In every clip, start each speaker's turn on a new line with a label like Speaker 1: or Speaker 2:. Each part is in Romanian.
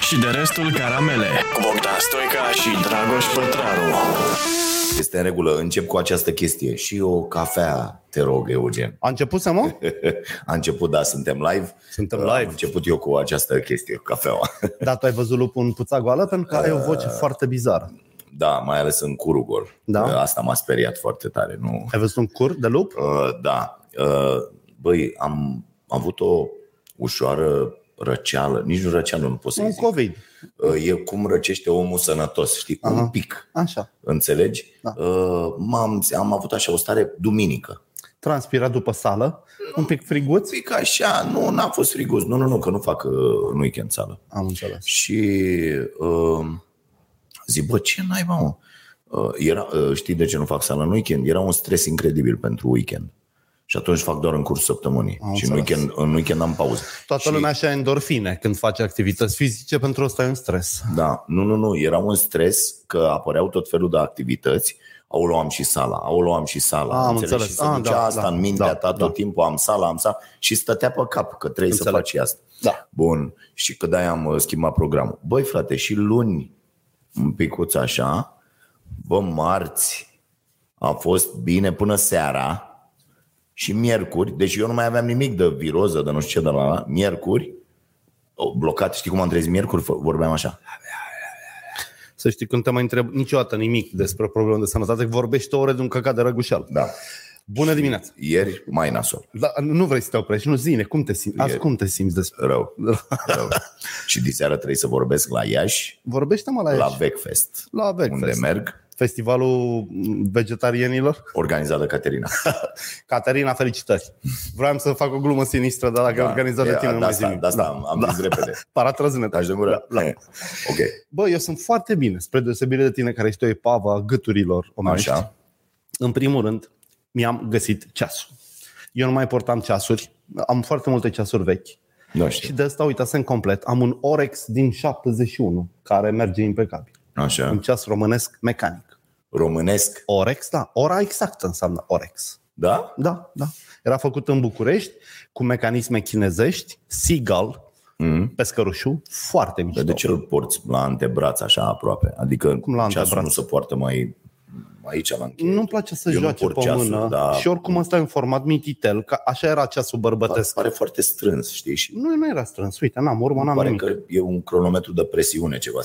Speaker 1: și de restul caramele cu Bogdan Stoica și Dragoș Pătraru.
Speaker 2: Este în regulă, încep cu această chestie. Și o cafea, te rog, Eugen.
Speaker 3: A început, Samo?
Speaker 2: A început, da, suntem live.
Speaker 3: Suntem
Speaker 2: Am
Speaker 3: live.
Speaker 2: început eu cu această chestie, cu cafeaua.
Speaker 3: Da, tu ai văzut lupul în puța goală pentru că ai o voce foarte bizară.
Speaker 2: Da, mai ales în Curugor. Ă,
Speaker 3: Da.
Speaker 2: Asta m-a speriat foarte tare. Nu,
Speaker 3: Ai văzut un cur de lup?
Speaker 2: Uh, da. Uh, băi, am avut o ușoară răceală, nici nu răceală nu pot să
Speaker 3: Un
Speaker 2: zic.
Speaker 3: COVID.
Speaker 2: Uh, e cum răcește omul sănătos, știi, cu un
Speaker 3: Aha.
Speaker 2: pic,
Speaker 3: Așa.
Speaker 2: înțelegi?
Speaker 3: Da.
Speaker 2: Uh, m-am, am avut așa o stare duminică.
Speaker 3: Transpirat după sală, un pic friguț.
Speaker 2: Zic Păi așa, nu, n-a fost frigos. Nu, nu, nu, că nu fac uh, în weekend sală.
Speaker 3: Am înțeles.
Speaker 2: Și uh, zic, bă, ce naiba, mă? Uh, era, uh, știi de ce nu fac sală în weekend? Era un stres incredibil pentru weekend. Și atunci fac doar în cursul săptămânii.
Speaker 3: Am
Speaker 2: și în
Speaker 3: înțeles.
Speaker 2: weekend, în weekend am pauză.
Speaker 3: Toată
Speaker 2: și,
Speaker 3: lumea așa endorfine când face activități fizice, pentru asta e un stres.
Speaker 2: Da, nu, nu, nu. Era un stres că apăreau tot felul de activități. Au luam și sala, au luam și sala.
Speaker 3: Am
Speaker 2: înțelegi?
Speaker 3: înțeles.
Speaker 2: Și se
Speaker 3: Ah,
Speaker 2: ducea
Speaker 3: da,
Speaker 2: asta
Speaker 3: da,
Speaker 2: în mintea
Speaker 3: da,
Speaker 2: ta tot
Speaker 3: da.
Speaker 2: timpul, am sala, am sala. Și stătea pe cap că trebuie să
Speaker 3: Înțeleg.
Speaker 2: faci asta.
Speaker 3: Da.
Speaker 2: Bun, și că de-aia am uh, schimbat programul. Băi, frate, și luni, un picuț așa, bă, marți a fost bine până seara și miercuri, deci eu nu mai aveam nimic de viroză, de nu știu ce, de la miercuri, o, blocat, știi cum am trezit miercuri, Fă- vorbeam așa.
Speaker 3: Să știi, când te mai întreb niciodată nimic despre probleme de sănătate, vorbești o oră de un căcat de răgușel.
Speaker 2: Da.
Speaker 3: Bună dimineața!
Speaker 2: Ieri, mai nasol.
Speaker 3: Da, nu vrei să te oprești, nu zine, cum te simți? Azi cum te simți despre...
Speaker 2: Rău. Rău. și diseară trebuie să vorbesc la Iași,
Speaker 3: Vorbește-mă la
Speaker 2: la
Speaker 3: Iași.
Speaker 2: Vecfest,
Speaker 3: La Vecfest.
Speaker 2: unde merg,
Speaker 3: Festivalul vegetarienilor.
Speaker 2: organizat de Caterina.
Speaker 3: Caterina, felicitări. Vreau să fac o glumă sinistră, dar dacă da, organizat de
Speaker 2: e,
Speaker 3: tine, nu
Speaker 2: de
Speaker 3: mai Da,
Speaker 2: asta,
Speaker 3: zic.
Speaker 2: de asta am, am zis repede.
Speaker 3: Paratrăzâne.
Speaker 2: da, Taci de gură. Eh,
Speaker 3: Da, da.
Speaker 2: Ok.
Speaker 3: Bă, eu sunt foarte bine, spre deosebire de tine, care ești o epavă a gâturilor omenești.
Speaker 2: Așa.
Speaker 3: În primul rând, mi-am găsit ceasul. Eu nu mai portam ceasuri, am foarte multe ceasuri vechi.
Speaker 2: Nu
Speaker 3: Și
Speaker 2: știu.
Speaker 3: de asta uitasem complet. Am un Orex din 71, care merge impecabil. Un
Speaker 2: Așa.
Speaker 3: ceas românesc mecanic.
Speaker 2: Românesc.
Speaker 3: Orex, da. Ora exactă înseamnă Orex.
Speaker 2: Da?
Speaker 3: Da, da. Era făcut în București cu mecanisme chinezești, Seagull, mm. pescărușul, foarte mișto.
Speaker 2: Dar de ce îl porți la antebraț așa aproape? Adică Cum
Speaker 3: la
Speaker 2: ceasul
Speaker 3: antebraț?
Speaker 2: nu se poartă mai aici la încheiere.
Speaker 3: Nu-mi place să
Speaker 2: Eu nu
Speaker 3: joace
Speaker 2: port
Speaker 3: pe
Speaker 2: ceasul, da.
Speaker 3: mână
Speaker 2: dar-
Speaker 3: și oricum ăsta e un format mititel, că așa era ceasul
Speaker 2: Pare-
Speaker 3: bărbătesc.
Speaker 2: Pare foarte strâns, știi? Și
Speaker 3: Nu, nu era strâns, uite, n-am urmă, n-am
Speaker 2: pare
Speaker 3: nimic.
Speaker 2: că e un cronometru de presiune ceva.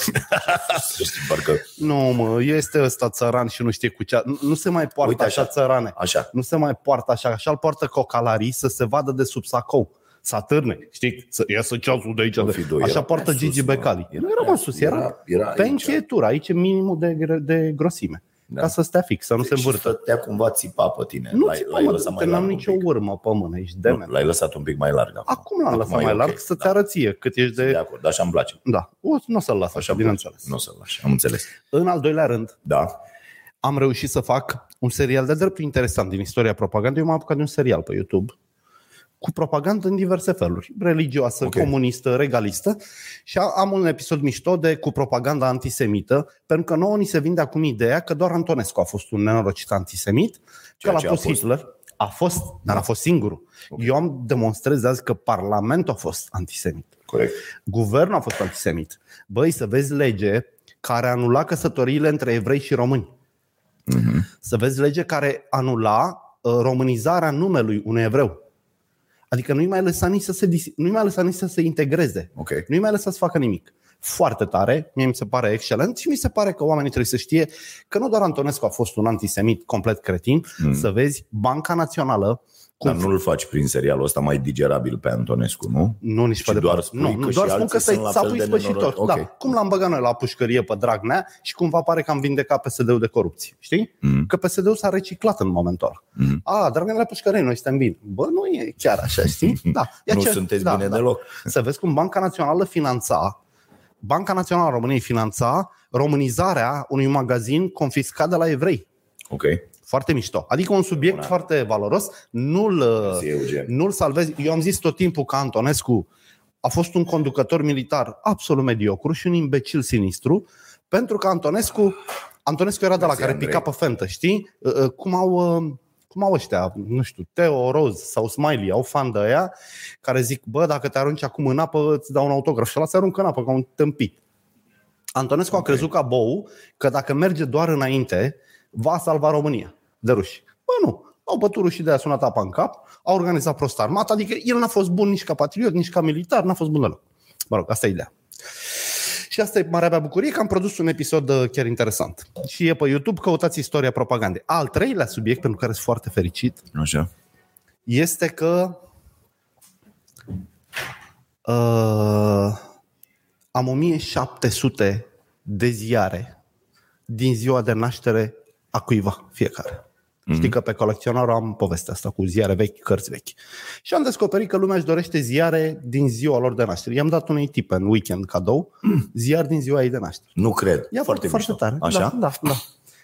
Speaker 2: Să știi, parcă...
Speaker 3: Nu, mă, este ăsta țăran și nu știe cu ce... Nu, nu se mai
Speaker 2: Uite
Speaker 3: poartă uite,
Speaker 2: așa.
Speaker 3: așa, așa țărane.
Speaker 2: Așa.
Speaker 3: Nu se mai poartă așa, așa îl poartă cocalarii să se vadă de sub sacou. Să atârne, știi? Să iasă ceasul de aici.
Speaker 2: Bă,
Speaker 3: De...
Speaker 2: fi doi,
Speaker 3: așa
Speaker 2: era
Speaker 3: poartă
Speaker 2: prea sus,
Speaker 3: Gigi
Speaker 2: mă.
Speaker 3: Becali.
Speaker 2: Era
Speaker 3: nu era
Speaker 2: prea-
Speaker 3: mai sus, era,
Speaker 2: era- era
Speaker 3: pe
Speaker 2: aici.
Speaker 3: încheietură. Aici e minimul de, gr- de grosime.
Speaker 2: Da.
Speaker 3: Da. Ca să stea fix, să nu se
Speaker 2: Și
Speaker 3: învârtă.
Speaker 2: stătea cumva țipa pe tine.
Speaker 3: Nu
Speaker 2: L-ai-
Speaker 3: ți
Speaker 2: l-ai
Speaker 3: mă,
Speaker 2: lăsat
Speaker 3: că
Speaker 2: mai
Speaker 3: n-am
Speaker 2: larg un
Speaker 3: nicio
Speaker 2: pic.
Speaker 3: urmă pe mână, ești
Speaker 2: Nu,
Speaker 3: demen.
Speaker 2: L-ai lăsat un pic mai larg.
Speaker 3: Acum l-am lăsat
Speaker 2: e
Speaker 3: mai
Speaker 2: ok.
Speaker 3: larg să-ți
Speaker 2: Da.
Speaker 3: arăție cât ești
Speaker 2: De
Speaker 3: de...
Speaker 2: acord, dar așa îmi place.
Speaker 3: Da, o, nu o să-l las așa,
Speaker 2: Așa,
Speaker 3: bineînțeles.
Speaker 2: Nu o să-l lași, am înțeles.
Speaker 3: În al doilea rând,
Speaker 2: Da.
Speaker 3: am reușit să fac un serial de drept interesant din istoria propagandei. Eu m-am apucat de un serial pe YouTube cu propagandă în diverse feluri, religioasă,
Speaker 2: Ok.
Speaker 3: okay. comunistă, regalistă și a- am un episod mișto de cu propaganda antisemită, pentru că nouă ni se vinde acum ideea că doar Antonescu a fost un nenorocit antisemit,
Speaker 2: Ceea
Speaker 3: că
Speaker 2: ce
Speaker 3: l-a
Speaker 2: a
Speaker 3: fost
Speaker 2: fost.
Speaker 3: Hitler. A fost, dar a fost singurul. Eu am demonstrez azi că Parlamentul a fost antisemit.
Speaker 2: Corect.
Speaker 3: Guvernul a fost antisemit. Băi, să vezi lege care anula căsătoriile între evrei și români. Să vezi lege care anula uh, românizarea numelui unui evreu. Adică nu-i mai lăsa nici să se, dis- nu-i mai lăsa nici să se integreze.
Speaker 2: Ok.
Speaker 3: Nu-i mai lăsa să facă nimic. Foarte tare, mie mi se pare excelent și mi se pare că oamenii trebuie să știe că nu doar Antonescu a fost un antisemit complet cretin, să vezi Banca Națională cum
Speaker 2: Dar nu-l faci prin serialul ăsta mai digerabil pe Antonescu, nu?
Speaker 3: Nu, nici pe
Speaker 2: doar
Speaker 3: departe.
Speaker 2: spui
Speaker 3: nu,
Speaker 2: că
Speaker 3: nu,
Speaker 2: și
Speaker 3: doar spun
Speaker 2: alții
Speaker 3: că
Speaker 2: sunt
Speaker 3: să-i
Speaker 2: la fel
Speaker 3: țapui
Speaker 2: de
Speaker 3: spășitor.
Speaker 2: nenoroci.
Speaker 3: Da.
Speaker 2: Ok.
Speaker 3: Cum l-am băgat noi la pușcărie pe Dragnea și cumva pare că am vindecat PSD-ul de corupție. Știi?
Speaker 2: Mhm.
Speaker 3: Mm. Că PSD-ul s-a reciclat în momentul ăla. Mm. A, Dragnea la pușcărie, noi suntem bine. Bă, nu e chiar așa, știi? Da. E
Speaker 2: Nu
Speaker 3: acel-
Speaker 2: sunteți bine deloc.
Speaker 3: Să vezi cum Banca Națională finanța Banca Națională a României finanța românizarea unui magazin confiscat de la evrei.
Speaker 2: Ok.
Speaker 3: Foarte mișto. Adică un subiect Bună. foarte valoros. Nu-l, uh,
Speaker 2: Mersi, Eugen.
Speaker 3: nu-l salvezi. Eu am zis tot timpul că Antonescu a fost un conducător militar absolut mediocru și un imbecil sinistru, pentru că Antonescu, Antonescu era de la
Speaker 2: Mersi,
Speaker 3: care
Speaker 2: Andrei.
Speaker 3: pica pe fentă, știi? Uh, uh, Ă, Cum au uh, cum au ăștia, nu știu, Teo, Roz sau Smiley, au fan de aia, care zic, bă, dacă te arunci acum în apă, îți dau un autograf și ăla se aruncă în apă ca un tâmpit. Antonescu okay. a crezut ca bou că dacă merge doar înainte, va salva România de ruși. Bă, nu. Au bătut rușii de a sunat apa în cap, au organizat prost armata, adică el n-a fost bun nici ca patriot, nici ca militar, n-a fost bun deloc. Mă rog, asta e ideea. Și asta e marea mea bucurie că am produs un episod uh, chiar interesant. Și e pe YouTube, căutați istoria propagandei. Al treilea subiect pentru care sunt foarte fericit
Speaker 2: Așa.
Speaker 3: este că uh, am 1700 de ziare din ziua de naștere a cuiva fiecare.
Speaker 2: Mhm.
Speaker 3: Mm-hmm. Știi că pe colecționar am povestea asta cu ziare vechi, cărți vechi. Și am descoperit că lumea își dorește ziare din ziua lor de naștere. I-am dat unei tipe în weekend cadou, ziar din ziua ei de naștere.
Speaker 2: Nu cred.
Speaker 3: Ia foarte, foarte
Speaker 2: Mhm. mișto.
Speaker 3: tare.
Speaker 2: Așa?
Speaker 3: Da, da, da.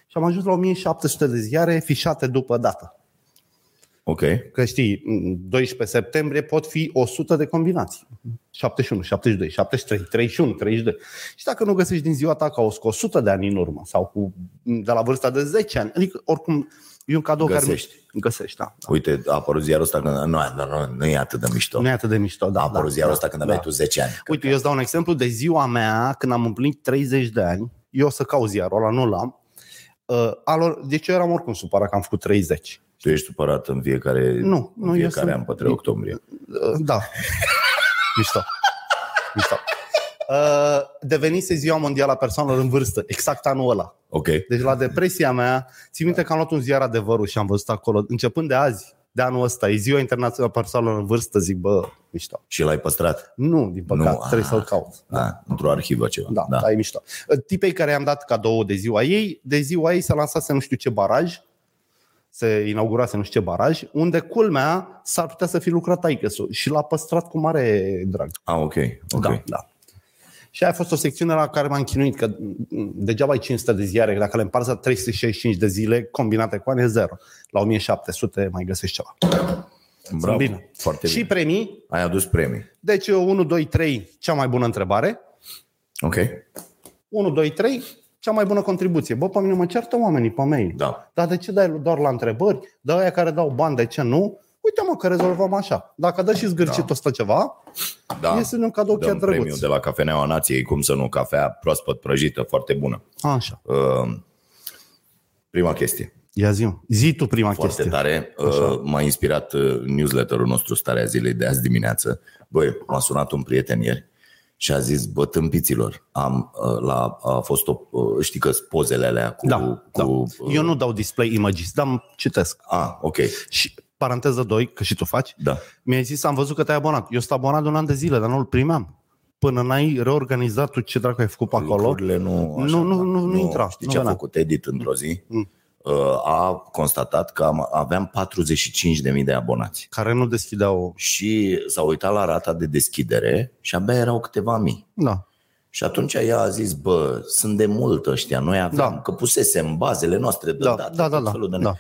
Speaker 3: Și am ajuns la 1700 de ziare fișate după dată.
Speaker 2: Ok.
Speaker 3: Că știi, m, 12 septembrie pot fi 100 de combinații. 71, 72, 73, 31, 32. Și dacă nu găsești din ziua ta că au scos 100 de ani în urmă sau cu, m, de la vârsta de 10 ani, adică oricum e un cadou
Speaker 2: Găsești.
Speaker 3: care nu- găsești, da.
Speaker 2: Uite, a apărut ziarul ăsta când... Nu, nu, nu, nu e atât de mișto.
Speaker 3: Nu e atât de mișto, da.
Speaker 2: a apărut
Speaker 3: da,
Speaker 2: ziarul
Speaker 3: da,
Speaker 2: ăsta când aveai tu 10 ani.
Speaker 3: Uite, eu îți dau un exemplu de ziua mea, când am împlinit 30 de ani, eu o să caut ziarul ăla, nu-l am. Uh, alor, deci eu eram oricum supărat că am făcut 30.
Speaker 2: Tu ești supărat în fiecare,
Speaker 3: Nu,
Speaker 2: în
Speaker 3: nu, eu
Speaker 2: fiecare
Speaker 3: sunt-
Speaker 2: an pe 3 octombrie.
Speaker 3: Uh, da. Mișto. Mișto. Uh, devenise ziua mondială a persoanelor în vârstă, exact anul ăla.
Speaker 2: Ok.
Speaker 3: Deci la depresia mea, țin minte că am luat un ziar adevărul și am văzut acolo, începând de azi, de anul ăsta, e ziua internațională a persoanelor în vârstă, zic, bă, mișto.
Speaker 2: Și l-ai păstrat?
Speaker 3: Nu, din păcate,
Speaker 2: Nu,
Speaker 3: trebuie
Speaker 2: ah.
Speaker 3: să-l caut.
Speaker 2: Da, într-o arhivă ceva.
Speaker 3: Da, da. da, e mișto. Tipei care i-am dat cadou de ziua ei, de ziua ei se lansase nu știu ce baraj, se inaugurase nu știu ce baraj, unde culmea s-ar putea să fi lucrat taicăsul și l-a păstrat cu mare drag.
Speaker 2: Ah, ok. ok.
Speaker 3: Da, da. Și aia a fost o secțiune la care m-am chinuit, că mm, degeaba ai 500 de ziare, că dacă le împarți la 365 de zile combinate cu ani e zero. La 1700 mai găsești ceva.
Speaker 2: Bravo.
Speaker 3: Sunt bine.
Speaker 2: Foarte
Speaker 3: și
Speaker 2: bine.
Speaker 3: premii,
Speaker 2: Ai adus premii.
Speaker 3: deci 1, 2, 3, cea mai bună întrebare,
Speaker 2: Ok.
Speaker 3: 1, 2, 3, cea mai bună contribuție. Bă, pe mine mă ceartă oamenii pe mail.
Speaker 2: Da.
Speaker 3: Dar de ce dai doar la întrebări? Dă aia care dau bani, de ce nu? Uite mă că rezolvăm așa. Dacă dă și zgârcitul da. ăsta ceva,
Speaker 2: Da.
Speaker 3: Este un cadou
Speaker 2: Dăm
Speaker 3: chiar drăguț.
Speaker 2: premiu de la Cafeneaua Nației, cum să nu, cafea proaspăt prăjită, foarte bună.
Speaker 3: așa.
Speaker 2: Uh, prima chestie.
Speaker 3: Ia zi Zi tu prima
Speaker 2: Foarte
Speaker 3: chestie.
Speaker 2: tare. Uh, m-a inspirat uh, newsletterul nostru Starea Zilei de azi dimineață. Băi, m-a sunat un prieten ieri și a zis, bă, tâmpiților, am, uh, la, a fost o, uh, știi că pozele alea cu...
Speaker 3: Da, da.
Speaker 2: cu uh,
Speaker 3: Eu nu dau display images, dar citesc.
Speaker 2: A, ok,
Speaker 3: Și paranteză 2, că și tu faci,
Speaker 2: da.
Speaker 3: mi-ai zis, am văzut că te-ai abonat. Eu sunt abonat de un an de zile, dar nu-l primeam. Până n-ai reorganizat tu ce dracu ai făcut pe acolo.
Speaker 2: Lucrurile nu,
Speaker 3: Nu, nu, nu, nu intra.
Speaker 2: Știi
Speaker 3: Nu
Speaker 2: ce a
Speaker 3: venea. Mm.
Speaker 2: făcut Edit într-o zi? Uh, A constatat că am, aveam 45.000 de abonați.
Speaker 3: Care nu deschideau...
Speaker 2: Și s-a uitat la rata de deschidere și abia erau câteva mii.
Speaker 3: Da.
Speaker 2: Și atunci ea a zis, bă, sunt de mult ăștia, noi aveam, da.
Speaker 3: Da,
Speaker 2: că pusesem bazele noastre de
Speaker 3: Da,
Speaker 2: date,
Speaker 3: da, da,
Speaker 2: tot
Speaker 3: da,
Speaker 2: felul de
Speaker 3: da.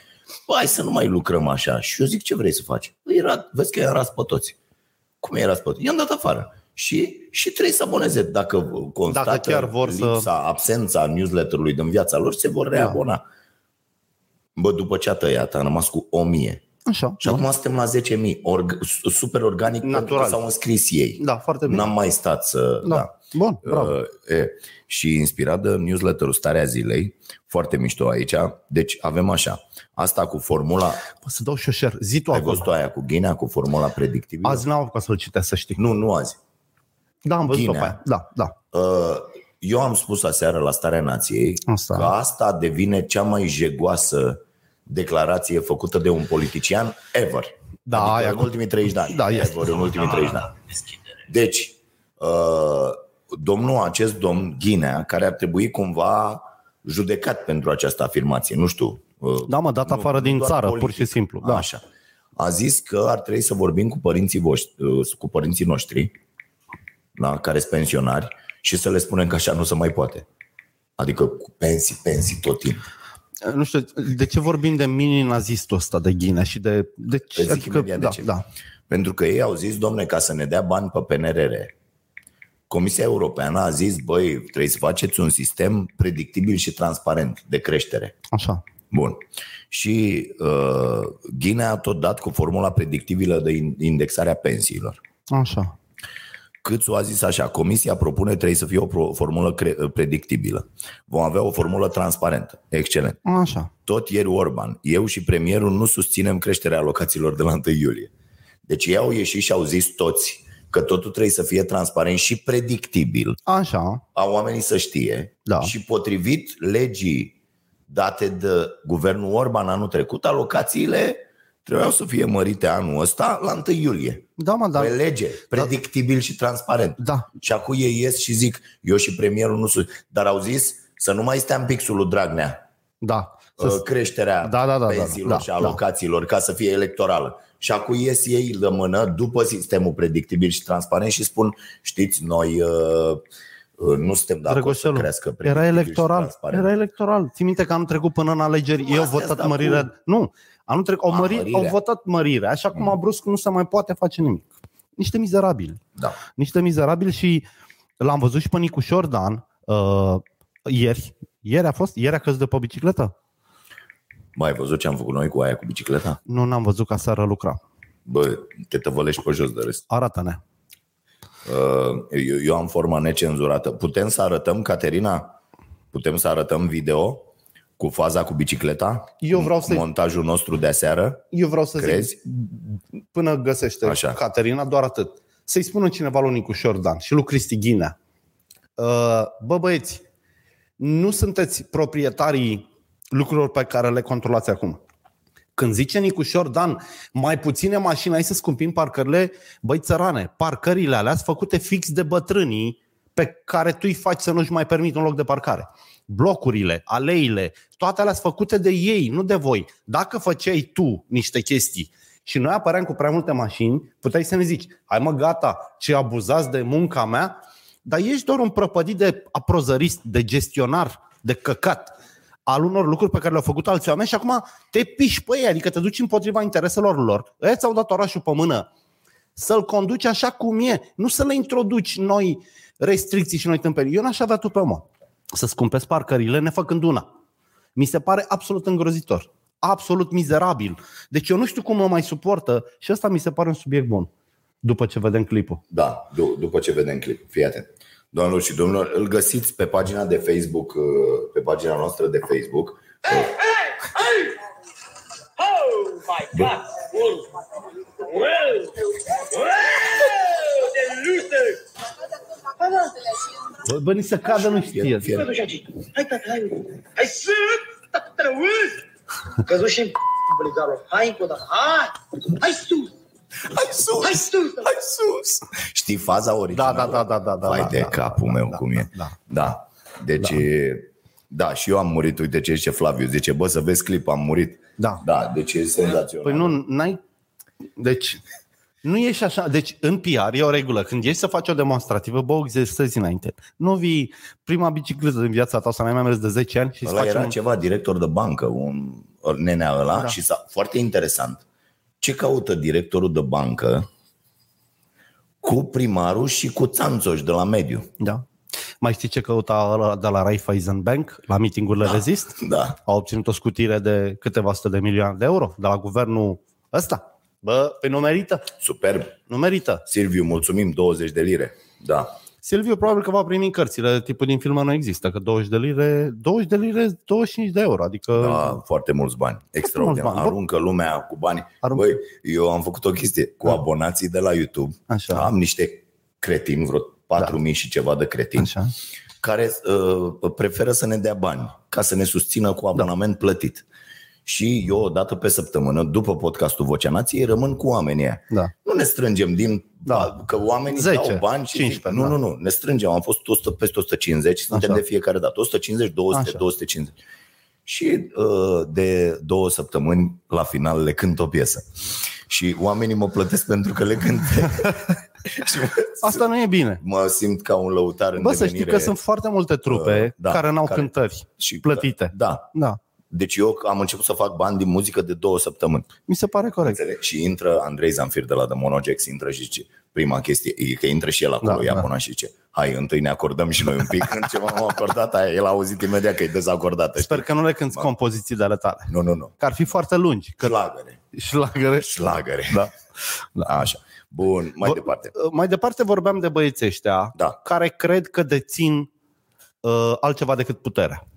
Speaker 2: Bă, hai să nu mai lucrăm așa. Și eu zic, ce vrei să faci? Păi era, vezi că i-am ras pe toți. Cum i-am ras pe toți? I-am dat afară. Și, și trebuie să aboneze. Dacă constată
Speaker 3: Dacă chiar vor să-
Speaker 2: lipsa, absența newsletterului din viața lor, se vor reabona. Da. Bă, după ce a tăiat, a rămas cu 1000.
Speaker 3: Așa.
Speaker 2: Și acum suntem la 10.000. Org- super organic, pentru că
Speaker 3: Da. Natural.
Speaker 2: s-au înscris ei.
Speaker 3: Da, foarte bine.
Speaker 2: N-am mai stat să...
Speaker 3: Da.
Speaker 2: da.
Speaker 3: Bun, bravo.
Speaker 2: Uh, e, și inspirat de newsletterul Starea Zilei, foarte mișto aici. Deci avem așa, asta cu formula,
Speaker 3: Poți să dau și eu share. Zi tu
Speaker 2: ai
Speaker 3: acolo.
Speaker 2: văzut aia cu ghinea, cu formula predictivă?
Speaker 3: Azi n-am apucat să-l citesc, să știi.
Speaker 2: Nu, nu azi.
Speaker 3: Da, am văzut-o pe
Speaker 2: Ghinea.
Speaker 3: aia. Da, da.
Speaker 2: Uh, Eu am spus aseară la Starea Nației
Speaker 3: Asta.
Speaker 2: că asta devine cea mai jegoasă declarație făcută de un politician ever.
Speaker 3: Da,
Speaker 2: adică
Speaker 3: aia
Speaker 2: în
Speaker 3: cu-
Speaker 2: ultimii 30 de ani.
Speaker 3: Da,
Speaker 2: ever,
Speaker 3: este.
Speaker 2: în ultimii 30 de ani. Deci, uh, domnul acest domn, Ghinea, care ar trebui cumva judecat pentru această afirmație, nu știu. uh,
Speaker 3: Da, mă, dat
Speaker 2: nu-
Speaker 3: afară
Speaker 2: nu
Speaker 3: din
Speaker 2: doar
Speaker 3: țară, pur și simplu. Da.
Speaker 2: Așa. A zis că ar trebui să vorbim cu părinții, voștri, uh, cu părinții noștri, da, care sunt pensionari, și să le spunem că așa nu se mai poate. Adică cu pensii, pensii tot timpul.
Speaker 3: Da. Nu știu, de ce vorbim de mini-nazistul ăsta de ghinea și de... de ce?
Speaker 2: Îți zic imediat de
Speaker 3: da,
Speaker 2: ce.
Speaker 3: da.
Speaker 2: Pentru că ei au zis, domne, ca să ne dea bani pe PNRR, Comisia Europeană a zis, băi, trebuie să faceți un sistem predictibil și transparent de creștere.
Speaker 3: Așa.
Speaker 2: Bun. Și uh, Ghinea a tot dat cu formula predictibilă de in- indexarea pensiilor.
Speaker 3: Așa.
Speaker 2: Câțu a zis așa, comisia propune trebuie să fie o pro- formulă cre- predictibilă. Vom avea o formulă transparentă. Excelent.
Speaker 3: Așa.
Speaker 2: Tot ieri Orban, eu și premierul nu susținem creșterea alocațiilor de la 1 iulie. Deci ei au ieșit și au zis toți că totul trebuie să fie transparent și predictibil
Speaker 3: Așa.
Speaker 2: a oamenii să știe
Speaker 3: Da.
Speaker 2: și potrivit legii date de guvernul Orban anul trecut, alocațiile trebuiau să fie mărite anul ăsta la 1 iulie.
Speaker 3: Da, mă,
Speaker 2: Da.
Speaker 3: dar...
Speaker 2: Pe lege, predictibil și transparent.
Speaker 3: Da.
Speaker 2: Și acum ei ies și zic, eu și premierul nu sunt, dar au zis să nu mai stea în pixul lui Dragnea
Speaker 3: Da.
Speaker 2: să creșterea
Speaker 3: Da, da, da, da,
Speaker 2: pensiilor
Speaker 3: da,
Speaker 2: și
Speaker 3: da.
Speaker 2: alocațiilor ca să fie electorală. Și acum ies ei de mână după sistemul predictibil și transparent și spun, știți, noi uh, uh, nu suntem de acord să
Speaker 3: Drăgoșelu,
Speaker 2: crească
Speaker 3: Era
Speaker 2: predictibil și
Speaker 3: electoral.
Speaker 2: transparent.
Speaker 3: Era electoral. Ții minte că anul trecut până în alegeri
Speaker 2: Nu,
Speaker 3: ei au
Speaker 2: astea-s de
Speaker 3: votat
Speaker 2: acum.
Speaker 3: mărirea. Nu, anul trecut au,
Speaker 2: A,
Speaker 3: mări,
Speaker 2: mărirea.
Speaker 3: au votat mărirea, așa cum abrupți nu se mai poate face nimic. Niște mizerabili.
Speaker 2: Da.
Speaker 3: Niște mizerabili și l-am văzut și pe Nicușor Dan uh, ieri. Ieri a fost? Ieri a căzut de pe bicicletă?
Speaker 2: Mai ai văzut ce am făcut noi cu aia cu bicicleta?
Speaker 3: Nu, n-am văzut ca să rălucra.
Speaker 2: Bă, te tăvălești pe jos de rest.
Speaker 3: Arată-ne.
Speaker 2: Uh, Eu, eu am forma necenzurată. Putem să arătăm, Caterina? Putem să arătăm video cu faza cu bicicleta?
Speaker 3: Eu vreau să-
Speaker 2: Montajul nostru de aseară?
Speaker 3: Eu vreau să
Speaker 2: Crezi?
Speaker 3: zic, până găsește
Speaker 2: Așa.
Speaker 3: Așa. Caterina, doar atât. Să-i spună cineva lui Nicu Șordan și lui Cristi Ghinea. Uh, Bă, băieți, nu sunteți proprietarii lucrurilor pe care le controlați acum. Când zice Nicu Șordan, mai puține mașini, hai să scumpim parcările, băi țărane, parcările alea sunt făcute fix de bătrânii pe care tu îi faci să nu-și mai permit un loc de parcare. Blocurile, aleile, toate alea sunt făcute de ei, nu de voi. Dacă făceai tu niște chestii și noi apăream cu prea multe mașini, puteai să ne zici, hai mă gata, ce abuzați de munca mea, dar ești doar un prăpădit de aprozărist, de gestionar, de căcat al unor lucruri pe care le-au făcut alți oameni și acum te piși pe ei, adică te duci împotriva intereselor lor. Ei ți-au dat orașul pe mână. Să-l conduci așa cum e, nu să le introduci noi restricții și noi tâmpenii. Eu n-aș avea tu pe mă să-ți cumpesc parcările nefăcând una. Mi se pare absolut îngrozitor, absolut mizerabil. Deci eu nu știu cum mă mai suportă și ăsta mi se pare un subiect bun după ce vedem clipul.
Speaker 2: Da, d- după ce vedem clip. Fii atent. Doamnelor și domnilor, îl găsiți pe pagina de Facebook, uh, pe pagina noastră de Facebook.
Speaker 4: Oh my God! Whoa! Whoa! Whoa! The loser!
Speaker 3: Bă, Bă, ni se cadă, nu știe.
Speaker 2: Fie-
Speaker 4: Căzuși aici! Hai, tată, hai! Hai, sunt! Tată, te răuzi! Căzuși în bligarul. Hai, încă o dată! Hai! Hai sus!
Speaker 2: Hai sus!
Speaker 4: Hai sus!
Speaker 2: Hai sus! Știi faza originală?
Speaker 3: Da, da, da, da, da,
Speaker 2: Vai
Speaker 3: da,
Speaker 2: de
Speaker 3: da,
Speaker 2: capul
Speaker 3: da,
Speaker 2: meu
Speaker 3: da,
Speaker 2: cum
Speaker 3: da,
Speaker 2: e.
Speaker 3: da.
Speaker 2: da. Deci, da. și eu am murit. Uite ce zice Flaviu. Zice, bă, să vezi clip, am murit.
Speaker 3: Da.
Speaker 2: Da, deci e senzațional.
Speaker 3: Păi nu, n-ai... Deci, nu ești așa. Deci, în PR e o regulă. Când ești să faci o demonstrativă, bă, o exersezi înainte. Nu vii prima bicicletă din viața ta, să n-ai mai mers de 10 ani și îți
Speaker 2: Ăla
Speaker 3: faci
Speaker 2: era
Speaker 3: un...
Speaker 2: ceva director de bancă, un nenea ăla da.
Speaker 3: Da.
Speaker 2: și s-a, foarte interesant. Ce caută directorul de bancă cu primarul și cu țanțoși de la mediu?
Speaker 3: Da. Mai știi ce căuta ăla de la Raiffeisen Bank la mitingurile da. Rezist?
Speaker 2: Da.
Speaker 3: Au obținut o scutire de câteva sute de milioane de euro de la guvernul ăsta. Bă, pe nu merită.
Speaker 2: Superb.
Speaker 3: Nu merită.
Speaker 2: Silviu, mulțumim, 20 de lire. Da.
Speaker 3: Silviu probabil că va primi cărțile, tipul din filmă nu există, că 20 de lire, 20 de lire, 25 de euro, adică
Speaker 2: Da, foarte mulți bani. Extraordinar.
Speaker 3: mulți bani.
Speaker 2: Aruncă lumea cu bani.
Speaker 3: Aruncă. Da.
Speaker 2: Băi, eu am făcut o chestie cu abonații de la YouTube.
Speaker 3: Așa. Da.
Speaker 2: Am niște cretini, vreo 4.000 și ceva de cretini.
Speaker 3: așa.
Speaker 2: care uh, preferă să ne dea bani ca să ne susțină cu abonament plătit. Și eu o dată pe săptămână, după podcastul Vocea Nației, rămân cu oamenii aia.
Speaker 3: Da.
Speaker 2: Nu ne strângem din... Da.
Speaker 3: Da.
Speaker 2: Că oamenii 10,
Speaker 3: 10,
Speaker 2: dau bani și
Speaker 3: 15,
Speaker 2: zic,
Speaker 3: da.
Speaker 2: nu, nu, nu, ne strângem. Am fost 100, peste 150, suntem
Speaker 3: Așa.
Speaker 2: de fiecare dată. 150, 200,
Speaker 3: Așa.
Speaker 2: 250. Și uh, de două săptămâni, la final, le cânt o piesă. Și oamenii mă plătesc pentru că le cânt. și mă,
Speaker 3: Asta nu e bine.
Speaker 2: mă simt ca un lăutar în
Speaker 3: Bă, să știi
Speaker 2: devenire.
Speaker 3: că sunt foarte multe trupe
Speaker 2: Uh, da,
Speaker 3: care n-au
Speaker 2: care-
Speaker 3: cântări
Speaker 2: și-
Speaker 3: plătite.
Speaker 2: Da.
Speaker 3: Da,
Speaker 2: Deci eu am început să fac bani din muzică de două săptămâni.
Speaker 3: mi se pare corect.
Speaker 2: Înțeleg? Și intră Andrei Zanfir de la The Monogex, intră și zice, prima chestie, e că intră și el acolo,
Speaker 3: Da,
Speaker 2: ia
Speaker 3: da.
Speaker 2: până și zice, Hai, întâi ne acordăm și noi un pic. Când ceva am acordat, aia, el a auzit imediat că e dezacordată.
Speaker 3: Sper că nu le cânti compoziții de ale tale.
Speaker 2: Nu, nu, nu.
Speaker 3: Că ar fi foarte lungi. Că
Speaker 2: Șlagăre.
Speaker 3: șlagăre.
Speaker 2: Șlagăre.
Speaker 3: Da.
Speaker 2: Așa. Bun, mai
Speaker 3: Bă-
Speaker 2: departe.
Speaker 3: Mai departe vorbeam de băieții ăștia
Speaker 2: Da.
Speaker 3: care cred că dețin uh, altceva decât puterea.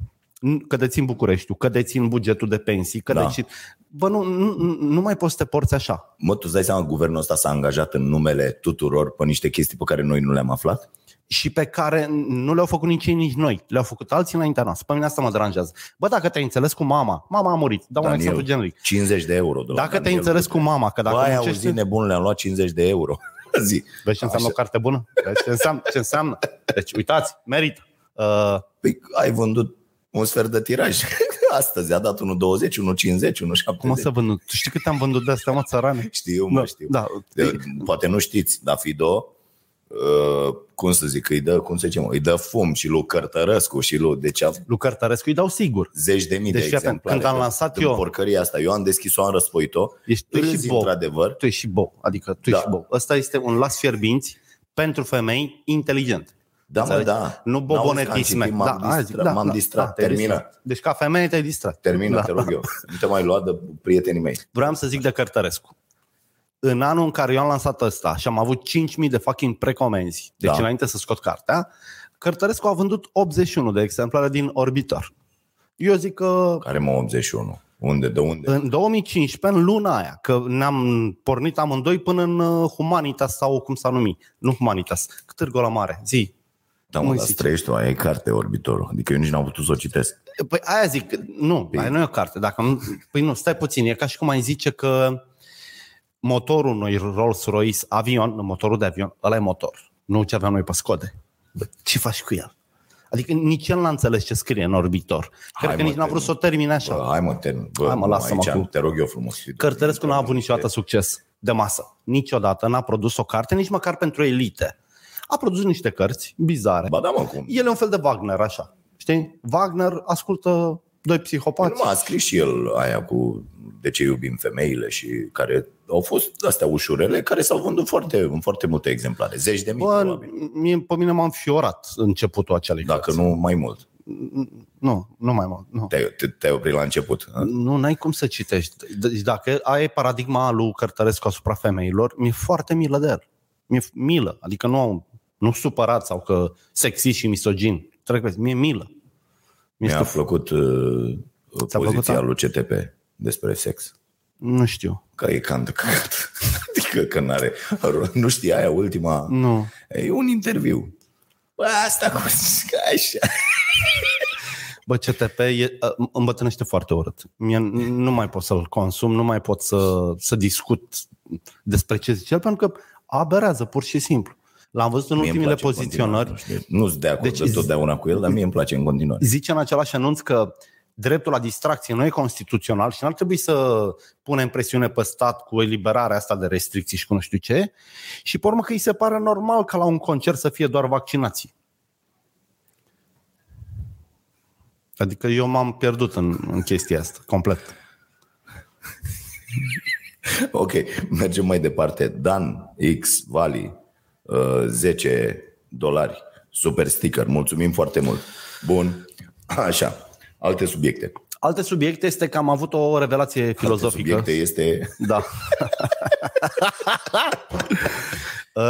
Speaker 3: N- Că dețin Bucureștiul, că dețin bugetul de pensii, că
Speaker 2: Da.
Speaker 3: da. dețin... Bă, nu, nu, nu mai poți să te porți așa.
Speaker 2: Mă, tu îți dai seama că guvernul ăsta s-a angajat în numele tuturor pe niște chestii pe care noi nu le-am aflat?
Speaker 3: Și pe care nu le-au făcut nici ei, nici noi. Le-au făcut alții înaintea noastră. Pe mine asta mă deranjează. Bă, dacă te-ai înțeles cu mama, mama a murit. Dau un
Speaker 2: Daniel.
Speaker 3: exemplu generic.
Speaker 2: 50 de euro. De la
Speaker 3: Dacă te-ai
Speaker 2: Daniel.
Speaker 3: înțeles cu mama, că dacă
Speaker 2: Bă, ai
Speaker 3: muncești-
Speaker 2: auzit nebun, le-am luat 50 de euro. Zi.
Speaker 3: Vezi ce înseamnă
Speaker 2: Așa.
Speaker 3: o carte bună? Vezi ce înseamnă? Ce înseamnă? Deci, uitați, merită. Uh,
Speaker 2: Păi ai vândut un sfert de tiraj. Astăzi a dat 1,20, 1,50, 1,70.
Speaker 3: cum o să vând? Tu știi cât am vândut de astea, mă, țărane?
Speaker 2: Știu, mă, știu.
Speaker 3: Da,
Speaker 2: De- Poate nu știți, dar Fido, uh, cum să zic, îi dă, cum să zicem, îi dă fum și lui Cărtărescu și lui, deci a
Speaker 3: Lucar Tărescu îi dau sigur.
Speaker 2: zeci de mii
Speaker 3: Deci,
Speaker 2: de
Speaker 3: fii atent,
Speaker 2: exemplare.
Speaker 3: când am
Speaker 2: de-
Speaker 3: lansat
Speaker 2: din
Speaker 3: eu-
Speaker 2: porcăria asta, eu am deschis-o, am răspoit-o,
Speaker 3: Ești tu
Speaker 2: râzi
Speaker 3: și Bob.
Speaker 2: într-adevăr,
Speaker 3: Tu ești și Bob, adică tu ești
Speaker 2: Da.
Speaker 3: și Bob. Ăsta este un las fierbinți pentru femei inteligent.
Speaker 2: da, mă,
Speaker 3: Înțelegi?
Speaker 2: da.
Speaker 3: Nu
Speaker 2: N-auzi că am
Speaker 3: bobonetisme. Da,
Speaker 2: citit, M-am
Speaker 3: aia zic,
Speaker 2: distrat, m-am distrat.
Speaker 3: te-ai
Speaker 2: termină,
Speaker 3: distrat. Deci ca femeie te-ai distrat.
Speaker 2: termină,
Speaker 3: Da.
Speaker 2: te rog eu. Nu te mai lua de prietenii mei.
Speaker 3: Vreau să zic de Cărtărescu. În anul în care eu am lansat ăsta și am avut 5.000 de fucking precomenzi, deci
Speaker 2: Da.
Speaker 3: da. înainte să scot cartea, Cărtărescu a vândut 81 de exemplare din Orbitor. Eu zic că
Speaker 2: Care mă 81? Unde, de unde?
Speaker 3: în 2015, în luna aia, că ne-am pornit amândoi până în uh, Humanitas sau cum s-a numit, nu Humanitas, Târgul la Mare, zi.
Speaker 2: Da,
Speaker 3: cum
Speaker 2: mă,
Speaker 3: îi
Speaker 2: dar
Speaker 3: zice?
Speaker 2: trăiești tu, aia e carte orbitorul. Adică eu nici n-am putut să o citesc.
Speaker 3: Păi aia zic, nu, aia nu e o carte. Dacă nu, păi nu, stai puțin, e ca și cum ai zice că motorul unui Rolls-Royce avion, nu, motorul de avion, ăla e motor, nu ce aveam noi pe Scode. Bă, ce faci cu el? Adică nici el n-a înțeles ce scrie în orbitor. Cred
Speaker 2: Hai,
Speaker 3: că
Speaker 2: mă,
Speaker 3: nici n-a
Speaker 2: te-
Speaker 3: vrut să o termine așa.
Speaker 2: Bă, hai mă, termin. Bă,
Speaker 3: Hai, mă,
Speaker 2: nu,
Speaker 3: lasă-mă
Speaker 2: aici,
Speaker 3: cu-
Speaker 2: Te rog eu frumos.
Speaker 3: Cărtărescu n-a avut niciodată succes de masă. Niciodată n-a produs o carte, nici măcar pentru elite. A produs niște cărți bizare.
Speaker 2: Ba da, mă, cum?
Speaker 3: El e un fel de Wagner, așa. Știi? Wagner ascultă doi
Speaker 2: Păi
Speaker 3: psihopați.
Speaker 2: Nu a scris și el aia cu de ce iubim femeile și care au fost astea ușurele care s-au vândut foarte, în foarte multe exemplare, zeci de mii
Speaker 3: Bă,
Speaker 2: probabil, Da.
Speaker 3: mie, pe mine m-am fiorat începutul acelei
Speaker 2: dacă
Speaker 3: cărți.
Speaker 2: nu mai mult.
Speaker 3: Nu, nu mai mult. Nu.
Speaker 2: Te-ai, te, te-ai oprit la început. hă?
Speaker 3: Nu, n-ai cum să citești. Deci dacă aia e paradigma lui Cărtărescu asupra femeilor, mi-e foarte milă de el. Mi-e f- milă. Adică nu, nu supărat sau că sexist și misogin. Trec pe mi-e milă. Mi-e
Speaker 2: Mi-a
Speaker 3: stuf...
Speaker 2: plăcut uh,
Speaker 3: Ți-a plăcut,
Speaker 2: poziția
Speaker 3: da?
Speaker 2: lui CTP despre sex.
Speaker 3: Nu știu.
Speaker 2: Că e cam de căcat. Adică că n-are... Nu știi aia ultima...
Speaker 3: Nu.
Speaker 2: E un interviu. Bă, asta cu... Așa.
Speaker 3: Bă, CTP e, a, îmi îmbătrânește foarte urât. Mie n- nu mai pot să-l consum, nu mai pot să, să discut despre ce zice el, pentru că aberează pur și simplu. L-am văzut în
Speaker 2: Mie îmi
Speaker 3: ultimile
Speaker 2: place în
Speaker 3: poziționări.
Speaker 2: continuare, Nu sunt de acord
Speaker 3: Deci-
Speaker 2: deci, totdeauna cu el, dar mie îmi place în continuare.
Speaker 3: Zice în același anunț că dreptul la distracție nu e constituțional și n-ar trebui să punem presiune pe stat cu eliberarea asta de restricții și cu nu știu ce. Și pe urmă că îi se pare normal ca la un concert să fie doar vaccinații. Adică eu m-am pierdut în, în chestia asta, complet.
Speaker 2: Ok, mergem mai departe. Dan X Vali, uh, 10 dolari, super sticker, mulțumim foarte mult. Bun, așa, alte subiecte.
Speaker 3: Alte subiecte este că am avut o revelație filozofică.
Speaker 2: Subiecte este,
Speaker 3: Da.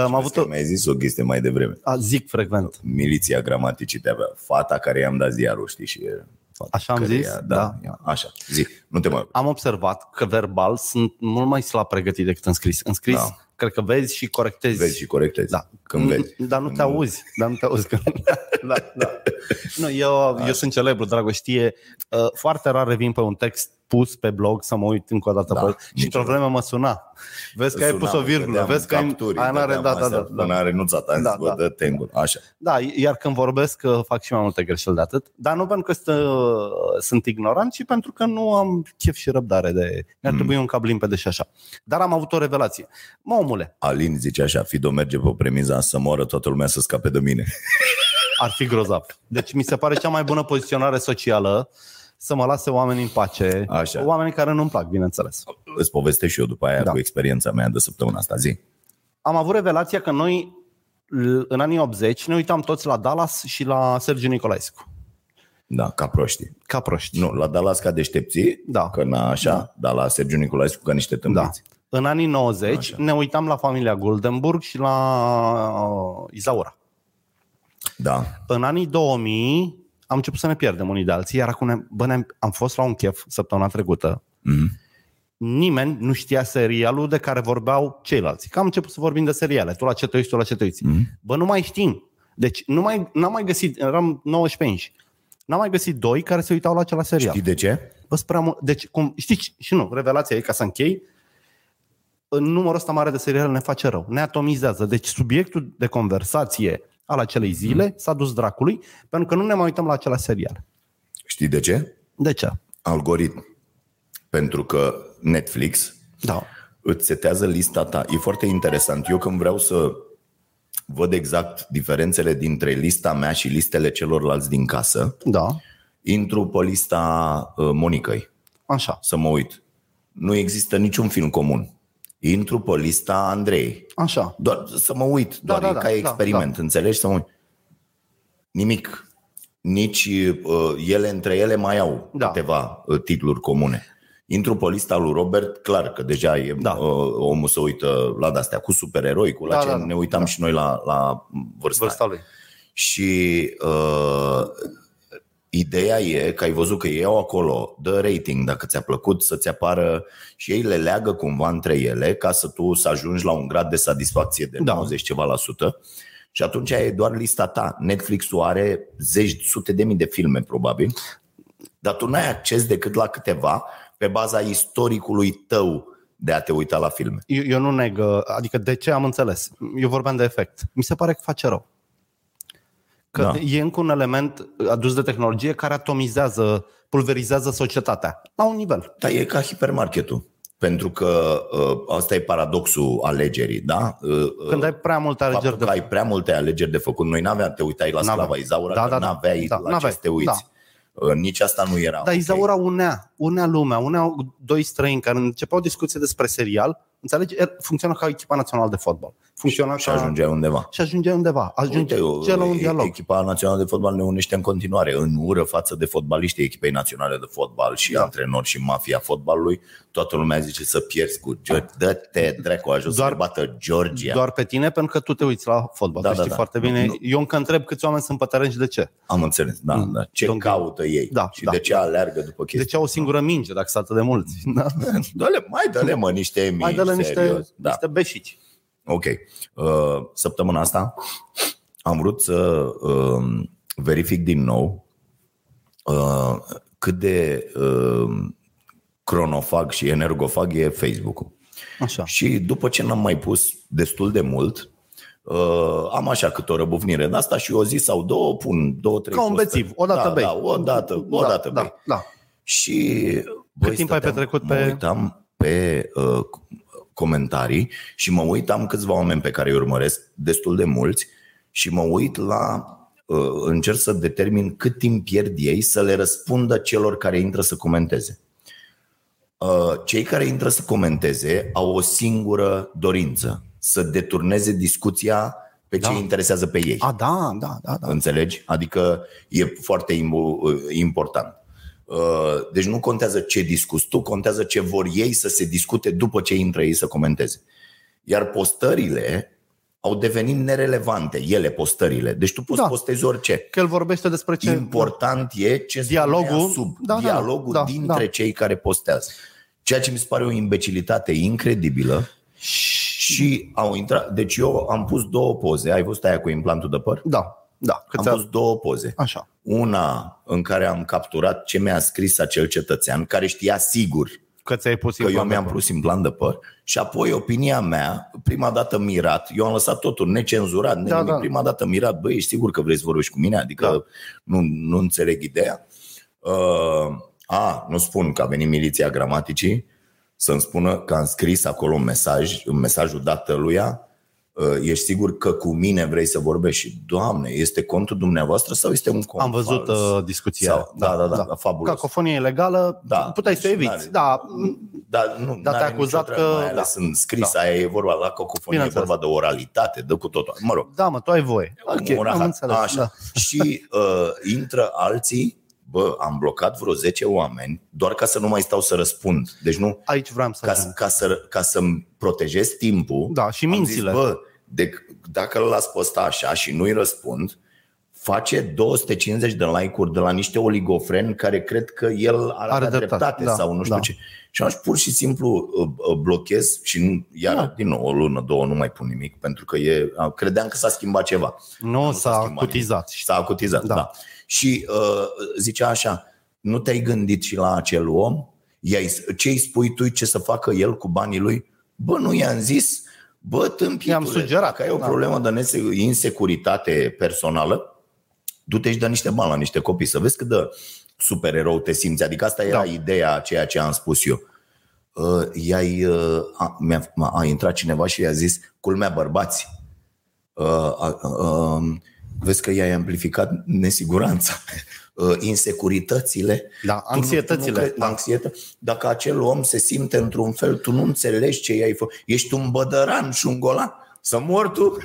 Speaker 3: am avut o...
Speaker 2: mi-ai zis o chestie mai devreme,
Speaker 3: A, zic frecvent.
Speaker 2: miliția gramaticii de avea, fata care i-am dat ziarul, știi, și e fata
Speaker 3: Așa am
Speaker 2: care
Speaker 3: zis,
Speaker 2: i-a-
Speaker 3: da.
Speaker 2: ia, Așa, zi, nu te mai...
Speaker 3: Am observat că verbal sunt mult mai slab pregătit decât în scris. În scris,
Speaker 2: Da.
Speaker 3: da. cred că vezi și corectezi.
Speaker 2: Vezi și corectezi,
Speaker 3: Da.
Speaker 2: când vezi.
Speaker 3: Dar nu te auzi. Dar nu te auzi. Că... da, da. Nu, eu,
Speaker 2: Da.
Speaker 3: eu sunt celebru, Dragoș, știe. uh, Foarte rar revin pe un text pus pe blog să mă uit încă o dată
Speaker 2: Da,
Speaker 3: da, pe el. Și într-o
Speaker 2: niciodată.
Speaker 3: vreme mă suna. Vezi că ai pus o virgulă, vezi că ai... Aia n-are, da, da, da, da.
Speaker 2: N-a renunțat, am
Speaker 3: Da,
Speaker 2: zis, bă,
Speaker 3: da.
Speaker 2: dă-te în gură. Așa.
Speaker 3: Da, iar când vorbesc uh, fac și mai multe greșeli de atât, dar nu pentru că stă, sunt ignorant, ci pentru că nu am chef și răbdare de...
Speaker 2: Mm.
Speaker 3: Mi-ar trebui un cap limpede și așa. Dar am avut o revelație. Mă, omule,
Speaker 2: Alin zice așa, Fido merge pe premiza să moară toată lumea să scape de mine.
Speaker 3: ar fi grozav. Deci mi se pare cea mai bună poziționare socială să mă lase oamenii în pace,
Speaker 2: Așa.
Speaker 3: oamenii care nu-mi plac, bineînțeles.
Speaker 2: Îți povestesc și eu după aia da.
Speaker 3: Da.
Speaker 2: cu experiența mea de săptămâna asta, zi.
Speaker 3: Am avut revelația că noi l- în anii 80 ne uitam toți la Dallas și la Sergiu Nicolaescu.
Speaker 2: Da, ca proștii.
Speaker 3: Ca proști.
Speaker 2: Nu, la Dallas ca deștepții,
Speaker 3: Da.
Speaker 2: că na așa, da. dar la Sergiu Nicolaescu ca niște
Speaker 3: Da.
Speaker 2: tâmpiți.
Speaker 3: În anii 90
Speaker 2: Așa.
Speaker 3: Așa. ne uitam la familia Goldenburg și la uh, Izaura.
Speaker 2: Da. da.
Speaker 3: În anii 2000 am început să ne pierdem unii de alții, iar acum ne, bă, ne, am fost la un chef săptămâna trecută.
Speaker 2: Mhm.
Speaker 3: Nimeni nu știa serialul de care vorbeau ceilalți. Că am început să vorbim de seriale. Tu la ce te uiți, tu la ce te uiți.
Speaker 2: Mhm.
Speaker 3: Bă, nu mai știm. Deci nu mai, n-am mai găsit, eram 19 inși. N-am mai găsit doi care se uitau la acela serial.
Speaker 2: Știi de ce?
Speaker 3: Bă, sunt prea mult. Deci, cum, știi, ce- și nu, revelația e ca să închei, în numărul ăsta mare de seriale ne face rău, ne atomizează. Deci subiectul de conversație al acelei zile s-a dus dracului, pentru că nu ne mai uităm la acela serial.
Speaker 2: Știi de ce?
Speaker 3: De ce?
Speaker 2: Algoritm. Pentru că Netflix
Speaker 3: Da.
Speaker 2: îți setează lista ta. E foarte interesant. Eu când vreau să văd exact diferențele dintre lista mea și listele celorlalți din casă,
Speaker 3: Da.
Speaker 2: intru pe lista uh, Monicăi
Speaker 3: Așa.
Speaker 2: să mă uit. Nu există niciun film comun. Intru pe lista Andrei.
Speaker 3: Așa.
Speaker 2: Doar să mă uit, doar da, da, e ca da, experiment, da. înțelegi? Să mă uit. Nimic. Nici uh, ele între ele mai au da.
Speaker 3: Da.
Speaker 2: câteva uh, titluri comune. Intru pe lista lui Robert, clar că deja e, da.
Speaker 3: Da.
Speaker 2: uh, omul se uită la de-astea cu supereroi, cu la da,
Speaker 3: Da,
Speaker 2: ce da,
Speaker 3: da, da.
Speaker 2: ne uitam da. și noi la, la vârsta.
Speaker 3: Vârsta lui.
Speaker 2: Și uh, ideea e că ai văzut că ei au acolo, dă rating dacă ți-a plăcut să-ți apară și ei le leagă cumva între ele ca să tu să ajungi la un grad de satisfacție de da.
Speaker 3: Da.
Speaker 2: 90 ceva la sută. Și atunci e doar lista ta. Netflix-ul are zeci, sute de mii de filme probabil, dar tu n-ai acces decât la câteva pe baza istoricului tău de a te uita la filme.
Speaker 3: Eu, eu nu neg, uh, adică de ce am înțeles? Eu vorbeam de efect. Mi se pare că face rău. Că
Speaker 2: Da.
Speaker 3: da. e încă un element adus de tehnologie care atomizează, pulverizează societatea la un nivel.
Speaker 2: Dar e ca hipermarketul. Pentru că uh, asta e paradoxul alegerii, da? Uh, uh,
Speaker 3: Când ai prea multe alegeri
Speaker 2: faptul
Speaker 3: de
Speaker 2: că ai prea multe alegeri de făcut. Noi n-aveam, te uitai la
Speaker 3: N-aveam.
Speaker 2: Slava Izaura,
Speaker 3: Da,
Speaker 2: da,
Speaker 3: da, da.
Speaker 2: n-aveai
Speaker 3: Da,
Speaker 2: la ce
Speaker 3: n-aveai. Da.
Speaker 2: să te uiți. Uh, Nici asta nu era.
Speaker 3: Dar
Speaker 2: ok.
Speaker 3: Izaura unea, unea lumea, unea doi străini care începeau discuție despre serial, înțelegi? Er- Funcționa ca echipa națională de fotbal. Funcționa
Speaker 2: Și
Speaker 3: ca...
Speaker 2: ajungeai undeva.
Speaker 3: și ajungea undeva, ajunge
Speaker 2: Uite,
Speaker 3: la un
Speaker 2: e-
Speaker 3: dialog.
Speaker 2: Echipa națională de fotbal ne unește în continuare în ură față de fotbaliștii echipei naționale de fotbal și da. antrenori și mafia fotbalului. Toată lumea zice să pierzi cu George. Dă-te, dracu, ajungi să
Speaker 3: Doar-
Speaker 2: te bată Georgia.
Speaker 3: Doar pe tine, pentru că tu te uiți la fotbal,
Speaker 2: Da,
Speaker 3: da, tu
Speaker 2: da, da.
Speaker 3: știi foarte bine.
Speaker 2: Nu.
Speaker 3: Eu încă întreb câți oameni sunt pe teren și de ce.
Speaker 2: Am înțeles, da,
Speaker 3: Mm.
Speaker 2: da. Ce
Speaker 3: Domnul-
Speaker 2: caută ei
Speaker 3: Da,
Speaker 2: și
Speaker 3: da.
Speaker 2: de ce alergă după
Speaker 3: De
Speaker 2: chestii.
Speaker 3: ce au o
Speaker 2: da.
Speaker 3: singură minge, dacă sunt atât de mulți? Da?
Speaker 2: Dă-le, mai dă-le, mă, niște mii,
Speaker 3: Mai dă-le niște,
Speaker 2: Mm. serios. Da,
Speaker 3: niște beșici.
Speaker 2: ok. Uh, Săptămâna asta am vrut să uh, verific din nou uh, cât de uh, cronofag și energofag e Facebook-ul.
Speaker 3: Așa.
Speaker 2: Și după ce n-am mai pus destul de mult, uh, am așa câte o răbufnire de asta și o zi sau două pun, două, trei
Speaker 3: Ca un
Speaker 2: poste.
Speaker 3: bețiv, o dată
Speaker 2: da,
Speaker 3: bei.
Speaker 2: Da, o dată, o dată
Speaker 3: da,
Speaker 2: bei.
Speaker 3: da, da.
Speaker 2: Și băi,
Speaker 3: timp ai
Speaker 2: stăteam,
Speaker 3: petrecut
Speaker 2: mă
Speaker 3: pe-
Speaker 2: uitam pe uh, comentarii și mă uitam câțiva oameni pe care îi urmăresc, destul de mulți, și mă uit la uh, încerc să determin cât timp pierd ei să le răspundă celor care intră să comenteze. Uh, cei care intră să comenteze au o singură dorință, să deturneze discuția pe ce
Speaker 3: Da.
Speaker 2: îi interesează pe ei.
Speaker 3: A, da, da, da, da.
Speaker 2: Înțelegi? Adică e foarte imbo- important. Uh, Deci nu contează ce discuți tu, contează ce vor ei să se discute după ce intră ei să comenteze. Iar postările au devenit nerelevante, ele postările. Deci tu poți da.
Speaker 3: Da.
Speaker 2: postezi orice.
Speaker 3: Că el vorbește despre ce... da.
Speaker 2: Important e ce
Speaker 3: Dialogul.
Speaker 2: spunea sub
Speaker 3: Da, da,
Speaker 2: dialogul
Speaker 3: da,
Speaker 2: dintre
Speaker 3: da.
Speaker 2: cei care postează. Ceea ce mi se pare o imbecilitate incredibilă. Și au intrat, deci eu am pus două poze. Ai văzut aia cu implantul de păr?
Speaker 3: Da, da. Că
Speaker 2: Am
Speaker 3: ți-a-
Speaker 2: pus două poze
Speaker 3: Așa.
Speaker 2: una în care am capturat ce mi-a scris acel cetățean, care știa sigur
Speaker 3: Că ți-ai pus
Speaker 2: că eu
Speaker 3: implantul.
Speaker 2: mi-am pus implant de păr, și apoi opinia mea, prima dată mirat, eu am lăsat totul necenzurat, da, nimic, da.
Speaker 3: da.
Speaker 2: prima dată mirat, băi, ești sigur că vrei să vorbești cu mine? Adică da.
Speaker 3: Da.
Speaker 2: nu, nu înțeleg ideea. Uh, a, nu spun că a venit miliția gramaticii să-mi spună că am scris acolo un mesaj, în mesajul dateluia, uh, ești sigur că cu mine vrei să vorbești? Și, Doamne, este contul dumneavoastră sau este un cont
Speaker 3: Am văzut
Speaker 2: fals?
Speaker 3: uh, discuția.
Speaker 2: Sau, da, da, da, da, fabulos.
Speaker 3: Cacofonie ilegală,
Speaker 2: Da.
Speaker 3: da. puteai să
Speaker 2: Deci
Speaker 3: eviți,
Speaker 2: n-are-
Speaker 3: da,
Speaker 2: Dar nu,
Speaker 3: Dar te-a
Speaker 2: n-are
Speaker 3: acuzat
Speaker 2: nicio treabă,
Speaker 3: că-
Speaker 2: Mai ales
Speaker 3: da.
Speaker 2: în scris, da. aia e vorba la cacofonie, e
Speaker 3: Bineînțeles.
Speaker 2: vorba de oralitate, de cu totul. Mă rog,
Speaker 3: Da, mă, tu ai voie.
Speaker 2: okay, un rahat. Așa.
Speaker 3: Da.
Speaker 2: Și uh, intră alții, bă, am blocat vreo 10 oameni doar ca să nu mai stau să răspund. Deci nu,
Speaker 3: Aici vreau să
Speaker 2: ca,
Speaker 3: ajung.
Speaker 2: ca, să, ca să-mi protejez timpul,
Speaker 3: Da, și
Speaker 2: am
Speaker 3: mințile.
Speaker 2: Zis, bă, de, dacă îl las pe ăsta așa și nu-i răspund, face 250 de like-uri de la niște oligofreni care cred că el ar
Speaker 3: Are
Speaker 2: avea
Speaker 3: dreptate,
Speaker 2: dreptate, dreptate
Speaker 3: da,
Speaker 2: da, sau nu știu
Speaker 3: da.
Speaker 2: da. ce. Și atunci pur și simplu uh, uh, blochez și nu, iar da. din nou o lună, două nu mai pun nimic pentru că e, a, credeam că s-a schimbat ceva.
Speaker 3: Nu s-a
Speaker 2: schimbat
Speaker 3: cutizat.
Speaker 2: nimic. S-a acutizat,
Speaker 3: Da.
Speaker 2: da. da. Și uh, zicea așa, nu te-ai gândit și la acel om? I-ai, ce-i spui tu ce să facă el cu banii lui? Bă, nu i-am zis, bă, tâmpitule,
Speaker 3: I-am sugerat,
Speaker 2: că ai o
Speaker 3: da.
Speaker 2: problemă de nese- insecuritate personală, du-te și dă niște bani la niște copii, să vezi cât de supererou te simți. Adică asta era
Speaker 3: Da.
Speaker 2: da. ideea a ceea ce am spus eu. Uh, i-ai, uh, a, mi-a, a intrat cineva și i-a zis, culmea bărbați, uh, uh, uh, vezi că i-ai amplificat nesiguranța, uh, insecuritățile,
Speaker 3: Da,
Speaker 2: Tu nu-
Speaker 3: anxietățile. da.
Speaker 2: tu nu crezi- anxietă. Dacă acel om se simte într-un fel, tu nu înțelegi ce i-ai făcut. Ești un bădăran și un golan. Să mor tu?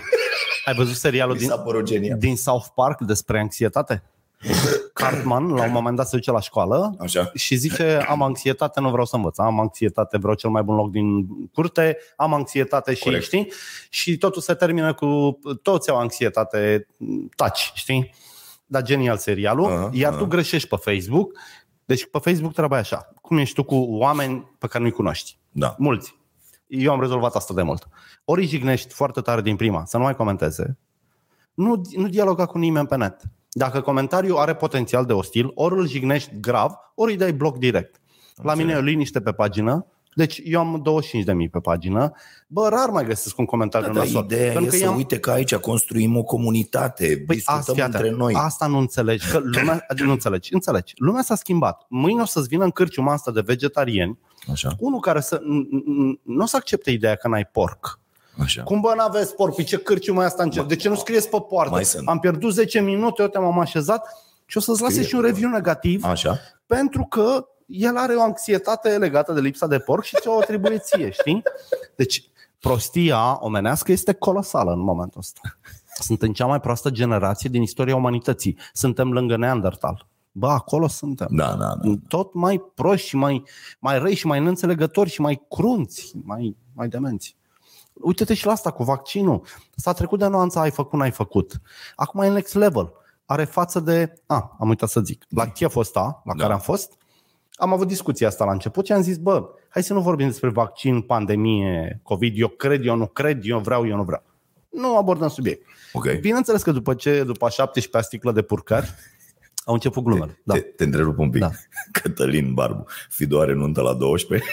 Speaker 3: Ai văzut serialul
Speaker 2: Mi
Speaker 3: din,
Speaker 2: s-a părut genial.
Speaker 3: din South Park despre anxietate? Cartman, la un moment dat, se duce la școală
Speaker 2: Așa.
Speaker 3: și zice am anxietate, nu vreau să învăț, am anxietate, vreau cel mai bun loc din curte, am anxietate și Corect.
Speaker 2: Corect.
Speaker 3: știi? Și totul se termină cu toți au anxietate, taci, știi? Dar genial serialul,
Speaker 2: Aha,
Speaker 3: iar tu greșești pe Facebook, deci pe Facebook trebuie așa, cum ești tu cu oameni pe care nu-i cunoști,
Speaker 2: Da.
Speaker 3: mulți. Eu am rezolvat asta de mult. Ori jignești foarte tare din prima, să nu mai comenteze, nu, nu dialoga cu nimeni pe net. Dacă comentariul are potențial de ostil, ori îl jignești grav, ori îi dai bloc direct. La mine e o liniște pe pagină, deci eu am 25.000 pe pagină. Bă, rar mai găsesc un comentariu
Speaker 2: Da,
Speaker 3: da,
Speaker 2: dar
Speaker 3: nasol.
Speaker 2: ideea e să
Speaker 3: i-am-
Speaker 2: uite că aici construim o comunitate,
Speaker 3: Păi asta,
Speaker 2: discutăm
Speaker 3: fii atent,
Speaker 2: între noi.
Speaker 3: asta nu înțelegi, că lumea, nu înțelegi, înțelegi. Lumea s-a schimbat. Mâine o să-ți vină în cârciuma asta de vegetarieni,
Speaker 2: Așa,
Speaker 3: unul care să, n- n- n- nu o să accepte ideea că n-ai porc.
Speaker 2: așa.
Speaker 3: Cum bă, n-aveți porc? Păi ce cârciuma e asta încep? De ce nu scrieți pe poartă?
Speaker 2: Mai sunt.
Speaker 3: Am pierdut 10 minute, eu te-am așezat și o să-ți lase
Speaker 2: Scrie
Speaker 3: și un
Speaker 2: pe
Speaker 3: review negativ
Speaker 2: Așa.
Speaker 3: pentru că el are o anxietate legată de lipsa de porc și ți-o atribuie ție, știi? Deci prostia omenească este colosală în momentul ăsta. Suntem cea mai proastă generație din istoria umanității. Suntem lângă Neandertal. Ba, acolo suntem.
Speaker 2: Da, da, da.
Speaker 3: Tot mai proști și mai, mai răi și mai neînțelegători și mai crunți, mai, mai demenți. Uite-te și la asta cu vaccinul. S-a trecut de nuanța ai făcut, n-ai făcut. Acum e next level. Are față de... A, am uitat să zic. La Kiev ăsta, la da.
Speaker 2: Da.
Speaker 3: care am fost, am avut discuția asta la început și am zis, bă, hai să nu vorbim despre vaccin, pandemie, COVID, eu cred, eu nu cred, eu vreau, eu nu vreau. Nu abordăm subiect.
Speaker 2: Ok.
Speaker 3: Bineînțeles că după ce, după a 17 sticlă de purcări, au început glumele. Da.
Speaker 2: Te, te întrerup un pic.
Speaker 3: Da.
Speaker 2: Cătălin Barbu, Fido are nuntă la 12,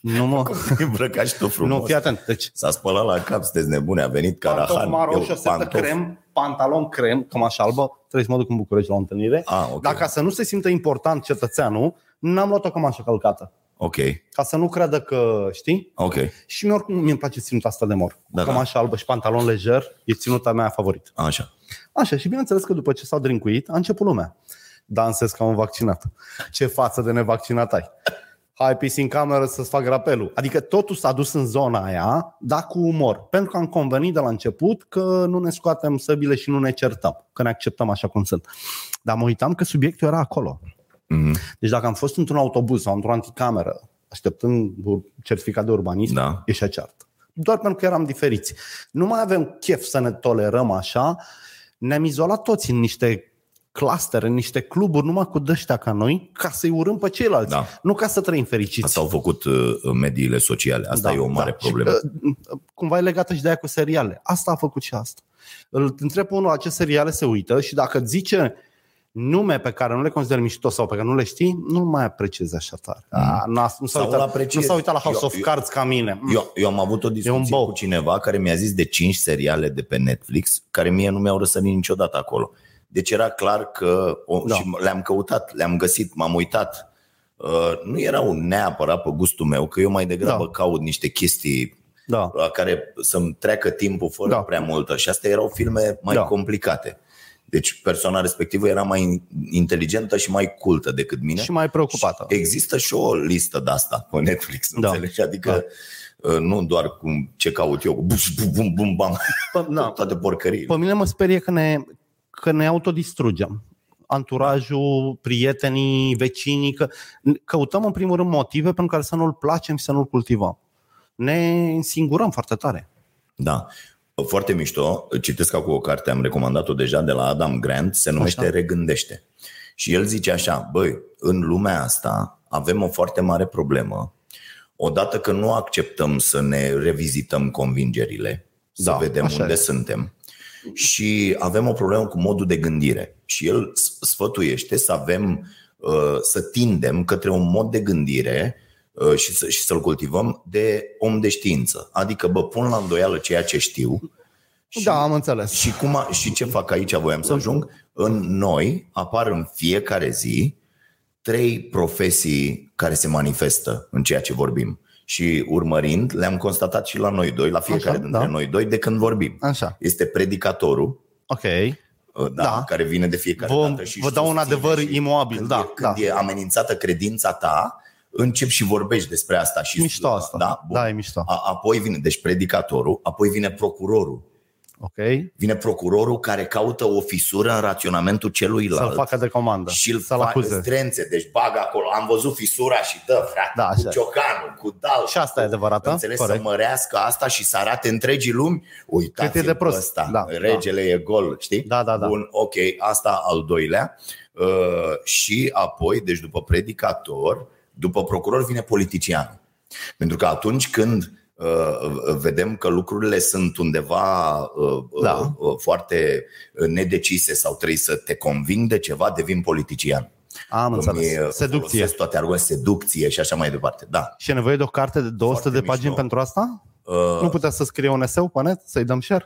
Speaker 3: Nu mă...
Speaker 2: îmbrăcat și tu frumos.
Speaker 3: Nu, fii atent. Deci,
Speaker 2: S-a spălat la cap, sunteți nebune, a venit Carahan.
Speaker 3: pantof maro,
Speaker 2: eu,
Speaker 3: șosetă
Speaker 2: pantof.
Speaker 3: crem, pantalon crem, cămașă albă, trebuie să mă duc în București la o întâlnire.
Speaker 2: Ah, ok.
Speaker 3: Dar ca să nu se simtă important cetățeanul, n-am luat o cămașă călcată.
Speaker 2: Ok,
Speaker 3: Ca să nu creadă că, știi?
Speaker 2: ok.
Speaker 3: Și mie oricum mi-mi place ținuta asta de mor. Da,
Speaker 2: Da, da.
Speaker 3: cămașă albă și pantalon lejer e ținuta mea favorită.
Speaker 2: Așa.
Speaker 3: Așa, și bineînțeles că după ce s-au drincuit, a început lumea. Dansez ca un vaccinat. Ce față de nevaccinat ai? Hai, pis în cameră să-ți fac rapelul. Adică totul s-a dus în zona aia, dar cu umor. Pentru că am convenit de la început că nu ne scoatem săbile și nu ne certăm. Că ne acceptăm așa cum sunt. Dar mă uitam că subiectul era acolo.
Speaker 2: Mm-hmm.
Speaker 3: Deci dacă am fost într-un autobuz sau într-o anticameră, așteptând ur- certificat de urbanism,
Speaker 2: Da.
Speaker 3: ieșea ceartă. Doar pentru că eram diferiți. Nu mai avem chef să ne tolerăm așa. Ne-am izolat toți în niște clustere, în niște cluburi, numai cu dăștea ca noi, ca să-i urăm pe ceilalți.
Speaker 2: Da.
Speaker 3: Nu ca să trăim fericiți.
Speaker 2: Asta au făcut uh, mediile sociale. Asta da, e o mare da. problemă.
Speaker 3: Și, uh, cumva e legată și de aia cu seriale. Asta a făcut și asta. Îl întreb pe unul la ce seriale se uită și dacă îți zice nume pe care nu le consideri mișto sau pe care nu le știi, nu mai apreciezi așa tare. A, n-a, nu, s-a
Speaker 2: Mm-hmm. Sau
Speaker 3: uitat, nu
Speaker 2: l-apreciezi.
Speaker 3: s-a uitat la House
Speaker 2: Eu-
Speaker 3: of
Speaker 2: eu-
Speaker 3: Cards ca mine. Eu,
Speaker 2: Eu, eu am avut o
Speaker 3: un
Speaker 2: discuție
Speaker 3: bou.
Speaker 2: cu cineva care mi-a zis de 5 seriale de pe Netflix, care mie nu mi-au răsărit niciodată acolo. Deci era clar că o,
Speaker 3: Da.
Speaker 2: da. și le-am căutat, le-am găsit, m-am uitat. Uh, nu erau neapărat pe gustul meu, că eu mai degrabă
Speaker 3: Da.
Speaker 2: da. caut niște chestii
Speaker 3: da.
Speaker 2: la care să-mi treacă timpul fără
Speaker 3: Da.
Speaker 2: da. prea multă. Și astea erau filme mai
Speaker 3: Da.
Speaker 2: da. complicate. Deci persoana respectivă era mai in- inteligentă și mai cultă decât mine.
Speaker 3: Și mai preocupată.
Speaker 2: Și Există și o listă de asta pe Netflix,
Speaker 3: Da.
Speaker 2: da. înțelegi? Adică da. nu doar cum ce caut eu, cu bum, bum, bum, bum, bam,
Speaker 3: Pă-
Speaker 2: da.
Speaker 3: da.
Speaker 2: toate porcării.
Speaker 3: Pe mine mă sperie că ne, că ne autodistrugem. Anturajul, prietenii, vecinii, că căutăm în primul rând motive pentru care să nu-l placem și să nu-l cultivăm. Ne însingurăm foarte tare.
Speaker 2: Da. Foarte mișto, citesc acum o carte, am recomandat-o deja de la Adam Grant, se numește
Speaker 3: Așa.
Speaker 2: așa. Regândește. Și el zice așa, băi, în lumea asta avem o foarte mare problemă. Odată că nu acceptăm să ne revizităm convingerile, să
Speaker 3: Da,
Speaker 2: da, vedem
Speaker 3: așa
Speaker 2: unde
Speaker 3: e.
Speaker 2: suntem. Și avem o problemă cu modul de gândire. Și el s- sfătuiește să avem, uh, să tindem către un mod de gândire uh, și, să, și să-l cultivăm de om de știință. Adică, bă, pun la îndoială ceea ce știu
Speaker 3: Și, da, am înțeles.
Speaker 2: și, cum a, și ce fac aici, voiam să ajung? În noi apar în fiecare zi trei profesii care se manifestă în ceea ce vorbim. Și urmărind, le-am constatat și la noi doi, la fiecare
Speaker 3: Așa,
Speaker 2: dintre
Speaker 3: da.
Speaker 2: noi doi, de când vorbim.
Speaker 3: Așa.
Speaker 2: Este predicatorul,
Speaker 3: Ok.
Speaker 2: da,
Speaker 3: Da.
Speaker 2: da. care vine de fiecare
Speaker 3: Vom,
Speaker 2: dată. Și
Speaker 3: vă dau un
Speaker 2: susține
Speaker 3: adevăr
Speaker 2: și
Speaker 3: imobil.
Speaker 2: când
Speaker 3: Da,
Speaker 2: e, când
Speaker 3: da.
Speaker 2: e amenințată credința ta, începi și vorbești despre asta. Și
Speaker 3: Mișto asta.
Speaker 2: Da, bun.
Speaker 3: Da, e mișto.
Speaker 2: A, apoi vine, deci predicatorul, apoi vine procurorul,
Speaker 3: Ok?
Speaker 2: vine procurorul care caută o fisură în raționamentul celuilalt
Speaker 3: Să-l facă de comandă.
Speaker 2: și îl
Speaker 3: să-l
Speaker 2: fa-
Speaker 3: acuze.
Speaker 2: strențe, deci bagă acolo. Am văzut fisura și dă, frate,
Speaker 3: Da, așa.
Speaker 2: cu ciocanul, cu dal.
Speaker 3: Și asta e adevărat, da?
Speaker 2: Înțeles,
Speaker 3: Corect.
Speaker 2: să mărească asta și să arate întregii lumi. Uitați
Speaker 3: Cât e de prost.
Speaker 2: Ăsta.
Speaker 3: Da,
Speaker 2: Regele e gol, știi?
Speaker 3: Da, da, da.
Speaker 2: Bun, ok, asta al doilea. Uh, și apoi, deci după predicator, după procuror vine politicianul. Pentru că atunci când uh, vedem că lucrurile sunt undeva uh,
Speaker 3: Da.
Speaker 2: da. uh, foarte nedecise sau trebuie să te conving de ceva, devin politician.
Speaker 3: Am
Speaker 2: Îmi, uh,
Speaker 3: înțeles. Seducție.
Speaker 2: folosesc toate argumentele, seducție și așa mai departe. Da.
Speaker 3: Și e nevoie de o carte de 200 de
Speaker 2: Foarte
Speaker 3: pagini
Speaker 2: mișto.
Speaker 3: pentru asta?
Speaker 2: Uh,
Speaker 3: Nu putea să scrie un eseu pe net? Să-i dăm share?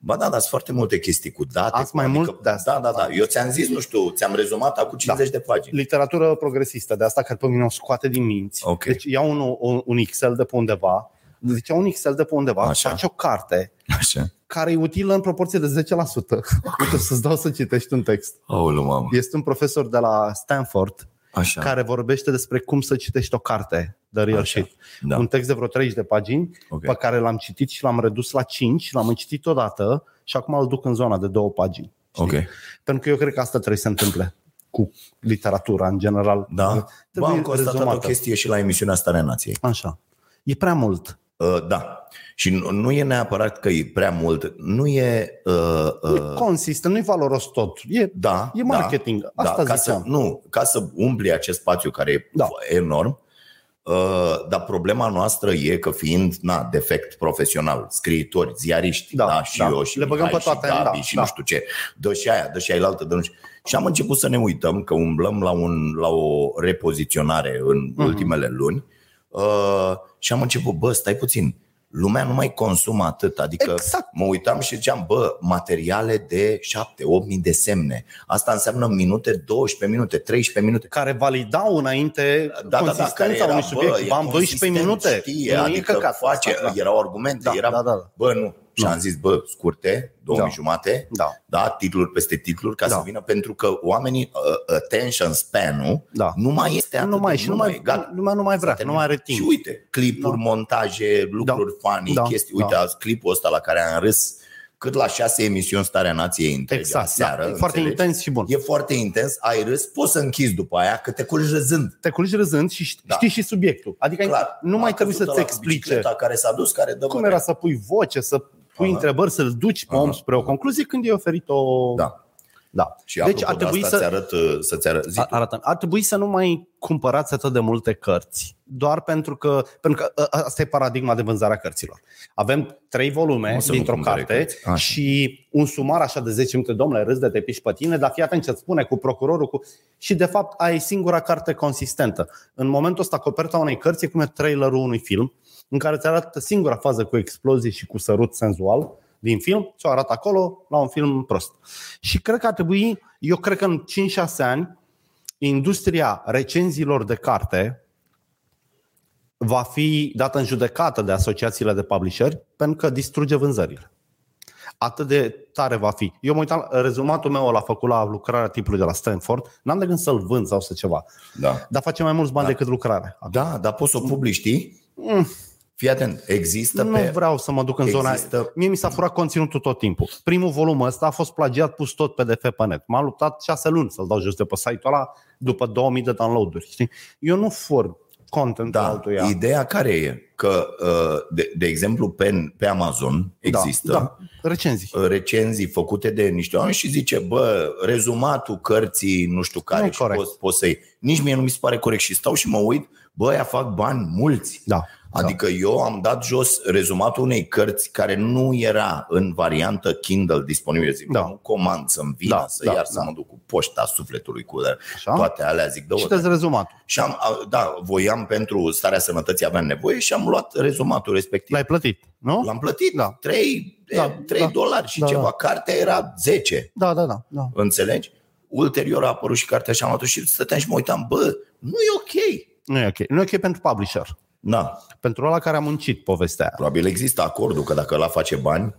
Speaker 2: Ba da, dar sunt foarte multe chestii cu date.
Speaker 3: Ați
Speaker 2: cu-
Speaker 3: mai
Speaker 2: adică,
Speaker 3: mult de asta. Da.
Speaker 2: Da, da, da. Eu ți-am zis, nu știu, ți-am rezumat acum 50 de pagini.
Speaker 3: literatură progresistă de asta care pe mine o scoate din minți.
Speaker 2: Ok.
Speaker 3: Deci iau un, un, un Excel de pe undeva, deci iau un Excel de pe undeva, Așa.
Speaker 2: Așa.
Speaker 3: faci o carte
Speaker 2: Așa.
Speaker 3: care e utilă în proporție de 10%. Uite, să-ți dau să citești un text.
Speaker 2: Aoleu, mamă.
Speaker 3: Este un profesor de la Stanford
Speaker 2: Așa.
Speaker 3: care vorbește despre cum să citești o carte de real
Speaker 2: Așa.
Speaker 3: shit.
Speaker 2: Da.
Speaker 3: Un text de vreo 30 de pagini
Speaker 2: Ok.
Speaker 3: pe care l-am citit și l-am redus la 5, l-am citit odată și acum îl duc în zona de două pagini. știi?
Speaker 2: Ok.
Speaker 3: Pentru că eu cred că asta trebuie să se întâmple cu literatura în general.
Speaker 2: Da. Ba,
Speaker 3: Trebuie
Speaker 2: am constatat o
Speaker 3: rezumată.
Speaker 2: chestie și la emisiunea Starea Nației.
Speaker 3: Așa. E prea mult.
Speaker 2: Uh, da. Și nu, nu e neapărat că e prea mult. Nu e... Uh,
Speaker 3: Uh,
Speaker 2: uh,
Speaker 3: Consistent, nu-i valoros tot. E,
Speaker 2: da,
Speaker 3: e marketing.
Speaker 2: Da,
Speaker 3: Asta
Speaker 2: da, ca să,
Speaker 3: ziceam.
Speaker 2: nu, ca să umpli acest spațiu care e
Speaker 3: Da.
Speaker 2: da. enorm, uh, dar problema noastră e că fiind na, defect profesional, scriitori, ziariști,
Speaker 3: Da,
Speaker 2: da, da, și
Speaker 3: da.
Speaker 2: eu, și
Speaker 3: Le băgăm
Speaker 2: Mihai,
Speaker 3: pe toate,
Speaker 2: și Gabi,
Speaker 3: da,
Speaker 2: și
Speaker 3: da.
Speaker 2: nu știu ce, dă și aia, dă și aia, altă, dă nu știu. Și am început să ne uităm că umblăm la, un, la o repoziționare în
Speaker 3: Mhm.
Speaker 2: mm-hmm. ultimele luni uh, și am început, bă, stai puțin, lumea nu mai consumă atât, adică
Speaker 3: Exact.
Speaker 2: mă uitam și ziceam, bă, materiale de 7-8 mii de semne. Asta înseamnă minute, 12 minute, 13 minute.
Speaker 3: Care validau înainte da, consistența da, da, unui subiect.
Speaker 2: e
Speaker 3: Bam, 12
Speaker 2: consistent,
Speaker 3: minute.
Speaker 2: Știe,
Speaker 3: Nu e
Speaker 2: adică
Speaker 3: căcat
Speaker 2: face,
Speaker 3: asta, da.
Speaker 2: erau argumente,
Speaker 3: Da,
Speaker 2: era,
Speaker 3: da, da.
Speaker 2: bă, nu. Și am zis, bă, scurte, două
Speaker 3: Da.
Speaker 2: da. jumate,
Speaker 3: Da.
Speaker 2: da, titluri peste titluri, ca
Speaker 3: Da.
Speaker 2: să vină, pentru că oamenii, uh, attention span-ul,
Speaker 3: Da.
Speaker 2: nu mai este atât,
Speaker 3: Nu mai,
Speaker 2: de-
Speaker 3: și nu mai,
Speaker 2: gata.
Speaker 3: lumea nu mai vrea, nu mai are timp.
Speaker 2: Și uite, clipuri, da. montaje, lucruri da. funny,
Speaker 3: Da.
Speaker 2: da. chestii. Uite,
Speaker 3: Da.
Speaker 2: da. clipul ăsta la care am râs cât la șase emisiuni Starea Nației întregi
Speaker 3: Exact,
Speaker 2: aseară,
Speaker 3: da. E foarte
Speaker 2: înțelegi?
Speaker 3: intens și bun.
Speaker 2: E foarte intens, ai râs, poți să închizi după aia, că te culci râzând.
Speaker 3: Te culci râzând și știi,
Speaker 2: Da.
Speaker 3: știi și subiectul. Adică
Speaker 2: Clar.
Speaker 3: nu mai
Speaker 2: A
Speaker 3: trebuie
Speaker 2: căzut
Speaker 3: să-ți
Speaker 2: ăla cu
Speaker 3: explice
Speaker 2: bicicleta care s-a dus, care dă
Speaker 3: cum
Speaker 2: bătaie.
Speaker 3: era să pui voce, să pui
Speaker 2: Aha.
Speaker 3: întrebări, să-l duci pe om
Speaker 2: Aha.
Speaker 3: spre o concluzie când e oferit o...
Speaker 2: Da.
Speaker 3: da.
Speaker 2: Și deci ar trebui asta, să... Ți-arăt, uh, să-ți arăt, zi
Speaker 3: A-
Speaker 2: tu.
Speaker 3: arată. Ar trebui să nu mai cumpărați atât de multe cărți, doar pentru că, pentru că a- a- asta e paradigma de vânzare a cărților. Avem trei volume
Speaker 2: O să nu
Speaker 3: dintr-o
Speaker 2: cumpere
Speaker 3: carte
Speaker 2: cărți. Așa.
Speaker 3: și un sumar așa de 10 minute, domnule, râs de te piși pe tine, dar fii atent ce spune cu procurorul. Cu... Și de fapt ai singura carte consistentă. În momentul ăsta, coperta unei cărți e cum e trailerul unui film, în care îți arată singura fază cu explozii și cu sărut senzual din film, ți-o arată acolo la un film prost. Și cred că ar trebui, eu cred că în 5-6 ani, industria recenziilor de carte va fi dată în judecată de asociațiile de publisheri pentru că distruge vânzările. Atât de tare va fi. Eu mă uitam, rezumatul meu l-a făcut la lucrarea tipului de la Stanford, n-am de gând să-l vând sau să ceva,
Speaker 2: Da.
Speaker 3: dar face mai mulți bani da. decât lucrarea.
Speaker 2: Da, dar poți să o publici, știi? Fii atent, există
Speaker 3: Mm. Nu
Speaker 2: pe...
Speaker 3: vreau să mă duc în zona
Speaker 2: Există-
Speaker 3: Mie mi s-a furat conținutul tot timpul. Primul volum ăsta a fost plagiat pus tot PDF pe net. M-a luptat șase luni să-l dau jos de pe site-ul ăla după 2000 de download-uri. Știi? Eu nu for content da,
Speaker 2: Da,
Speaker 3: altuia.
Speaker 2: ideea care e? Că, uh, de, de exemplu, pe, pe Amazon există uh,
Speaker 3: Da, da. Recenzii.
Speaker 2: recenzii făcute de niște oameni și zice, bă, rezumatul cărții nu știu care
Speaker 3: Nu e
Speaker 2: și
Speaker 3: corect.
Speaker 2: poți, poți să-i... Nici mie nu mi se pare corect și stau și mă uit, bă, ea fac bani mulți.
Speaker 3: Da.
Speaker 2: Adică eu am dat jos rezumatul unei cărți care nu era în variantă Kindle disponibilă. Zic,
Speaker 3: Da.
Speaker 2: da. nu comand să-mi vină,
Speaker 3: Da,
Speaker 2: da, să
Speaker 3: da,
Speaker 2: da, iar
Speaker 3: da.
Speaker 2: da. să mă duc cu poșta sufletului, cu
Speaker 3: Așa.
Speaker 2: toate alea, zic, dă
Speaker 3: Citesc rezumatul.
Speaker 2: și am, a- da, voiam pentru starea sănătății, aveam nevoie și am luat rezumatul respectiv.
Speaker 3: L-ai plătit, nu?
Speaker 2: L-am plătit,
Speaker 3: Da.
Speaker 2: da. 3,
Speaker 3: Da,
Speaker 2: da, 3
Speaker 3: da.
Speaker 2: da, dolari și
Speaker 3: Da,
Speaker 2: da,
Speaker 3: da.
Speaker 2: ceva. Da. Cartea era 10,
Speaker 3: Da, da, da. da.
Speaker 2: înțelegi? Ulterior a apărut și cartea și am luat și stăteam și mă uitam, bă, nu e ok.
Speaker 3: Nu e ok. Nu e ok pentru publisher.
Speaker 2: Na,
Speaker 3: Pentru ăla care a muncit povestea aia.
Speaker 2: probabil există acordul că dacă la face bani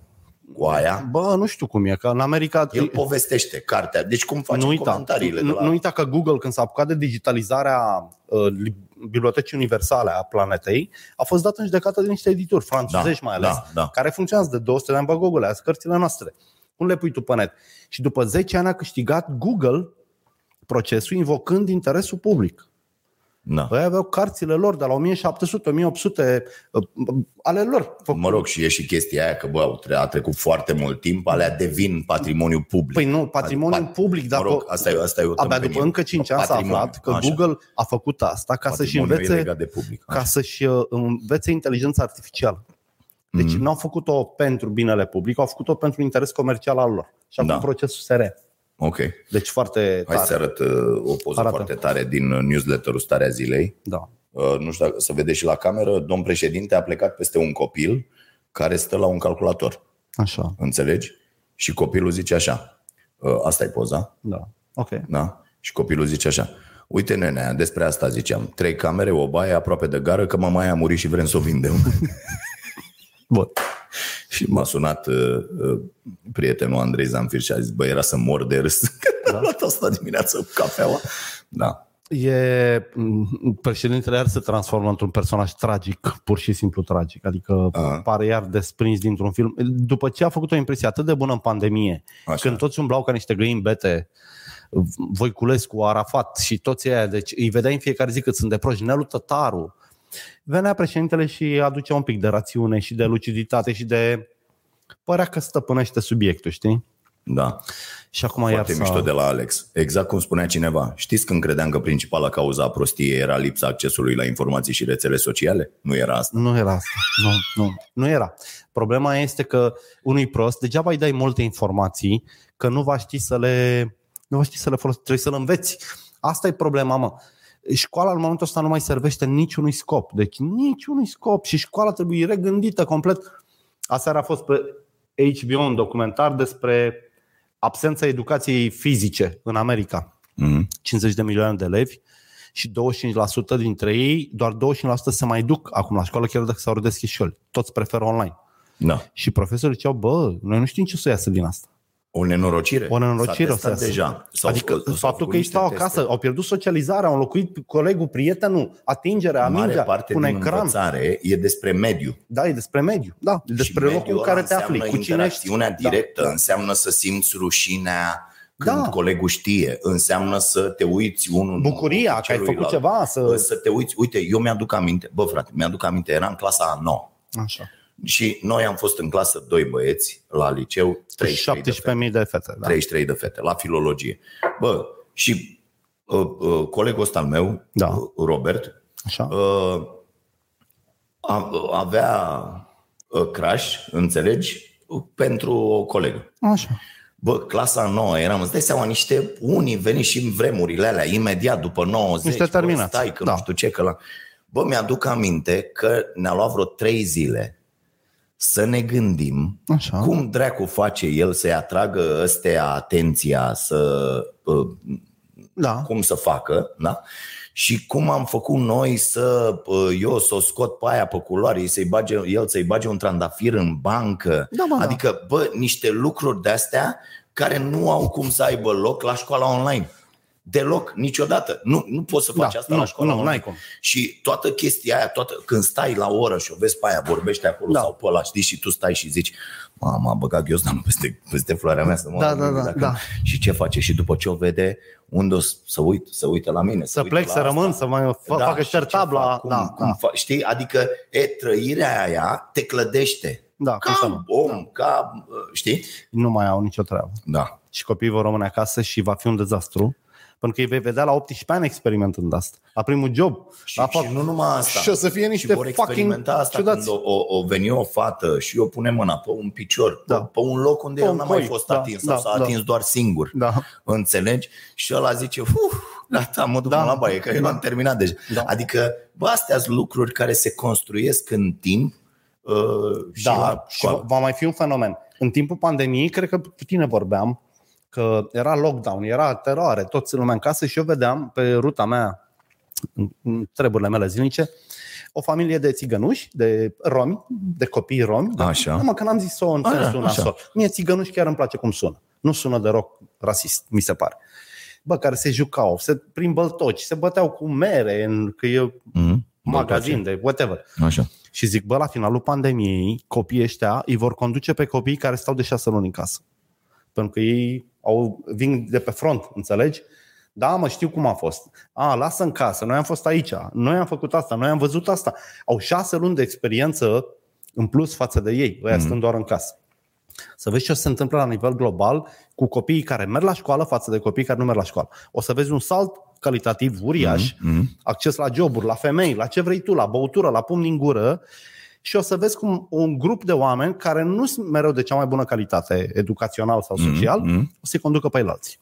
Speaker 2: cu aia,
Speaker 3: Bă, nu știu cum e, că în America...
Speaker 2: el povestește cartea. Deci cum face
Speaker 3: Păi- nu uita,
Speaker 2: comentariile?
Speaker 3: nu,
Speaker 2: de la...
Speaker 3: nu uita că Google, când s-a apucat de digitalizarea uh, li- Bibliotecii Universale a planetei, a fost dat în judecată de niște edituri, franțuzești
Speaker 2: Da,
Speaker 3: mai ales,
Speaker 2: da, da.
Speaker 3: care funcționează de 200 de ani, bă, Google, aia sunt cărțile noastre. Cum le pui tu pe net? Și după 10 ani a câștigat Google procesul invocând interesul public.
Speaker 2: Na.
Speaker 3: Păi aveau carțile lor de la 1700, 1800, uh, ale lor.
Speaker 2: Mă rog, și e și chestia aia că, bă, au tre- a trecut foarte mult timp, alea devin patrimoniu public.
Speaker 3: Păi nu, patrimoniul
Speaker 2: Adică,
Speaker 3: public, dar
Speaker 2: Mă rog, asta e, asta e o
Speaker 3: abia
Speaker 2: tâmpenie.
Speaker 3: după încă 5 ani s-a
Speaker 2: Patrimoniu,
Speaker 3: aflat că
Speaker 2: așa.
Speaker 3: Google a făcut asta ca să-și
Speaker 2: Patrimoniul e
Speaker 3: învețe
Speaker 2: legat de public.
Speaker 3: ca să-și uh, învețe inteligența artificială. Deci mm-hmm. n-au făcut-o pentru binele public, au făcut-o pentru interes comercial al lor. Și acum da.
Speaker 2: Da.
Speaker 3: procesul SR.
Speaker 2: Ok.
Speaker 3: Deci foarte
Speaker 2: Hai să
Speaker 3: tare.
Speaker 2: arăt uh, o poză
Speaker 3: Arată.
Speaker 2: foarte tare din uh, newsletterul Starea Zilei.
Speaker 3: Da.
Speaker 2: Uh, Nu știu dacă să vedeți și la cameră. Domn președinte a plecat peste un copil care stă la un calculator.
Speaker 3: Așa,
Speaker 2: Înțelegi? Și copilul zice așa. Uh, Asta e poza.
Speaker 3: da. Ok.
Speaker 2: Da? Și copilul zice așa. Uite, nenea, despre asta ziceam. Trei camere, o baie aproape de gară, că mama aia a murit și vrem să o vindem.
Speaker 3: Bun.
Speaker 2: și m-a sunat uh, uh, prietenul Andrei Zanfir și a zis, bă, era să mor de râs. Da? Am luat asta dimineață cu cafeaua. Da.
Speaker 3: E, m, președintele iar se transformă într-un personaj tragic, pur și simplu tragic. Adică
Speaker 2: Aha.
Speaker 3: pare iar desprins dintr-un film. După ce a făcut o impresie atât de bună în pandemie,
Speaker 2: Așa.
Speaker 3: când toți umblau ca niște găini bete, Voiculescu, Arafat și toți aia, deci îi vedeai în fiecare zi cât sunt de proști, Nelu Tătaru. Venea președintele și aducea un pic de rațiune și de luciditate și de... Părea că stăpânește subiectul, știi?
Speaker 2: Da.
Speaker 3: Și acum
Speaker 2: Foarte
Speaker 3: iar s-a-
Speaker 2: mișto de la Alex. Exact cum spunea cineva. Știți când credeam că principala cauza a prostiei era lipsa accesului la informații și rețele sociale? Nu era asta.
Speaker 3: Nu era asta. Nu, nu, nu era. Problema este că unui prost, degeaba îi dai multe informații, că nu va ști să le, nu va ști să le folosești, trebuie să le înveți. Asta e problema, mă. Școala în momentul ăsta nu mai servește niciunui scop. Deci niciunui scop și școala trebuie regândită complet. Aseară a fost pe HBO un documentar despre absența educației fizice în America.
Speaker 2: Mm-hmm.
Speaker 3: 50 de milioane de elevi și 25% dintre ei, doar 25% se mai duc acum la școală, chiar dacă s-au redeschis școli. Toți preferă online.
Speaker 2: Da.
Speaker 3: Și profesorii ziceau, bă, noi nu știm ce o să iasă din asta.
Speaker 2: O nenorocire.
Speaker 3: O
Speaker 2: Păi,
Speaker 3: nenorocire
Speaker 2: S-a
Speaker 3: o să
Speaker 2: testat
Speaker 3: iasă.
Speaker 2: deja. S-au
Speaker 3: adică
Speaker 2: făcut- s-au
Speaker 3: faptul
Speaker 2: făcut
Speaker 3: că ei
Speaker 2: niște
Speaker 3: stau
Speaker 2: teste.
Speaker 3: acasă, au pierdut socializarea, au înlocuit pe colegul, prietenul, atingerea,
Speaker 2: Mare
Speaker 3: mingea,
Speaker 2: parte
Speaker 3: cu un
Speaker 2: din
Speaker 3: ecran.
Speaker 2: învățare e despre mediu.
Speaker 3: Da, e despre mediu. Da, e
Speaker 2: Și
Speaker 3: despre
Speaker 2: mediul
Speaker 3: locul în
Speaker 2: ăla
Speaker 3: care te
Speaker 2: înseamnă
Speaker 3: afli, cu cine ești.
Speaker 2: interacțiunea directă,
Speaker 3: Da.
Speaker 2: înseamnă să simți rușinea când
Speaker 3: Da.
Speaker 2: colegul știe, înseamnă să te uiți unul în
Speaker 3: Bucuria
Speaker 2: ochii
Speaker 3: că ai făcut
Speaker 2: celuilalt.
Speaker 3: ceva, să...
Speaker 2: Să te uiți, uite, eu mi-aduc aminte, bă frate, mi-aduc aminte, eram în clasa a 9
Speaker 3: Așa.
Speaker 2: și noi am fost în clasă doi băieți la liceu, 33 de fete,
Speaker 3: 17.000 de fete. Da.
Speaker 2: 33 de fete la filologie. Bă, și uh, uh, colegul ăsta al meu,
Speaker 3: Da.
Speaker 2: uh, Robert,
Speaker 3: Așa.
Speaker 2: uh, a- avea uh, crash, înțelegi, pentru o colegă.
Speaker 3: Așa.
Speaker 2: Bă, clasa nouă eram, îți dai seama, niște unii veni și în vremurile alea, imediat după 90,
Speaker 3: Niște
Speaker 2: bă,
Speaker 3: terminați.
Speaker 2: stai că
Speaker 3: Da.
Speaker 2: nu știu ce, că la... Bă, mi-aduc aminte că ne-a luat vreo trei zile să ne gândim
Speaker 3: Așa.
Speaker 2: cum dracu face el să-i atragă ăstea atenția, să uh,
Speaker 3: Da.
Speaker 2: cum să facă, da? Și cum am făcut noi să, pă, eu să o scot pe aia pe culoare, ei să-i bage, el să-i bage un trandafir în bancă.
Speaker 3: Da, mă, da.
Speaker 2: adică, bă, niște lucruri de-astea care nu au cum să aibă loc la școala online. Deloc, niciodată. Nu, nu poți să faci
Speaker 3: Da,
Speaker 2: asta
Speaker 3: nu,
Speaker 2: la școala
Speaker 3: nu,
Speaker 2: online.
Speaker 3: n-ai cum.
Speaker 2: Și toată chestia aia, toată, când stai la oră și o vezi pe aia, vorbește acolo
Speaker 3: Da.
Speaker 2: da. sau pe ăla, știi, și tu stai și zici, mama, am băgat ghiozdanul peste, peste floarea mea să mă
Speaker 3: Da,
Speaker 2: mă
Speaker 3: da,
Speaker 2: gândesc
Speaker 3: da,
Speaker 2: dacă-
Speaker 3: da.
Speaker 2: Și ce face? Și după ce o vede, unde o să- să uit, să uite la mine.
Speaker 3: Să
Speaker 2: uite
Speaker 3: plec,
Speaker 2: la
Speaker 3: să rămân,
Speaker 2: asta. Da,
Speaker 3: să mai fa- facă
Speaker 2: și ce
Speaker 3: șertabla,
Speaker 2: fac, cum,
Speaker 3: da,
Speaker 2: cum
Speaker 3: da.
Speaker 2: Fa- știi? Adică, e, trăirea aia te clădește.
Speaker 3: Da, cum să nu.
Speaker 2: Ca om, ca, știi?
Speaker 3: Nu mai au nicio treabă.
Speaker 2: Da.
Speaker 3: și copiii vor rămâne acasă și va fi un dezastru, pentru că îi vei vedea la 18 ani experimentând asta, la primul job,
Speaker 2: Și,
Speaker 3: la
Speaker 2: și nu numai asta.
Speaker 3: Și o să fie niște
Speaker 2: și vor
Speaker 3: fucking
Speaker 2: experimenta asta
Speaker 3: ciudați.
Speaker 2: când o, o, o veni o fată și eu pune mâna pe un picior,
Speaker 3: Da.
Speaker 2: da. pe, pe un loc unde
Speaker 3: Pe
Speaker 2: el
Speaker 3: un
Speaker 2: n-a mai
Speaker 3: coi.
Speaker 2: fost
Speaker 3: Da,
Speaker 2: atins
Speaker 3: da,
Speaker 2: sau s-a
Speaker 3: da.
Speaker 2: atins doar singur.
Speaker 3: Da.
Speaker 2: Înțelegi? Și ăla zice, uf, gata, mă duc
Speaker 3: Da.
Speaker 2: da. la baie, că eu am terminat deja.
Speaker 3: Da.
Speaker 2: Da. Adică, bă, astea sunt lucruri care se construiesc în timp uh, și da. la
Speaker 3: și
Speaker 2: școală.
Speaker 3: va mai fi un fenomen. În timpul pandemiei, cred că cu tine vorbeam, că era lockdown, era teroare, toți lumea în casă și eu vedeam pe ruta mea, în- în treburile mele zilnice, o familie de țigănuși, de romi, de copii romi.
Speaker 2: Așa.
Speaker 3: Numai că n-am zis-o în
Speaker 2: A,
Speaker 3: sensul
Speaker 2: așa.
Speaker 3: nasol. Mie țigănuși chiar îmi place cum sună. Nu sună de rock rasist, mi se pare. Bă, care se jucau, se prin băltoci, se băteau cu mere, în, că e
Speaker 2: Mhm.
Speaker 3: magazin de whatever.
Speaker 2: Așa.
Speaker 3: Și zic, bă, la finalul pandemiei, copiii ăștia îi vor conduce pe copiii care stau de șase luni în casă. Pentru că ei au, vin de pe front, înțelegi? Da, mă, știu cum a fost. A, lasă în casă, noi am fost aici, noi am făcut asta, noi am văzut asta. Au șase luni de experiență în plus față de ei,
Speaker 2: Mm.
Speaker 3: ăia mm-hmm. stând doar în casă. Să vezi ce se întâmplă la nivel global cu copiii care merg la școală față de copiii care nu merg la școală. O să vezi un salt calitativ uriaș, mm-hmm. acces la joburi, la femei, la ce vrei tu, la băutură, la pumn din gură și o să vezi cum un grup de oameni care nu sunt mereu de cea mai bună calitate educațional sau social, mm-hmm. o să-i conducă pe alții.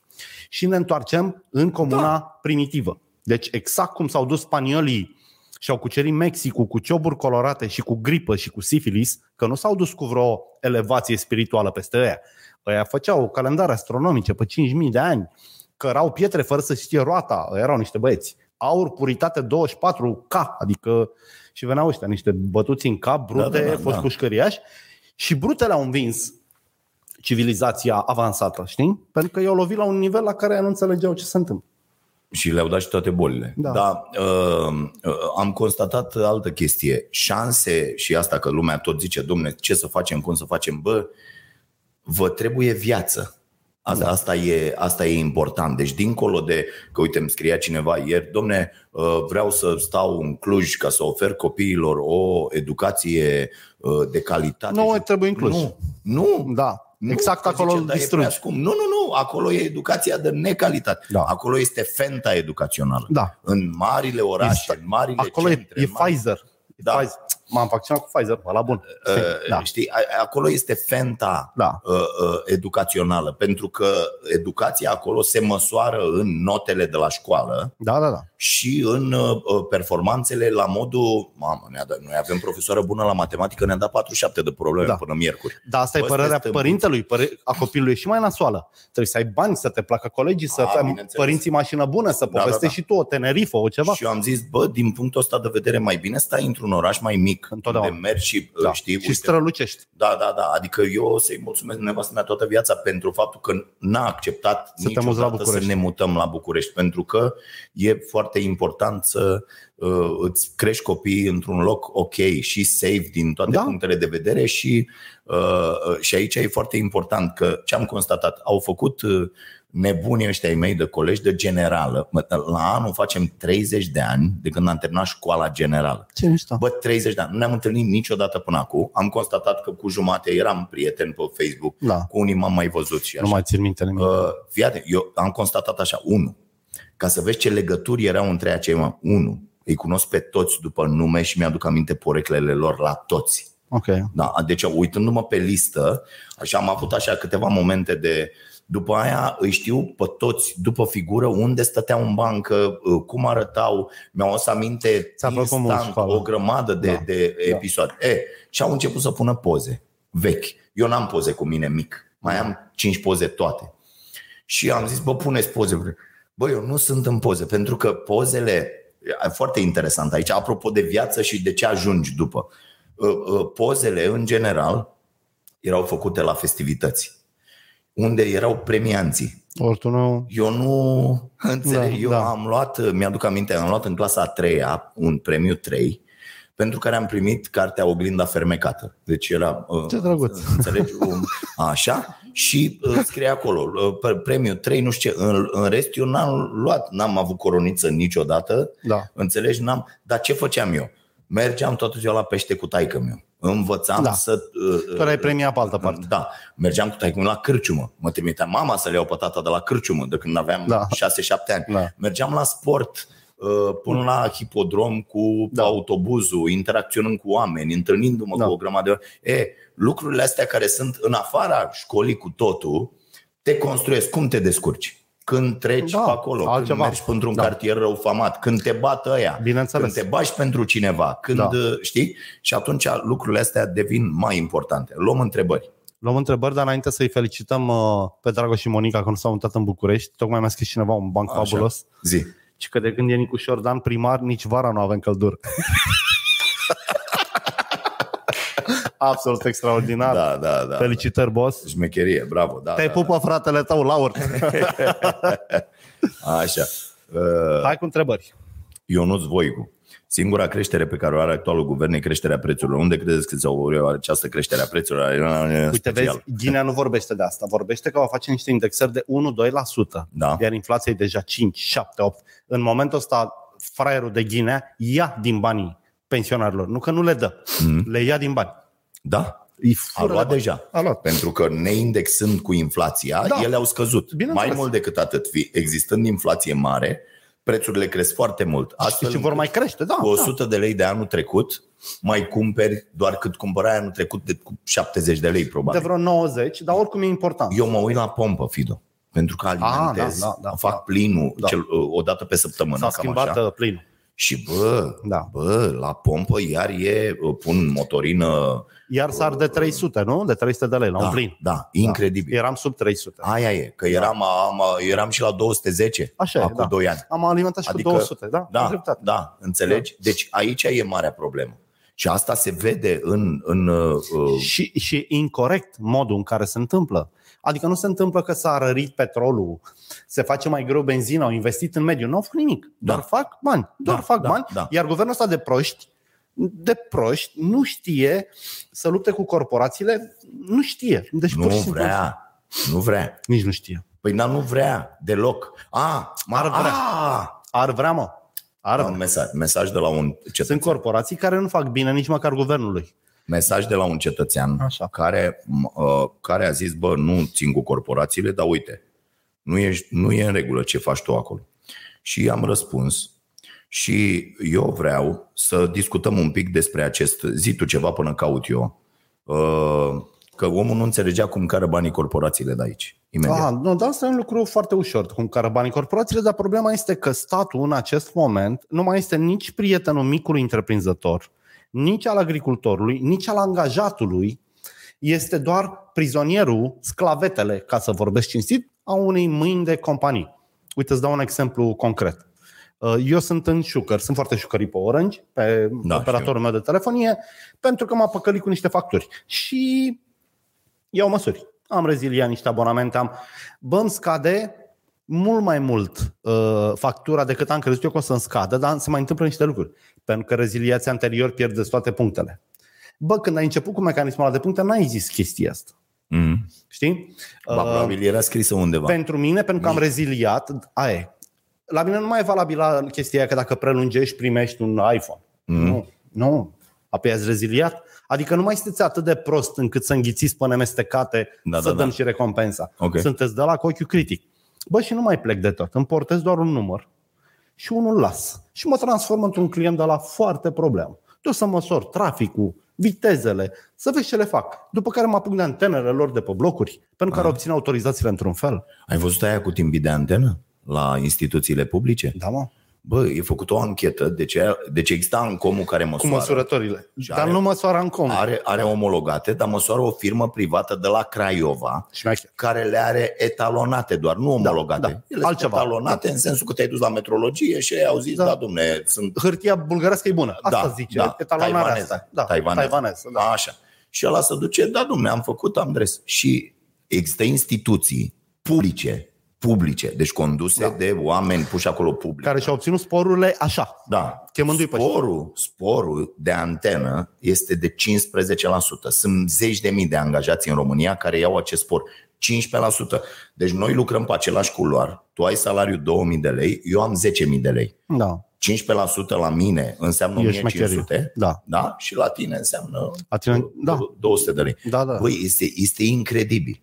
Speaker 3: Și ne întoarcem în comuna da. primitivă. Deci exact cum s-au dus spaniolii și au cucerit Mexicul cu cioburi colorate și cu gripă și cu sifilis, că nu s-au dus cu vreo elevație spirituală peste ea. Ăia făceau calendare astronomice pe 5.000 de ani, cărau pietre fără să știe roata, Ăia erau niște băieți. Aur, puritate 24K, adică și veneau ăștia niște bătuți în cap, brute, da, da, da, fost da. pușcăriași și brutele au învins civilizația avansată, știi? Pentru că i-au lovit la un nivel la care nu înțelegeau ce se întâmplă.
Speaker 2: Și le-au dat și toate bolile.
Speaker 3: Da.
Speaker 2: Dar uh, uh, am constatat altă chestie. Șanse și asta că lumea tot zice, domne, ce să facem, cum să facem, bă, vă trebuie viață. Asta, da. asta, e, asta e important. Deci, dincolo de că, uite, îmi scria cineva ieri, domne, uh, vreau să stau în Cluj ca să ofer copiilor o educație uh, de calitate.
Speaker 3: Nu,
Speaker 2: Și-
Speaker 3: trebuie în Cluj.
Speaker 2: Nu, nu
Speaker 3: Da,
Speaker 2: nu,
Speaker 3: exact
Speaker 2: că
Speaker 3: acolo
Speaker 2: zice,
Speaker 3: îl
Speaker 2: "Da, e prea
Speaker 3: distrugi.
Speaker 2: scump." Nu, nu, nu, acolo e educația de necalitate.
Speaker 3: Da.
Speaker 2: Da. Acolo este fenta educațională.
Speaker 3: Da.
Speaker 2: În marile orașe,
Speaker 3: Este-
Speaker 2: în marile
Speaker 3: Acolo e,
Speaker 2: centre,
Speaker 3: e
Speaker 2: în mari-
Speaker 3: Pfizer. E
Speaker 2: Da.
Speaker 3: Pfizer. M-am vaccinat cu Pfizer, la bun.
Speaker 2: Uh,
Speaker 3: Da.
Speaker 2: da. Știi, a- acolo este fenta
Speaker 3: Da.
Speaker 2: uh, uh, educațională, pentru că educația acolo se măsoară în notele de la școală
Speaker 3: da, da, da.
Speaker 2: și în uh, uh, performanțele la modul, mamă, ne-a dat, noi avem profesoară bună la matematică, ne-a dat 47 de probleme
Speaker 3: Da.
Speaker 2: da. până miercuri.
Speaker 3: Dar asta e
Speaker 2: Bă,
Speaker 3: părerea
Speaker 2: stai, stai,
Speaker 3: părintelui, păre- a copilului e și mai nasoală. Trebuie să ai bani, să te placă colegii, să
Speaker 2: A,
Speaker 3: ai
Speaker 2: bineînțeles.
Speaker 3: părinții mașină bună, să
Speaker 2: da,
Speaker 3: povestești
Speaker 2: da.
Speaker 3: și tu o Tenerife, o ceva.
Speaker 2: Și eu am zis, bă, din punctul ăsta de vedere, mai bine stai într-un oraș mai mic,
Speaker 3: Întotdeauna.
Speaker 2: unde mergi și
Speaker 3: Da.
Speaker 2: da. știi,
Speaker 3: și strălucești.
Speaker 2: da, da, da, adică eu o să-i mulțumesc nevastă mea toată viața pentru faptul că n-a acceptat
Speaker 3: Să te
Speaker 2: niciodată
Speaker 3: muți la
Speaker 2: să
Speaker 3: București.
Speaker 2: ne mutăm la București, pentru că e foarte important să uh, îți crești copiii într-un loc ok și safe din toate
Speaker 3: Da.
Speaker 2: da. punctele de vedere și, uh, uh, și aici e foarte important că ce am constatat, au făcut uh, nebunii ăștia ai mei de colegi de generală. Mă, La anul facem 30 de ani de când am terminat școala generală.
Speaker 3: Ce mișto.
Speaker 2: Bă, 30 de ani. Nu ne-am întâlnit niciodată până acum. Am constatat că cu jumate eram prieten pe Facebook.
Speaker 3: Da.
Speaker 2: Cu unii m-am mai văzut și
Speaker 3: nu
Speaker 2: așa.
Speaker 3: mai țin minte nimic.
Speaker 2: Uh, fii atent, eu am constatat așa. Unu, ca să vezi ce legături erau între acei oameni. Unu, îi cunosc pe toți după nume și mi-aduc aminte poreclele lor la toți.
Speaker 3: Ok.
Speaker 2: Da, deci uitându-mă pe listă, așa am avut așa câteva momente de după aia îi știu pe toți după figură unde stăteau în bancă, ă, cum arătau, mi-au adus aminte
Speaker 3: Ți-a plăcut mult
Speaker 2: instant
Speaker 3: școala.
Speaker 2: o grămadă de,
Speaker 3: Da,
Speaker 2: da, de
Speaker 3: da.
Speaker 2: episoade. E, și au început să pună poze vechi. Eu n-am poze cu mine mic, mai am 5 poze toate. Și am zis, bă, puneți poze. Bă, eu nu sunt în poze, pentru că pozele, e foarte interesant aici, apropo de viață și de ce ajungi după. Uh, uh, Pozele, în general, erau făcute la festivități, unde erau premianții.
Speaker 3: Ori tu nu...
Speaker 2: Eu nu înțeleg.
Speaker 3: Da,
Speaker 2: Da, eu
Speaker 3: da.
Speaker 2: da. am luat, mi-aduc aminte, am luat în clasa a treia un premiu 3 pentru care am primit cartea Oglinda fermecată. Deci era... uh,
Speaker 3: Ce drăguț.
Speaker 2: Înțelegi? Um, Așa. Și uh, scrie acolo, uh, pre- premiu 3, nu știu ce. În, în rest, eu n-am luat, n-am avut coroniță niciodată.
Speaker 3: Da.
Speaker 2: Înțelegi? N-am, dar ce făceam eu? Mergeam toată ziua la pește cu taică meu. Învățam
Speaker 3: Da.
Speaker 2: să... uh,
Speaker 3: Tu erai premiat pe altă parte.
Speaker 2: da, mergeam cu taicum la cârciumă. Mă trimitea mama să le iau pe tata de la cârciumă de când aveam
Speaker 3: Da.
Speaker 2: da. 6-7 ani.
Speaker 3: Da.
Speaker 2: Mergeam la sport uh, până la hipodrom cu da. autobuzul, interacționând cu oameni, întâlnindu-mă
Speaker 3: Da.
Speaker 2: da. cu o grămadă de ori. E, lucrurile astea care sunt în afara școlii cu totul, te construiesc. Cum te descurci? Când treci
Speaker 3: Da,
Speaker 2: da, pe acolo,
Speaker 3: altceva.
Speaker 2: când mergi într-un da. cartier răufamat, când te bat ăia,
Speaker 3: Bineînțeles.
Speaker 2: când te bași pentru cineva, când
Speaker 3: Da.
Speaker 2: da. știi? Și atunci lucrurile astea devin mai importante. Luăm întrebări.
Speaker 3: Luăm întrebări, dar înainte să-i felicităm uh, pe Dragoș și Monica că nu s-au mutat în București. Tocmai mi-a scris cineva un banc
Speaker 2: Așa.
Speaker 3: fabulos.
Speaker 2: Zi.
Speaker 3: Și că de când e Nicușor Dan primar, nici vara nu avem căldură. Absolut extraordinar. Da,
Speaker 2: Da, da, da.
Speaker 3: da, Felicitări, boss.
Speaker 2: Șmecherie, bravo, da.
Speaker 3: Te
Speaker 2: da,
Speaker 3: pupă fratele tău, Laur.
Speaker 2: da. Așa. Uh,
Speaker 3: Hai cu întrebări.
Speaker 2: Ionuț Voicu. Singura creștere pe care o are actualul guvern e creșterea prețurilor. Unde credeți că s-au eu această creștere a prețurilor? Uite,
Speaker 3: Uite, vezi, Ghinea nu vorbește de asta. Vorbește că va face niște indexări de 1-2%.
Speaker 2: Da.
Speaker 3: Iar inflația e deja 5, 7, 8. În momentul ăsta, fraierul de Ghinea ia din banii pensionarilor. Nu că nu le dă, mm.
Speaker 2: Mhm.
Speaker 3: le ia din bani.
Speaker 2: Da,
Speaker 3: Îi
Speaker 2: a
Speaker 3: fură de
Speaker 2: luat
Speaker 3: bani.
Speaker 2: deja.
Speaker 3: A luat.
Speaker 2: Pentru că neindexând cu inflația,
Speaker 3: Da.
Speaker 2: da. ele au scăzut.
Speaker 3: Bineînțeles.
Speaker 2: Mai mult decât atât, fi- existând inflație mare, prețurile cresc foarte mult. Astfel
Speaker 3: și vor
Speaker 2: încât
Speaker 3: mai crește, da.
Speaker 2: cu 100 de lei de anul trecut, mai cumperi doar cât cumpărai anul trecut de cu 70 de lei,
Speaker 3: da. De
Speaker 2: probabil.
Speaker 3: vreo 90, dar oricum e important.
Speaker 2: Eu mă uit la pompă, Fido. Pentru că alimentez,
Speaker 3: da, da, da,
Speaker 2: fac
Speaker 3: da.
Speaker 2: plinul
Speaker 3: Da.
Speaker 2: Cel, uh, o dată pe săptămână.
Speaker 3: S-a
Speaker 2: cam
Speaker 3: schimbat
Speaker 2: așa.
Speaker 3: uh, plinul.
Speaker 2: Și bă,
Speaker 3: Da.
Speaker 2: bă, la pompă iar e, uh, pun motorină.
Speaker 3: Iar s-ar de 300, nu? De 300 de lei la
Speaker 2: Uh, da,
Speaker 3: un plin.
Speaker 2: Da, incredibil.
Speaker 3: Eram sub 300.
Speaker 2: Aia e, că eram, am, eram și la 210
Speaker 3: Da. Așa e,
Speaker 2: acum
Speaker 3: da.
Speaker 2: 2 ani.
Speaker 3: Am alimentat și
Speaker 2: Adică-
Speaker 3: cu 200, da? Ai
Speaker 2: Da,
Speaker 3: dreptate.
Speaker 2: da, înțelegi? Da. Deci aici e marea problemă. Și asta se vede în... în uh, uh,
Speaker 3: Și, și e incorrect modul în care se întâmplă. Adică nu se întâmplă că s-a rărit petrolul, se face mai greu benzina, au investit în mediu, nu au făcut nimic. Doar
Speaker 2: Da.
Speaker 3: fac bani. Doar
Speaker 2: Da,
Speaker 3: fac
Speaker 2: da,
Speaker 3: bani.
Speaker 2: da.
Speaker 3: Iar guvernul ăsta de proști, de proști, nu știe să lupte cu corporațiile, nu știe. Deci
Speaker 2: nu
Speaker 3: pur și simplu,
Speaker 2: vrea, nu vrea.
Speaker 3: Nici nu știe.
Speaker 2: Păi n nu vrea deloc. A,
Speaker 3: Ar
Speaker 2: ar
Speaker 3: vrea.
Speaker 2: vrea. A,
Speaker 3: Ar vrea, mă. Ar
Speaker 2: am
Speaker 3: vrea.
Speaker 2: un mesaj, mesaj de la un cetățean.
Speaker 3: Sunt corporații care nu fac bine nici măcar guvernului.
Speaker 2: mesaj de la un cetățean
Speaker 3: Așa.
Speaker 2: Care, m- uh, care a zis, bă, nu țin cu corporațiile, dar uite, nu, ești, nu e în regulă ce faci tu acolo. Și am răspuns și eu vreau să discutăm un pic despre acest, zi tu ceva până caut eu, Uh, că omul nu înțelegea cum care banii corporațiile de aici. Imediat.
Speaker 3: Ah, nu, dar asta e un lucru foarte ușor, cum care banii corporațiile, dar problema este că statul în acest moment nu mai este nici prietenul micului întreprinzător, nici al agricultorului, nici al angajatului, este doar prizonierul, sclavetele, ca să vorbesc cinstit, a unei mâini de companii. Uite, îți dau un exemplu concret. Uh, Eu sunt în șucăr, sunt foarte șucării pe Orange, pe da,
Speaker 2: Da,
Speaker 3: operatorul meu de telefonie, pentru că m-a păcălit cu niște facturi. Și iau măsuri. Am reziliat niște abonamente, am... Bă, îmi scade mult mai mult uh, factura decât am crezut eu că o să-mi scadă, dar se mai întâmplă niște lucruri. Pentru că reziliația anterior pierdeți toate punctele. Bă, când ai început cu mecanismul ăla de puncte, n-ai zis chestia asta.
Speaker 2: Mm.
Speaker 3: Știi?
Speaker 2: Ba,
Speaker 3: Uh,
Speaker 2: probabil era scrisă undeva.
Speaker 3: pentru Mm. mine, pentru că am reziliat, aia e. La mine nu mai e valabilă chestia aia că dacă prelungești, primești un iPhone. Mm. Nu, nu. Apoi ați reziliat. Adică nu mai sunteți atât de prost încât să înghițiți până mestecate, da,
Speaker 2: Da,
Speaker 3: să
Speaker 2: da,
Speaker 3: da, dăm da.
Speaker 2: da.
Speaker 3: și recompensa.
Speaker 2: Ok.
Speaker 3: Sunteți de la cu ochiul critic. Bă, și nu mai plec de tot. Îmi portez doar un număr și unul las. Și mă transform într-un client de la foarte problemă. Eu să măsor traficul, vitezele, să vezi ce le fac. După care mă apuc de antenele lor de pe blocuri, pentru care obțin autorizațiile într-un fel.
Speaker 2: Ai văzut aia cu timbii de antenă la instituțiile publice?
Speaker 3: Da, mă.
Speaker 2: Bă, e făcut o anchetă de ce, de ce exista Ancomul care
Speaker 3: Cu
Speaker 2: măsoară.
Speaker 3: măsurătorile.
Speaker 2: Și
Speaker 3: Dar
Speaker 2: are-
Speaker 3: nu măsoară în com.
Speaker 2: Are, are omologate, dar măsoară o firmă privată de la Craiova
Speaker 3: Și mai știu.
Speaker 2: care le are etalonate doar, nu omologate.
Speaker 3: da.
Speaker 2: Ele sunt
Speaker 3: Altceva.
Speaker 2: etalonate în sensul că te-ai dus la metrologie și ei au zis,
Speaker 3: Da.
Speaker 2: da, da domne, sunt
Speaker 3: Hârtia bulgărească e bună. Asta
Speaker 2: da,
Speaker 3: zice.
Speaker 2: da,
Speaker 3: etalonarea
Speaker 2: taiwaneză,
Speaker 3: asta. Da,
Speaker 2: taiwaneză.
Speaker 3: taiwaneză, da.
Speaker 2: Așa. Și ăla se duce, da, domne, am făcut, am dres. Și există instituții publice, publice, deci conduse da. de oameni puși acolo public.
Speaker 3: Care și-au obținut sporurile așa.
Speaker 2: Da.
Speaker 3: Chemându-i pe
Speaker 2: sporul, sporul de antenă este de 15%. Sunt zeci de mii de angajați în România care iau acest spor. 15%. Deci noi lucrăm pe același culoar. Tu ai salariu 2000 de lei, eu am 10.000 de lei.
Speaker 3: Da.
Speaker 2: 15% la mine înseamnă
Speaker 3: Ești
Speaker 2: 1500
Speaker 3: șmecherie. Da.
Speaker 2: da? Și la tine înseamnă
Speaker 3: La tine- da.
Speaker 2: 200 de lei.
Speaker 3: Da, da.
Speaker 2: Băi, este, este incredibil.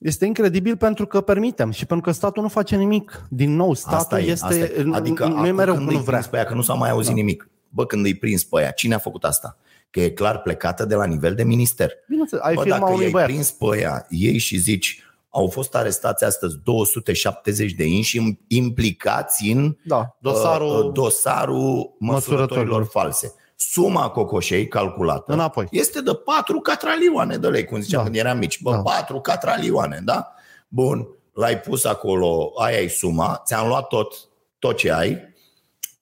Speaker 3: Este incredibil pentru că permitem și pentru că statul nu face nimic. Din nou, statul
Speaker 2: Asta e,
Speaker 3: este...
Speaker 2: asta e. Adică
Speaker 3: nu e
Speaker 2: acum
Speaker 3: mereu
Speaker 2: când
Speaker 3: când nu
Speaker 2: îi
Speaker 3: vrea.
Speaker 2: prins pe aia, că nu s-a mai auzit da. nimic. Bă, când îi prins pe aia, cine a făcut asta? Că e clar plecată de la nivel de minister.
Speaker 3: Bineînțeles, ai
Speaker 2: Bă,
Speaker 3: firma
Speaker 2: dacă
Speaker 3: unui
Speaker 2: i-ai
Speaker 3: băiat.
Speaker 2: prins pe aia, ei și zici, au fost arestați astăzi 270 de inși implicați în
Speaker 3: Da, dosarul-
Speaker 2: uh, dosarul măsurătorilor false. Suma cocoșei calculată
Speaker 3: Înapoi.
Speaker 2: este de 4 catralioane de lei, cum ziceam
Speaker 3: Da.
Speaker 2: da. când eram mici. Bă,
Speaker 3: Da.
Speaker 2: da. 4 catralioane, da? Bun, l-ai pus acolo, aia e suma, ți-am luat tot, tot ce ai,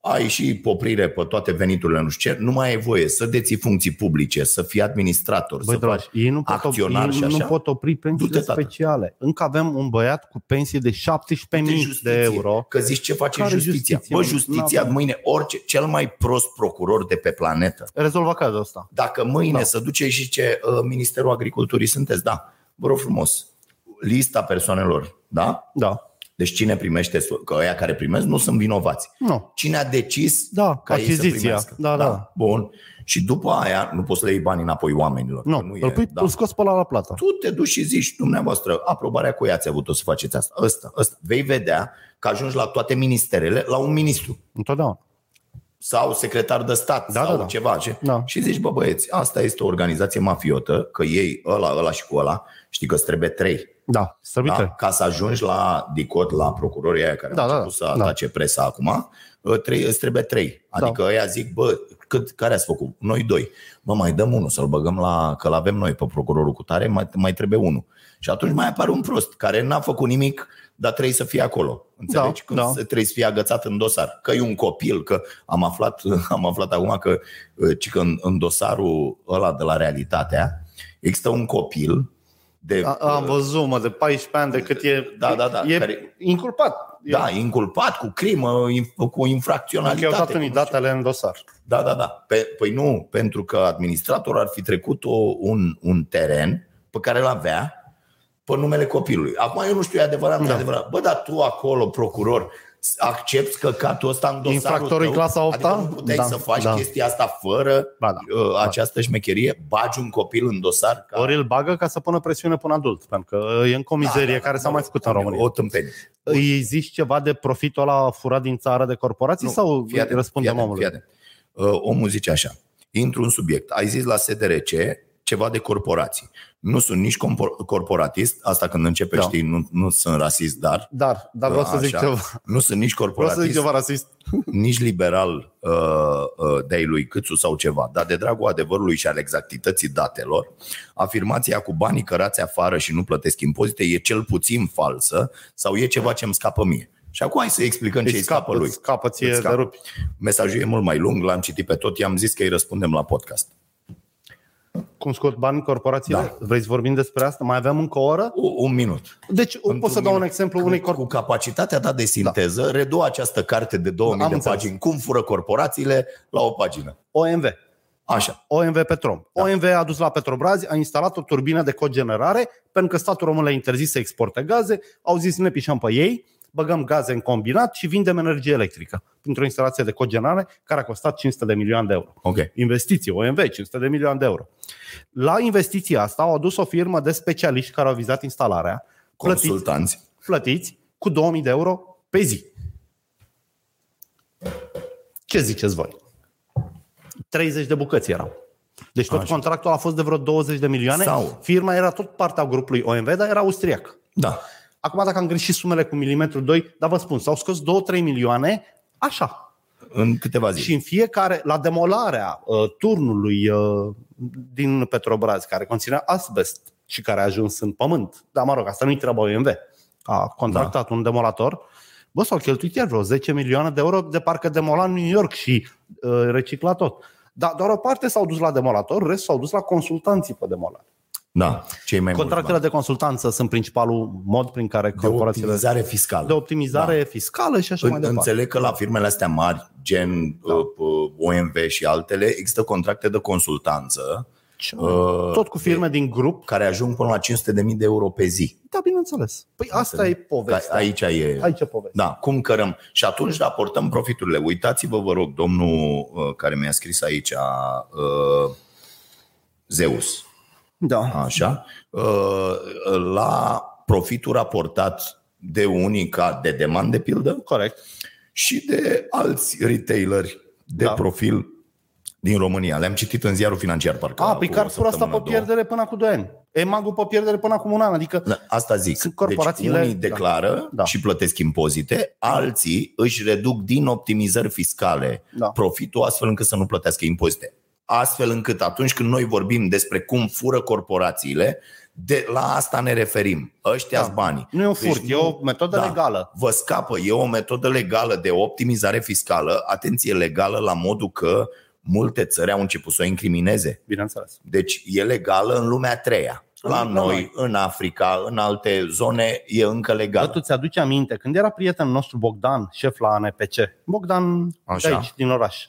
Speaker 2: ai și poprire pe toate veniturile, nu știu ce, nu mai ai voie să deții funcții publice, să fii administrator,
Speaker 3: Băi,
Speaker 2: să
Speaker 3: dragi, ei nu pot, opri,
Speaker 2: acționar și
Speaker 3: ei nu
Speaker 2: așa.
Speaker 3: pot opri pensiile
Speaker 2: Du-te, tată.
Speaker 3: speciale. Încă avem un băiat cu pensie de 17.000 de
Speaker 2: justiție,
Speaker 3: euro.
Speaker 2: Că zici ce face
Speaker 3: Care
Speaker 2: justiția.
Speaker 3: justiție,
Speaker 2: Bă,
Speaker 3: mă?
Speaker 2: justiția
Speaker 3: N-avem.
Speaker 2: mâine, orice, cel mai prost procuror de pe planetă.
Speaker 3: Rezolva cazul ăsta.
Speaker 2: Dacă mâine
Speaker 3: Da.
Speaker 2: se duce și ce Ministerul Agriculturii sunteți, da, vă rog frumos, lista persoanelor, da?
Speaker 3: Da.
Speaker 2: Deci cine primește, că ăia care primesc nu sunt vinovați.
Speaker 3: Nu.
Speaker 2: Cine a decis
Speaker 3: Da,
Speaker 2: ca ei să
Speaker 3: achiziția.
Speaker 2: primească.
Speaker 3: Da, da.
Speaker 2: Bun. Și după aia nu poți să le iei banii înapoi oamenilor.
Speaker 3: Nu,
Speaker 2: că nu
Speaker 3: îl, pui,
Speaker 2: e, da.
Speaker 3: îl scos pe la la plată.
Speaker 2: Tu te duci și zici, dumneavoastră, aprobarea cu ea ați avut-o să faceți asta, ăsta, ăsta. Vei vedea că ajungi la toate ministerele, la un ministru
Speaker 3: Întotdeauna.
Speaker 2: sau secretar de stat
Speaker 3: Da,
Speaker 2: da,
Speaker 3: da,
Speaker 2: sau
Speaker 3: da.
Speaker 2: da, ceva. Ce?
Speaker 3: Da.
Speaker 2: Și zici, bă băieți, asta este o organizație mafiotă, că ei ăla, ăla și cu ăla, știi că îți trebuie trei.
Speaker 3: Da, să
Speaker 2: Da?
Speaker 3: da.
Speaker 2: Ca să ajungi la DICOT, la procurorii aia care
Speaker 3: Da,
Speaker 2: da, au
Speaker 3: da,
Speaker 2: început
Speaker 3: da.
Speaker 2: să atace presa acum, ă, trei, îți trebuie trei. Adică da. ăia zic, bă, cât, care ați făcut? Noi doi. Mă, mai dăm unul să-l băgăm la, că-l avem noi pe procurorul cu tare, mai, mai trebuie unul. Și atunci mai apare un prost care n-a făcut nimic, dar trebuie să fie acolo. Înțelegi?
Speaker 3: Da,
Speaker 2: Când
Speaker 3: da.
Speaker 2: se- trebuie să fie agățat în dosar. Că e un copil, că am aflat, am aflat acum că, ă, ci că în, în dosarul ăla de la realitatea, există un copil de ă,
Speaker 3: A, am văzut, mă, de 14 ani, de cât e...
Speaker 2: Da, da, da,
Speaker 3: E
Speaker 2: care-
Speaker 3: inculpat.
Speaker 2: da, e inculpat cu crimă, inf- cu
Speaker 3: Că
Speaker 2: infracționalitate.
Speaker 3: Adică i-au dat unii
Speaker 2: cu nu știu.
Speaker 3: datele în dosar.
Speaker 2: Da, da, da. Pe, păi nu, pentru că administratorul ar fi trecut o, un, un teren pe care îl avea pe numele copilului. Acum eu nu știu, e adevărat,
Speaker 3: Da.
Speaker 2: nu e adevărat. Bă, dar tu acolo, procuror, s- accepti căcatul ăsta în dosarul
Speaker 3: Infractorul e
Speaker 2: tău?
Speaker 3: clasa opta?
Speaker 2: Adică nu puteai
Speaker 3: Da,
Speaker 2: să faci
Speaker 3: da.
Speaker 2: chestia asta fără
Speaker 3: Ba da,
Speaker 2: uh, această șmecherie? Bagi un copil în dosar? Ca...
Speaker 3: Ori îl bagă ca să pună presiune până adult, pentru că uh, e încă o mizerie
Speaker 2: Da,
Speaker 3: care s-a mai făcut în România.
Speaker 2: O tâmpenie.
Speaker 3: Îi zici ceva de profitul ăla furat din țară de corporații nu, sau
Speaker 2: fii atent,
Speaker 3: răspundem
Speaker 2: fii atent,
Speaker 3: omului?
Speaker 2: fii atent. Uh, Omul zice așa, intru în subiect, ai zis la SDRC ceva de corporații. Nu sunt nici compor- corporatist, asta când începe,
Speaker 3: Da.
Speaker 2: da. știi, nu, nu sunt rasist, dar...
Speaker 3: Dar, dar vreau să
Speaker 2: uh,
Speaker 3: zic
Speaker 2: așa.
Speaker 3: ceva.
Speaker 2: Nu sunt nici
Speaker 3: Vreau să
Speaker 2: corporatist,
Speaker 3: zic ceva rasist.
Speaker 2: nici liberal uh, uh, de-ai lui Câțu sau ceva, dar de dragul adevărului și al exactității datelor, afirmația cu banii cărați afară și nu plătesc impozite e cel puțin falsă sau e ceva ce îmi scapă mie. Și acum hai să explicăm ce îi scapă lui.
Speaker 3: Îți scapă ție
Speaker 2: Îți
Speaker 3: de
Speaker 2: scapă.
Speaker 3: rupi.
Speaker 2: Mesajul e mult mai lung, l-am citit pe tot, i-am zis că îi răspundem la podcast.
Speaker 3: Cum scot bani corporațiile? Da.
Speaker 2: Da.
Speaker 3: Vrei să vorbim despre asta? Mai avem încă o oră?
Speaker 2: U- Un minut.
Speaker 3: Deci Într-un pot să dau un exemplu
Speaker 2: cu,
Speaker 3: unei
Speaker 2: Cu
Speaker 3: corporații.
Speaker 2: capacitatea ta de sinteză, da. redu această carte de 2000
Speaker 3: Am
Speaker 2: de
Speaker 3: înțeles.
Speaker 2: pagini. Cum fură corporațiile la o pagină.
Speaker 3: OMV.
Speaker 2: Așa.
Speaker 3: OMV Petrom. Da. OMV a dus la Petrobras, a instalat o turbină de cogenerare, pentru că statul român le-a interzis să exporte gaze, au zis ne pișăm pe ei, băgăm gaze în combinat și vindem energie electrică printr-o instalație de cogenerare care a costat 500 de milioane de euro.
Speaker 2: Ok.
Speaker 3: investiție, OMV, 500 de milioane de euro. La investiția asta au adus o firmă de specialiști care au vizat instalarea, plătiți,
Speaker 2: Consultanți.
Speaker 3: plătiți cu 2000 de euro pe zi. Ce ziceți voi? 30 de bucăți erau. Deci tot
Speaker 2: Așa.
Speaker 3: contractul a fost de vreo 20 de milioane.
Speaker 2: Sau-
Speaker 3: Firma era tot partea grupului OMV, dar era austriac.
Speaker 2: Da.
Speaker 3: Acum dacă am greșit sumele cu milimetru 2, dar vă spun, s-au scos 2-3 milioane, așa,
Speaker 2: în câteva zile.
Speaker 3: și în fiecare, la demolarea uh, turnului uh, din Petrobras, care conținea asbest și care a ajuns în pământ, dar mă rog, asta nu-i treaba OMV, a contractat da. un demolator, bă, s-au cheltuit iar vreo 10 milioane de euro de parcă demola New York și uh, recicla tot. Dar doar o parte s-au dus la demolator, restul s-au dus la consultanții pe demolare.
Speaker 2: Da, cei mai
Speaker 3: Contractele de consultanță sunt principalul mod prin care
Speaker 2: de
Speaker 3: corporațiile
Speaker 2: optimizare fiscală.
Speaker 3: de optimizare da. fiscală și așa
Speaker 2: În-
Speaker 3: mai departe.
Speaker 2: Înțeleg că la firmele astea mari, gen da. OMV și altele, există contracte de consultanță uh,
Speaker 3: Tot cu firme din grup,
Speaker 2: care ajung până la 500.000 de euro pe zi.
Speaker 3: da, bineînțeles. Păi asta e
Speaker 2: Ca-
Speaker 3: povestea.
Speaker 2: Aici e.
Speaker 3: Aici e povestea.
Speaker 2: Da, cum cărăm. Și atunci raportăm profiturile. Uitați-vă, vă rog, domnul uh, care mi-a scris aici, uh, Zeus,
Speaker 3: Da.
Speaker 2: așa, uh, la profitul raportat de unii ca de demand, de pildă,
Speaker 3: Corect.
Speaker 2: și de alți retaileri de
Speaker 3: Da.
Speaker 2: da. profil din România. Le-am citit în ziarul financiar, parcă.
Speaker 3: A, păi
Speaker 2: cu o
Speaker 3: Carrefour asta
Speaker 2: săptămână,
Speaker 3: pe pierdere până cu 2 ani. Emagul pe pierdere până acum un an. Adică
Speaker 2: două. Da, Asta zic.
Speaker 3: Sunt corporațiile-
Speaker 2: deci unii
Speaker 3: da.
Speaker 2: declară
Speaker 3: Da.
Speaker 2: da. și plătesc impozite, alții își reduc din optimizări fiscale
Speaker 3: Da.
Speaker 2: profitul astfel încât să nu plătească impozite. Astfel încât atunci când noi vorbim despre cum fură corporațiile, de la asta ne referim. Ăștia da. banii.
Speaker 3: nu e un furt, e o metodă
Speaker 2: da.
Speaker 3: legală.
Speaker 2: Vă scapă, e o metodă legală de optimizare fiscală, atenție legală la modul că multe țări au început să o incrimineze.
Speaker 3: Bineînțeles.
Speaker 2: Deci e legală în lumea a treia. La
Speaker 3: În- la noi.
Speaker 2: noi, în Africa, în alte zone, e încă
Speaker 3: Bă,
Speaker 2: legală.
Speaker 3: tu ți-aduci aminte, când era prietenul nostru Bogdan, șef la ANPC, Bogdan
Speaker 2: Așa.
Speaker 3: de aici, din oraș,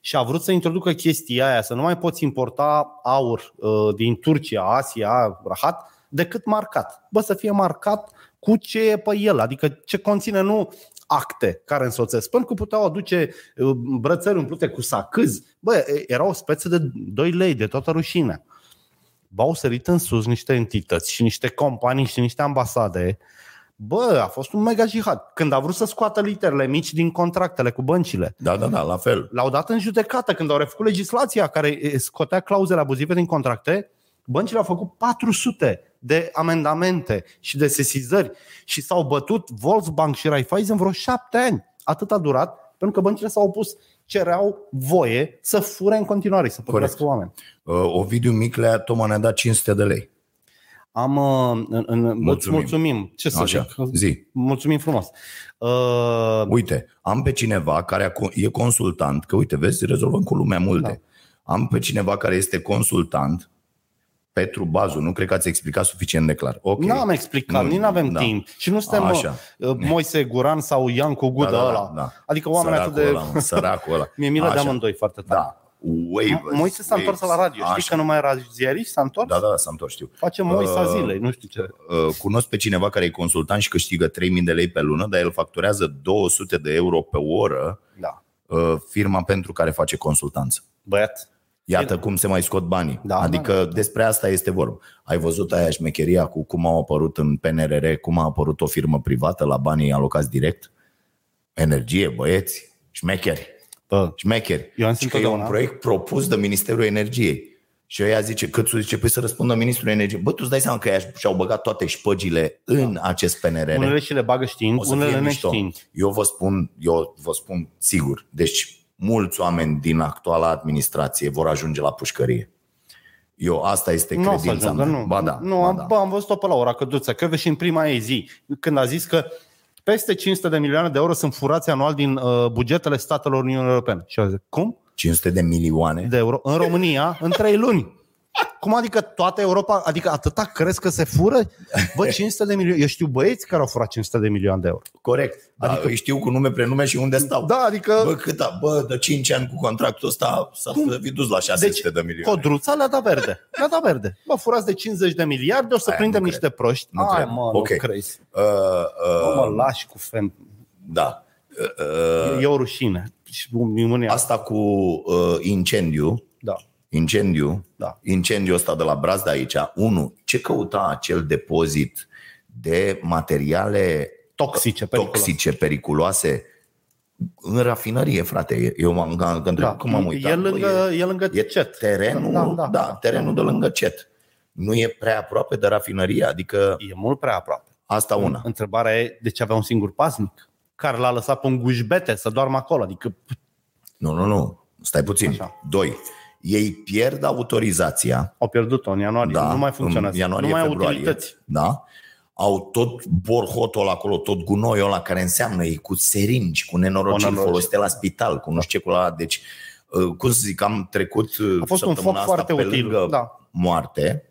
Speaker 3: și a vrut să introducă chestia aia, să nu mai poți importa aur uh, din Turcia, Asia, Rahat, decât marcat. Bă, să fie marcat cu ce e pe el, adică ce conține, nu acte care însoțesc. Până cu puteau aduce uh, brățări umplute cu sacâz. Bă, e- era o speță de 2 lei, de toată rușinea. Bă, au sărit în sus niște entități și niște companii și niște ambasade Bă, a fost un mega jihad. Când a vrut să scoată literele mici din contractele cu băncile.
Speaker 2: Da, da, da, la fel.
Speaker 3: L-au dat în judecată când au refăcut legislația care eh, scotea clauzele abuzive din contracte. Băncile au făcut 400 de amendamente și de sesizări și s-au bătut Volksbank și Raiffeisen vreo șapte ani. Atât a durat pentru că băncile s-au opus cereau voie să fure în continuare, să păcălească oameni.
Speaker 2: Uh, Ovidiu Miclea, Toma ne-a dat 500 de lei.
Speaker 3: Am, uh, în, în, mulțumim.
Speaker 2: Mulțumim.
Speaker 3: mulțumim. Ce să
Speaker 2: Așa,
Speaker 3: zic?
Speaker 2: zi.
Speaker 3: Mulțumim frumos. Uh,
Speaker 2: Uite, am pe cineva care acu- e consultant, că uite, vezi, rezolvăm cu lumea multe.
Speaker 3: Da.
Speaker 2: Am pe cineva care este consultant, Petru Bazu, nu cred că ați explicat suficient de clar. Ok.
Speaker 3: Nu am explicat,
Speaker 2: Nu,
Speaker 3: nici nu avem
Speaker 2: da.
Speaker 3: timp. Și nu suntem
Speaker 2: Așa.
Speaker 3: mă, Moise Guran sau Iancu Gudă da, da, ăla. Adică oamenii atât de...
Speaker 2: Săracul ăla, mă, săracul ăla.
Speaker 3: Mi-e milă de
Speaker 2: Așa.
Speaker 3: amândoi foarte tare.
Speaker 2: Da. Waivers,
Speaker 3: Moise s-a întors la
Speaker 2: waivers.
Speaker 3: radio. Știi
Speaker 2: Așa.
Speaker 3: că nu mai era ziarist, s-a întors?
Speaker 2: Da, da, da, s-a întors, știu.
Speaker 3: Face Moisa
Speaker 2: Uh,
Speaker 3: zilei, nu știu ce.
Speaker 2: Uh, Cunosc pe cineva care e consultant și câștigă 3000 de lei pe lună, dar el facturează 200 de euro pe oră
Speaker 3: Da.
Speaker 2: uh, firma pentru care face consultanță.
Speaker 3: Băiat.
Speaker 2: Iată cum se mai scot banii.
Speaker 3: Da,
Speaker 2: Da, adică da, da. despre asta este vorba. Ai văzut aia șmecheria cu cum au apărut în PNRR, cum a apărut o firmă privată la banii alocați direct? Energie, băieți, șmecheri,
Speaker 3: Bă,
Speaker 2: șmecheri.
Speaker 3: Eu am
Speaker 2: și
Speaker 3: simțit
Speaker 2: că e un
Speaker 3: totdeauna.
Speaker 2: proiect propus de Ministerul Energiei. Și ea zice, cât zice, păi să răspundă Ministrul Energiei. Bă, tu îți dai seama că ea și-au băgat toate șpăgile în acest PNRR.
Speaker 3: Da. unele și le bagă știind,
Speaker 2: O să
Speaker 3: unele
Speaker 2: fie mișto.
Speaker 3: neștiind.
Speaker 2: Eu vă spun, eu vă spun sigur. Deci mulți oameni din actuala administrație vor ajunge la pușcărie. Eu asta este
Speaker 3: Nu o să
Speaker 2: credința
Speaker 3: ajungă,
Speaker 2: mea.
Speaker 3: nu.
Speaker 2: Ba da,
Speaker 3: nu
Speaker 2: ba
Speaker 3: am,
Speaker 2: da.
Speaker 3: bă, am văzut-o pe la o racăduță, că și în prima ei zi, când a zis că peste 500 de milioane de euro sunt furați anual din uh, bugetele statelor Uniunii Europene. Și eu zic, cum?
Speaker 2: 500 de milioane.
Speaker 3: de euro în România în 3 luni. Cum adică toată Europa, adică atâta crezi că se fură? Bă, 500 de milioane. Eu știu băieți care au furat 500 de milioane de euro.
Speaker 2: Corect. Da, adică îi știu cu nume, prenume și unde stau.
Speaker 3: Da, adică
Speaker 2: Bă, cât a, bă, de 5 ani cu contractul ăsta s-a fi dus la 600
Speaker 3: Deci,
Speaker 2: de milioane.
Speaker 3: codruța le-a dat verde. Le-a dat verde. Bă, furați de 50 de miliarde, o să
Speaker 2: Aia
Speaker 3: prindem
Speaker 2: nu
Speaker 3: niște proști.
Speaker 2: Nu
Speaker 3: Hai,
Speaker 2: cred.
Speaker 3: mă,
Speaker 2: Ok.
Speaker 3: nu crezi.
Speaker 2: Uh,
Speaker 3: Bă, mă
Speaker 2: uh,
Speaker 3: lași cu fem.
Speaker 2: da. Uh, uh,
Speaker 3: E o rușine. Și Uniunea.
Speaker 2: asta cu uh, incendiu,
Speaker 3: Da.
Speaker 2: incendiu,
Speaker 3: Da.
Speaker 2: incendiul ăsta de la Braz de aici, unu, ce căuta acel depozit de materiale
Speaker 3: Toxice, periculoase.
Speaker 2: toxice, periculoase în rafinărie, frate. Eu m-am că întreb
Speaker 3: Da.
Speaker 2: da. cum am uitat.
Speaker 3: E
Speaker 2: bă,
Speaker 3: lângă, e, lângă
Speaker 2: e, e
Speaker 3: cet.
Speaker 2: terenul, da, da, da, terenul de lângă cet. Nu e prea aproape de rafinărie, adică
Speaker 3: E mult prea aproape.
Speaker 2: Asta una.
Speaker 3: Întrebarea e de ce avea un singur paznic? Care l-a lăsat pe un gușbete să doarmă acolo. Adică
Speaker 2: Nu, nu, nu. Stai puțin.
Speaker 3: Așa.
Speaker 2: Doi. Ei pierd autorizația.
Speaker 3: au pierdut-o în ianuarie.
Speaker 2: Da,
Speaker 3: nu mai funcționează.
Speaker 2: În ianuarie,
Speaker 3: nu mai au
Speaker 2: februarie,
Speaker 3: utilități.
Speaker 2: Da? Au tot borhotul ăla acolo, tot gunoiul ăla care înseamnă ei cu seringi, cu nenorociri
Speaker 3: Nenorociri.
Speaker 2: folosite la spital, cu nu știu ce cu la... Deci, uh, cum să zic, am trecut
Speaker 3: Da.
Speaker 2: uh,
Speaker 3: A fost un foc
Speaker 2: săptămâna asta
Speaker 3: foarte
Speaker 2: pe
Speaker 3: util.
Speaker 2: lângă
Speaker 3: Da.
Speaker 2: moarte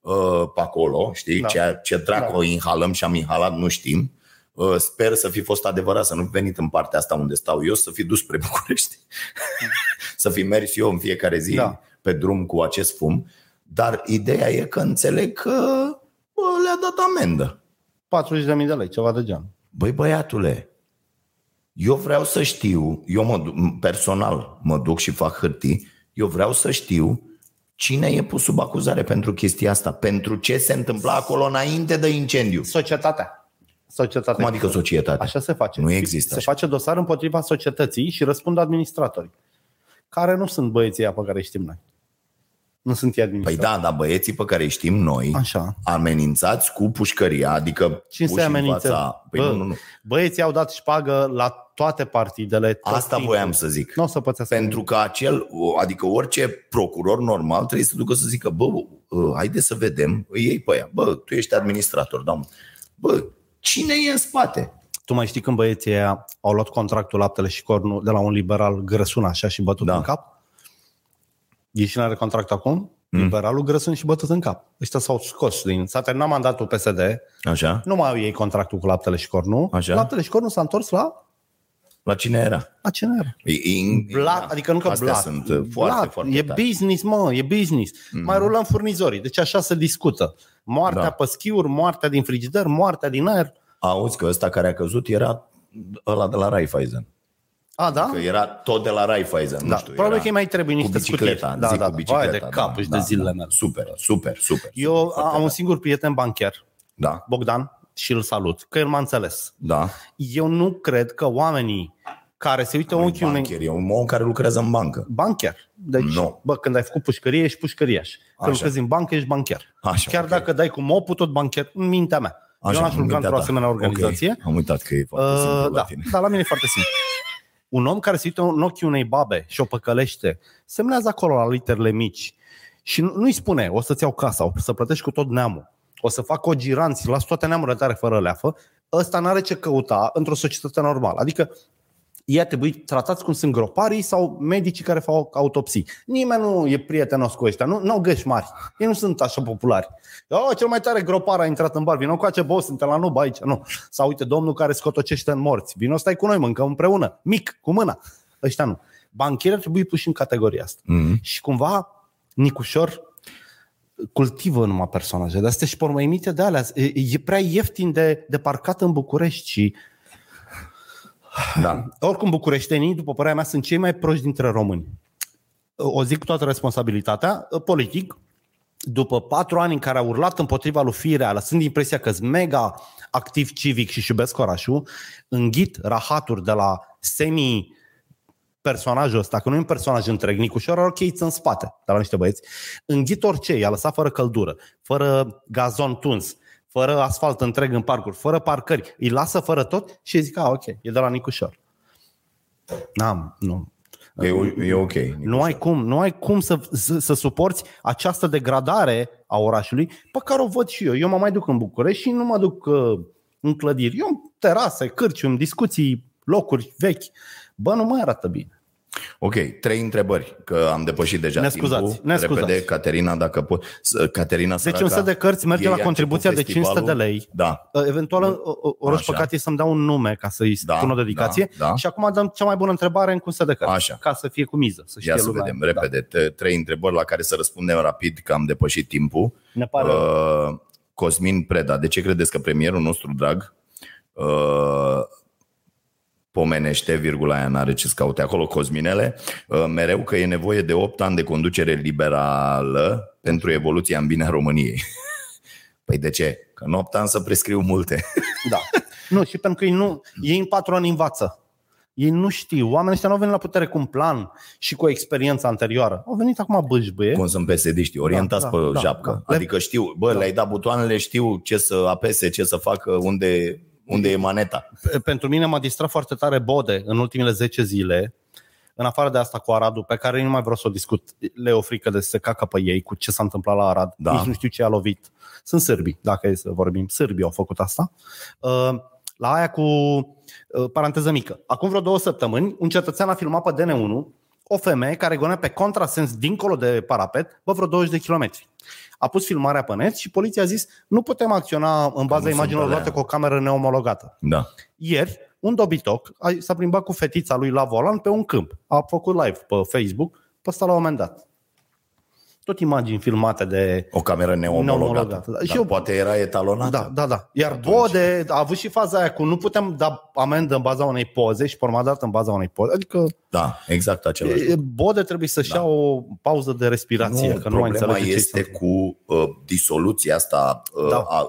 Speaker 2: uh, pe acolo, știi,
Speaker 3: Da.
Speaker 2: da. ce, ce dracu
Speaker 3: Da.
Speaker 2: da. inhalăm și am inhalat, nu știm. Uh, Sper să fi fost adevărat, să nu fi venit în partea asta unde stau eu, să fi dus spre București, să fi mers eu în fiecare zi
Speaker 3: Da.
Speaker 2: da. pe drum cu acest fum. Dar ideea e că înțeleg că bă, le-a dat amendă.
Speaker 3: 40.000 de lei, ceva de genul.
Speaker 2: Băi băiatule, eu vreau să știu, eu mă, duc- personal mă duc și fac hârtii, eu vreau să știu cine e pus sub acuzare pentru chestia asta, pentru ce se întâmpla acolo înainte de incendiu.
Speaker 3: Societatea. Societatea.
Speaker 2: Cum adică societatea?
Speaker 3: Așa se face.
Speaker 2: Nu există
Speaker 3: Se
Speaker 2: așa.
Speaker 3: face dosar împotriva societății și răspund administratorii, care nu sunt băieții ăia pe care îi știm noi. Nu sunt ei
Speaker 2: Păi
Speaker 3: administratori.
Speaker 2: da, dar băieții pe care îi știm noi,
Speaker 3: Așa.
Speaker 2: amenințați cu pușcăria, adică
Speaker 3: Cine se
Speaker 2: puși în
Speaker 3: amenință?
Speaker 2: fața... Păi
Speaker 3: Bă,
Speaker 2: nu, nu, nu.
Speaker 3: Băieții au dat șpagă la toate partidele. tot
Speaker 2: Asta
Speaker 3: timpul.
Speaker 2: voiam să zic.
Speaker 3: Nu o să pățească.
Speaker 2: Pentru că acel, adică orice procuror normal trebuie să ducă să zică, bă, bă, haide să vedem, îi iei pe aia. Bă, tu ești administrator, da, mă. Bă, cine e în spate?
Speaker 3: Tu mai știi când băieții ăia au luat contractul laptele și cornul de la un liberal grăsun așa și bătut da.
Speaker 2: Da.
Speaker 3: în cap? Ei și are contract acum? Mm. Liberalul grăsun și bătut în cap. Ăștia s-au scos din... S-a terminat mandatul PSD,
Speaker 2: Așa?
Speaker 3: nu mai au ei contractul cu laptele și cornul.
Speaker 2: Așa.
Speaker 3: Laptele și cornul s-a întors la,
Speaker 2: La cine era?
Speaker 3: la CNR.
Speaker 2: E, e,
Speaker 3: Blat, adică nu că
Speaker 2: Da. Astea
Speaker 3: blat.
Speaker 2: sunt uh, foarte,
Speaker 3: blat.
Speaker 2: foarte
Speaker 3: E
Speaker 2: tare.
Speaker 3: business, mă, e business. Mm-hmm. Mai rulăm furnizorii. Deci așa se discută. Moartea da.
Speaker 2: Da.
Speaker 3: pe schiuri, moartea din frigider, moartea din aer.
Speaker 2: Auzi că ăsta care a căzut era ăla de la Raiffeisen.
Speaker 3: A, da?
Speaker 2: Că era tot de la Raiffeisen,
Speaker 3: Da,
Speaker 2: nu știu.
Speaker 3: probabil
Speaker 2: era
Speaker 3: că îi mai trebuie niște
Speaker 2: cu bicicleta,
Speaker 3: scutiri. Da,
Speaker 2: zic
Speaker 3: da,
Speaker 2: cu
Speaker 3: da.
Speaker 2: bicicleta. da,
Speaker 3: Vai de cap, ești de zilele mele.
Speaker 2: Super, super, super.
Speaker 3: Eu
Speaker 2: super,
Speaker 3: am
Speaker 2: foarte
Speaker 3: un
Speaker 2: tare.
Speaker 3: singur prieten bancher,
Speaker 2: Da,
Speaker 3: Bogdan, și îl salut, că el m-a înțeles.
Speaker 2: da.
Speaker 3: Eu nu cred că oamenii care se uită
Speaker 2: Un
Speaker 3: unchiul unui
Speaker 2: bancher, e un om care lucrează în bancă.
Speaker 3: bancher. Deci,
Speaker 2: Nu.
Speaker 3: bă, când ai făcut pușcărie, ești pușcăriaș. Când
Speaker 2: Așa.
Speaker 3: lucrezi în bancă, ești bancher.
Speaker 2: Așa,
Speaker 3: Chiar
Speaker 2: ok.
Speaker 3: dacă dai cu mopul, tot bancher, în mintea mea. Eu n-aș
Speaker 2: în
Speaker 3: lucra
Speaker 2: mintea
Speaker 3: într-o
Speaker 2: ta.
Speaker 3: asemenea organizație.
Speaker 2: da. Ok, Am uitat că e foarte
Speaker 3: Uh,
Speaker 2: simplu la
Speaker 3: da,
Speaker 2: tine.
Speaker 3: da, la mine e foarte simplu. Un om care se uită în ochii unei babe și o păcălește, semnează acolo la literele mici și nu- nu-i spune o să-ți iau casa, o să plătești cu tot neamul, o să fac o giranți, las toate neamurile tare fără leafă, ăsta n-are ce căuta într-o societate normală. Adică ei ar trebui tratați cum sunt groparii sau medicii care fac autopsii. Nimeni nu e prietenos cu ăștia, nu au găși mari. Ei nu sunt așa populari. Oh, cel mai tare gropar a intrat în bar, vină cu acea bă, suntem la nub aici. Nu. Sau uite, domnul care scotocește în morți, vină stai cu noi, mâncăm împreună, mic, cu mâna. Ăștia nu. Bancherii ar trebui puși în categoria asta. Mm-hmm. Și cumva, Nicușor cultivă numai personaje, dar astea și pe urmă emite de alea. E, e prea ieftin de, de parcat în București și
Speaker 2: Da.
Speaker 3: oricum bucureștenii, după părerea mea, sunt cei mai proști dintre români. O zic cu toată responsabilitatea, politic, după patru ani în care a urlat împotriva lui Firea, lăsând impresia că sunt mega activ civic și își iubesc orașul, înghit rahaturi de la semi personajul ăsta, că nu e un personaj întreg, Nicușor are o cheiță în spate, dar la niște băieți, înghit orice, i-a lăsat fără căldură, fără gazon tuns, fără asfalt întreg în parcuri, fără parcări, îi lasă fără tot și îi zic, a, ok, e de la Nicușor. N-am, nu.
Speaker 2: Da, E, e ok.
Speaker 3: Nu ai cum, nu ai cum să, să, să suporți această degradare a orașului pe care o văd și eu. Eu mă mai duc în București și nu mă duc uh, în clădiri. Eu în terase, cârciumi, discuții, locuri vechi. Bă, nu mai arată bine.
Speaker 2: Ok, trei întrebări, că am depășit deja
Speaker 3: Ne scuzați,
Speaker 2: timpul.
Speaker 3: ne scuzați.
Speaker 2: Repede, Caterina, dacă pot. S- Caterina
Speaker 3: Deci un set de cărți merge la contribuția de 500 de lei.
Speaker 2: Da.
Speaker 3: Uh, Eventual, o- o- o roș
Speaker 2: Așa.
Speaker 3: păcat e să-mi dau un nume ca să-i
Speaker 2: Da,
Speaker 3: spun o dedicație.
Speaker 2: da, da.
Speaker 3: Și acum dăm cea mai bună întrebare în curse de cărți.
Speaker 2: Așa.
Speaker 3: Ca să fie cu miză. Să știe
Speaker 2: Ia să
Speaker 3: lumea.
Speaker 2: vedem,
Speaker 3: Da.
Speaker 2: repede. Te- Trei întrebări la care să răspundem rapid, că am depășit timpul.
Speaker 3: Ne pare rău.
Speaker 2: Uh, Cosmin Preda, de ce credeți că premierul nostru drag uh, pomenește, virgula aia n-are ce să caute acolo, Cosminele, uh, mereu că e nevoie de 8 ani de conducere liberală pentru evoluția în bine a României. Păi de ce? Că în 8 ani să prescriu multe.
Speaker 3: Da. Nu, și pentru că ei, nu, ei în patru ani învață. Ei nu știu. Oamenii ăștia nu au venit la putere cu un plan și cu o experiență anterioară. Au venit acum bâșbâie.
Speaker 2: Cum sunt psd orientați
Speaker 3: Da,
Speaker 2: pe
Speaker 3: da, da,
Speaker 2: japcă.
Speaker 3: da.
Speaker 2: Adică știu, bă, le-ai dat butoanele, știu ce să apese, ce să facă, unde, unde e maneta.
Speaker 3: pentru mine m-a distrat foarte tare Bode în ultimele 10 zile, în afară de asta cu Aradul, pe care nu mai vreau să o discut. Le o frică de să se cacă pe ei cu ce s-a întâmplat la Arad.
Speaker 2: Da.
Speaker 3: Nici nu știu ce a lovit. Sunt sârbi, dacă e să vorbim. Sârbii au făcut asta. Uh, La aia cu uh, paranteză mică. Acum vreo două săptămâni, un cetățean a filmat pe DN1 o femeie care gonea pe contrasens dincolo de parapet, bă, vreo 20 de kilometri. A pus filmarea pe net și poliția a zis nu putem acționa în baza
Speaker 2: sunt
Speaker 3: imaginilor
Speaker 2: alea.
Speaker 3: luate cu o cameră neomologată
Speaker 2: Da.
Speaker 3: ieri un dobitoc a- s-a plimbat cu fetița lui la volan pe un câmp. A făcut live pe Facebook, pe ăsta la un moment dat. Tot imagini filmate de...
Speaker 2: O cameră neomologată.
Speaker 3: Neomologată, da.
Speaker 2: Dar
Speaker 3: Și eu-
Speaker 2: poate era etalonată.
Speaker 3: Da, da, da. Iar Bode a avut și faza aia cu nu putem da amendă în baza unei poze și pe urmă dat în baza unei poze. Adică
Speaker 2: da exact același lucru.
Speaker 3: e- Bode trebuie să-și ia o pauză de respirație, că nu mai
Speaker 2: Da. problema
Speaker 3: înțelege ce
Speaker 2: este
Speaker 3: este...
Speaker 2: cu uh, disoluția asta uh,
Speaker 3: Da.
Speaker 2: da. a uh,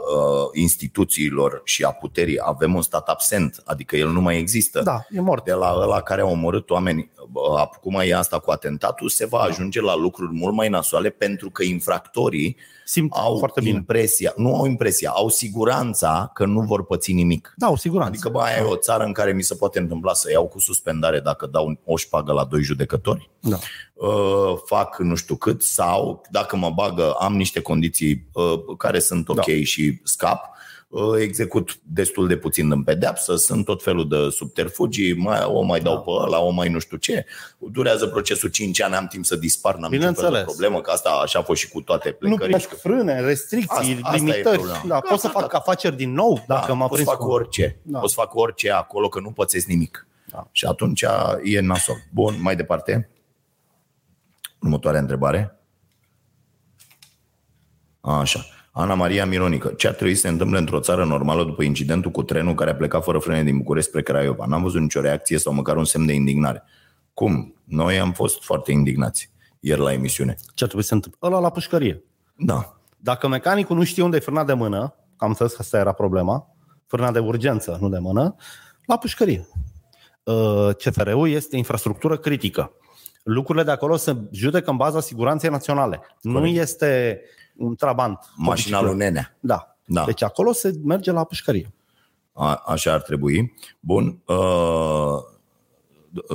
Speaker 2: instituțiilor și a puterii. Avem un stat absent, adică el nu mai există.
Speaker 3: Da, e mort.
Speaker 2: De la ăla care a omorât oameni, uh, acum e asta cu atentatul, se va ajunge la lucruri mult mai nasoale pentru că infractorii
Speaker 3: Simt
Speaker 2: au
Speaker 3: foarte bine.
Speaker 2: impresia, nu au impresia, au siguranța că nu vor păți nimic.
Speaker 3: Da, o siguranță.
Speaker 2: Adică, bă, aia e o țară în care mi se poate întâmpla să iau cu suspendare dacă dau o șpagă la doi judecători,
Speaker 3: Da.
Speaker 2: uh, fac nu știu cât, sau dacă mă bagă, am niște condiții uh, care sunt ok
Speaker 3: Da.
Speaker 2: și scap, uh, execut destul de puțin în pedeapsă, sunt tot felul de subterfugii, mai, o mai
Speaker 3: Da.
Speaker 2: dau pe ăla, o mai nu știu ce. Durează procesul 5 ani, am timp să dispar, n-am niciun fel de
Speaker 3: Bineînțeles.
Speaker 2: problemă, că asta așa a fost și cu toate
Speaker 3: Nu
Speaker 2: plecările.
Speaker 3: primesc frâne, restricții,
Speaker 2: Asta- asta e
Speaker 3: limitări.
Speaker 2: problema.
Speaker 3: Da, pot să fac afaceri din nou dacă
Speaker 2: da,
Speaker 3: m-a
Speaker 2: poți
Speaker 3: prins.
Speaker 2: fac
Speaker 3: cu-
Speaker 2: orice.
Speaker 3: Da.
Speaker 2: Da. Poți fac orice acolo, că nu pățesc nimic.
Speaker 3: Da.
Speaker 2: Da. Și atunci e nasol. Bun, mai departe. Următoarea întrebare. Așa. Ana Maria Mironică. Ce ar trebui să se întâmple într-o țară normală după incidentul cu trenul care a plecat fără frâne din București spre Craiova? N-am văzut nicio reacție sau măcar un semn de indignare. Cum? Noi am fost foarte indignați ieri la emisiune.
Speaker 3: Ce ar trebui să se întâmple? Ăla la pușcărie.
Speaker 2: Da.
Speaker 3: Dacă mecanicul nu știe unde e frâna de mână, am înțeles că asta era problema, frâna de urgență, nu de mână, la pușcărie. Uh, CFR-ul este infrastructură critică. Lucrurile de acolo se judecă în baza siguranței naționale. Nu este un trabant.
Speaker 2: Mașina lui Nenea.
Speaker 3: Da.
Speaker 2: Da.
Speaker 3: Deci acolo se merge la pușcărie.
Speaker 2: A, așa ar trebui. Bun. Uh,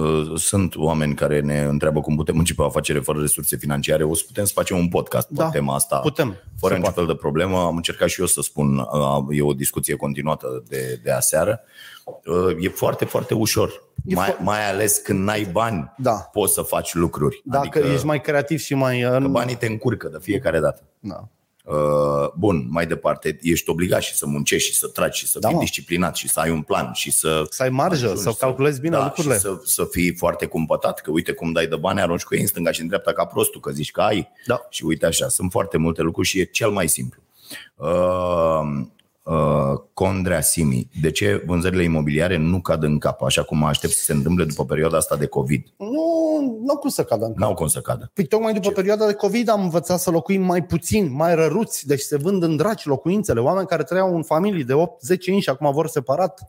Speaker 2: uh, sunt oameni care ne întreabă cum putem începe o afacere fără resurse financiare. O să putem să facem un podcast pe
Speaker 3: Da,
Speaker 2: tema asta.
Speaker 3: putem.
Speaker 2: Fără
Speaker 3: Se
Speaker 2: niciun fel de problemă. Am încercat și eu să spun. Uh, e o discuție continuată de, de aseară. Uh, e foarte, foarte ușor. Mai,
Speaker 3: fo-
Speaker 2: mai ales când n-ai bani,
Speaker 3: Da.
Speaker 2: poți să faci lucruri.
Speaker 3: Dacă
Speaker 2: adică
Speaker 3: ești mai creativ și mai...
Speaker 2: că banii te încurcă de fiecare dată.
Speaker 3: Da.
Speaker 2: Uh, bun, mai departe, ești obligat și să muncești și să tragi și să
Speaker 3: Da,
Speaker 2: fii
Speaker 3: mă.
Speaker 2: disciplinat și să ai un plan și să...
Speaker 3: Să ai marjă,
Speaker 2: ajungi
Speaker 3: să calculezi bine
Speaker 2: da,
Speaker 3: lucrurile.
Speaker 2: Și să, să fii foarte cumpătat, că uite cum dai de bani, arunci cu ei în stânga și în dreapta ca prostul, că zici că ai.
Speaker 3: Da.
Speaker 2: Și uite așa, sunt foarte multe lucruri și e cel mai simplu. Uh, uh, Condrea Simi, de ce vânzările imobiliare nu cad în cap, așa cum mă aștept să se întâmple după perioada asta de COVID?
Speaker 3: Nu, nu au cum să cadă în
Speaker 2: N-au cum să cadă.
Speaker 3: Păi tocmai după perioada de COVID am învățat să locuim mai puțin, mai răruți, deci se vând în draci locuințele. Oameni care trăiau în familii de 8-10 inși și acum vor separat,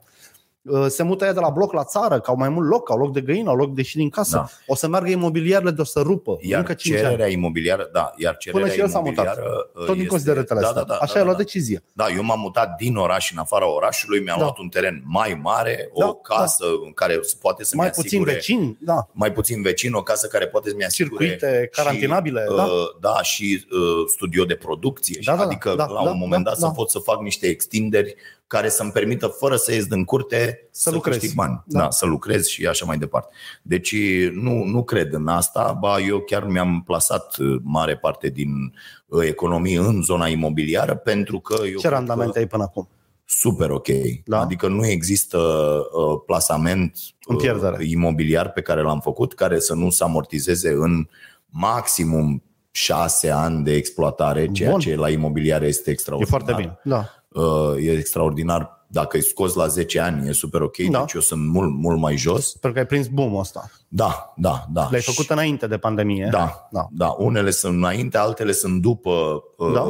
Speaker 3: Uh, se mută ea de la bloc la țară, că au mai mult loc, au loc de găină, au loc de și din casă.
Speaker 2: Da.
Speaker 3: O să meargă imobiliarele de o să rupă.
Speaker 2: Iar
Speaker 3: încă 5 ani.
Speaker 2: cererea imobiliară, da, iar cererea
Speaker 3: Până și el s-a mutat.
Speaker 2: imobiliară uh,
Speaker 3: Tot din
Speaker 2: este-
Speaker 3: consideratele
Speaker 2: da,
Speaker 3: astea.
Speaker 2: da, da,
Speaker 3: Așa
Speaker 2: da,
Speaker 3: e
Speaker 2: da,
Speaker 3: luat
Speaker 2: da.
Speaker 3: decizia.
Speaker 2: Da, eu m-am mutat din oraș în afara orașului, mi-am
Speaker 3: Da.
Speaker 2: luat un teren mai mare, o
Speaker 3: Da,
Speaker 2: casă în care se poate să
Speaker 3: Mai
Speaker 2: mi
Speaker 3: puțin
Speaker 2: asigure
Speaker 3: vecini, da.
Speaker 2: mai puțin vecin, o casă care poate să-mi asigure
Speaker 3: Circuite carantinabile,
Speaker 2: și,
Speaker 3: da.
Speaker 2: uh, da, și uh, studio de producție,
Speaker 3: Da, da, da,
Speaker 2: adică
Speaker 3: da,
Speaker 2: la
Speaker 3: da,
Speaker 2: un moment
Speaker 3: da,
Speaker 2: dat
Speaker 3: da.
Speaker 2: să pot să fac niște extinderi care să-mi permită, fără să ies din curte, să,
Speaker 3: lucrezi.
Speaker 2: câștig bani,
Speaker 3: Da.
Speaker 2: da. Da, să lucrez și așa mai departe. Deci nu, nu cred în asta, ba eu chiar mi-am plasat uh, mare parte din uh, economie în zona imobiliară pentru că eu
Speaker 3: Ce
Speaker 2: cred
Speaker 3: randament
Speaker 2: că-
Speaker 3: ai până acum?
Speaker 2: super ok.
Speaker 3: Da.
Speaker 2: Da? Adică nu există uh, plasament
Speaker 3: În pierdere.
Speaker 2: uh, imobiliar pe care l-am făcut care să nu se amortizeze în maximum șase ani de exploatare, ceea
Speaker 3: Bun.
Speaker 2: ce la imobiliare este
Speaker 3: E
Speaker 2: extraordinar.
Speaker 3: foarte bine. Da.
Speaker 2: Uh, e extraordinar. Dacă îi scos la 10 ani, e super ok.
Speaker 3: Da.
Speaker 2: Da. Deci eu sunt mult, mult mai jos.
Speaker 3: Pentru că ai prins boom-ul ăsta.
Speaker 2: Da, da, da.
Speaker 3: L-ai
Speaker 2: Și-
Speaker 3: făcut înainte de pandemie.
Speaker 2: da,
Speaker 3: Da.
Speaker 2: da. da. Unele sunt înainte, altele sunt după,
Speaker 3: Da.
Speaker 2: da.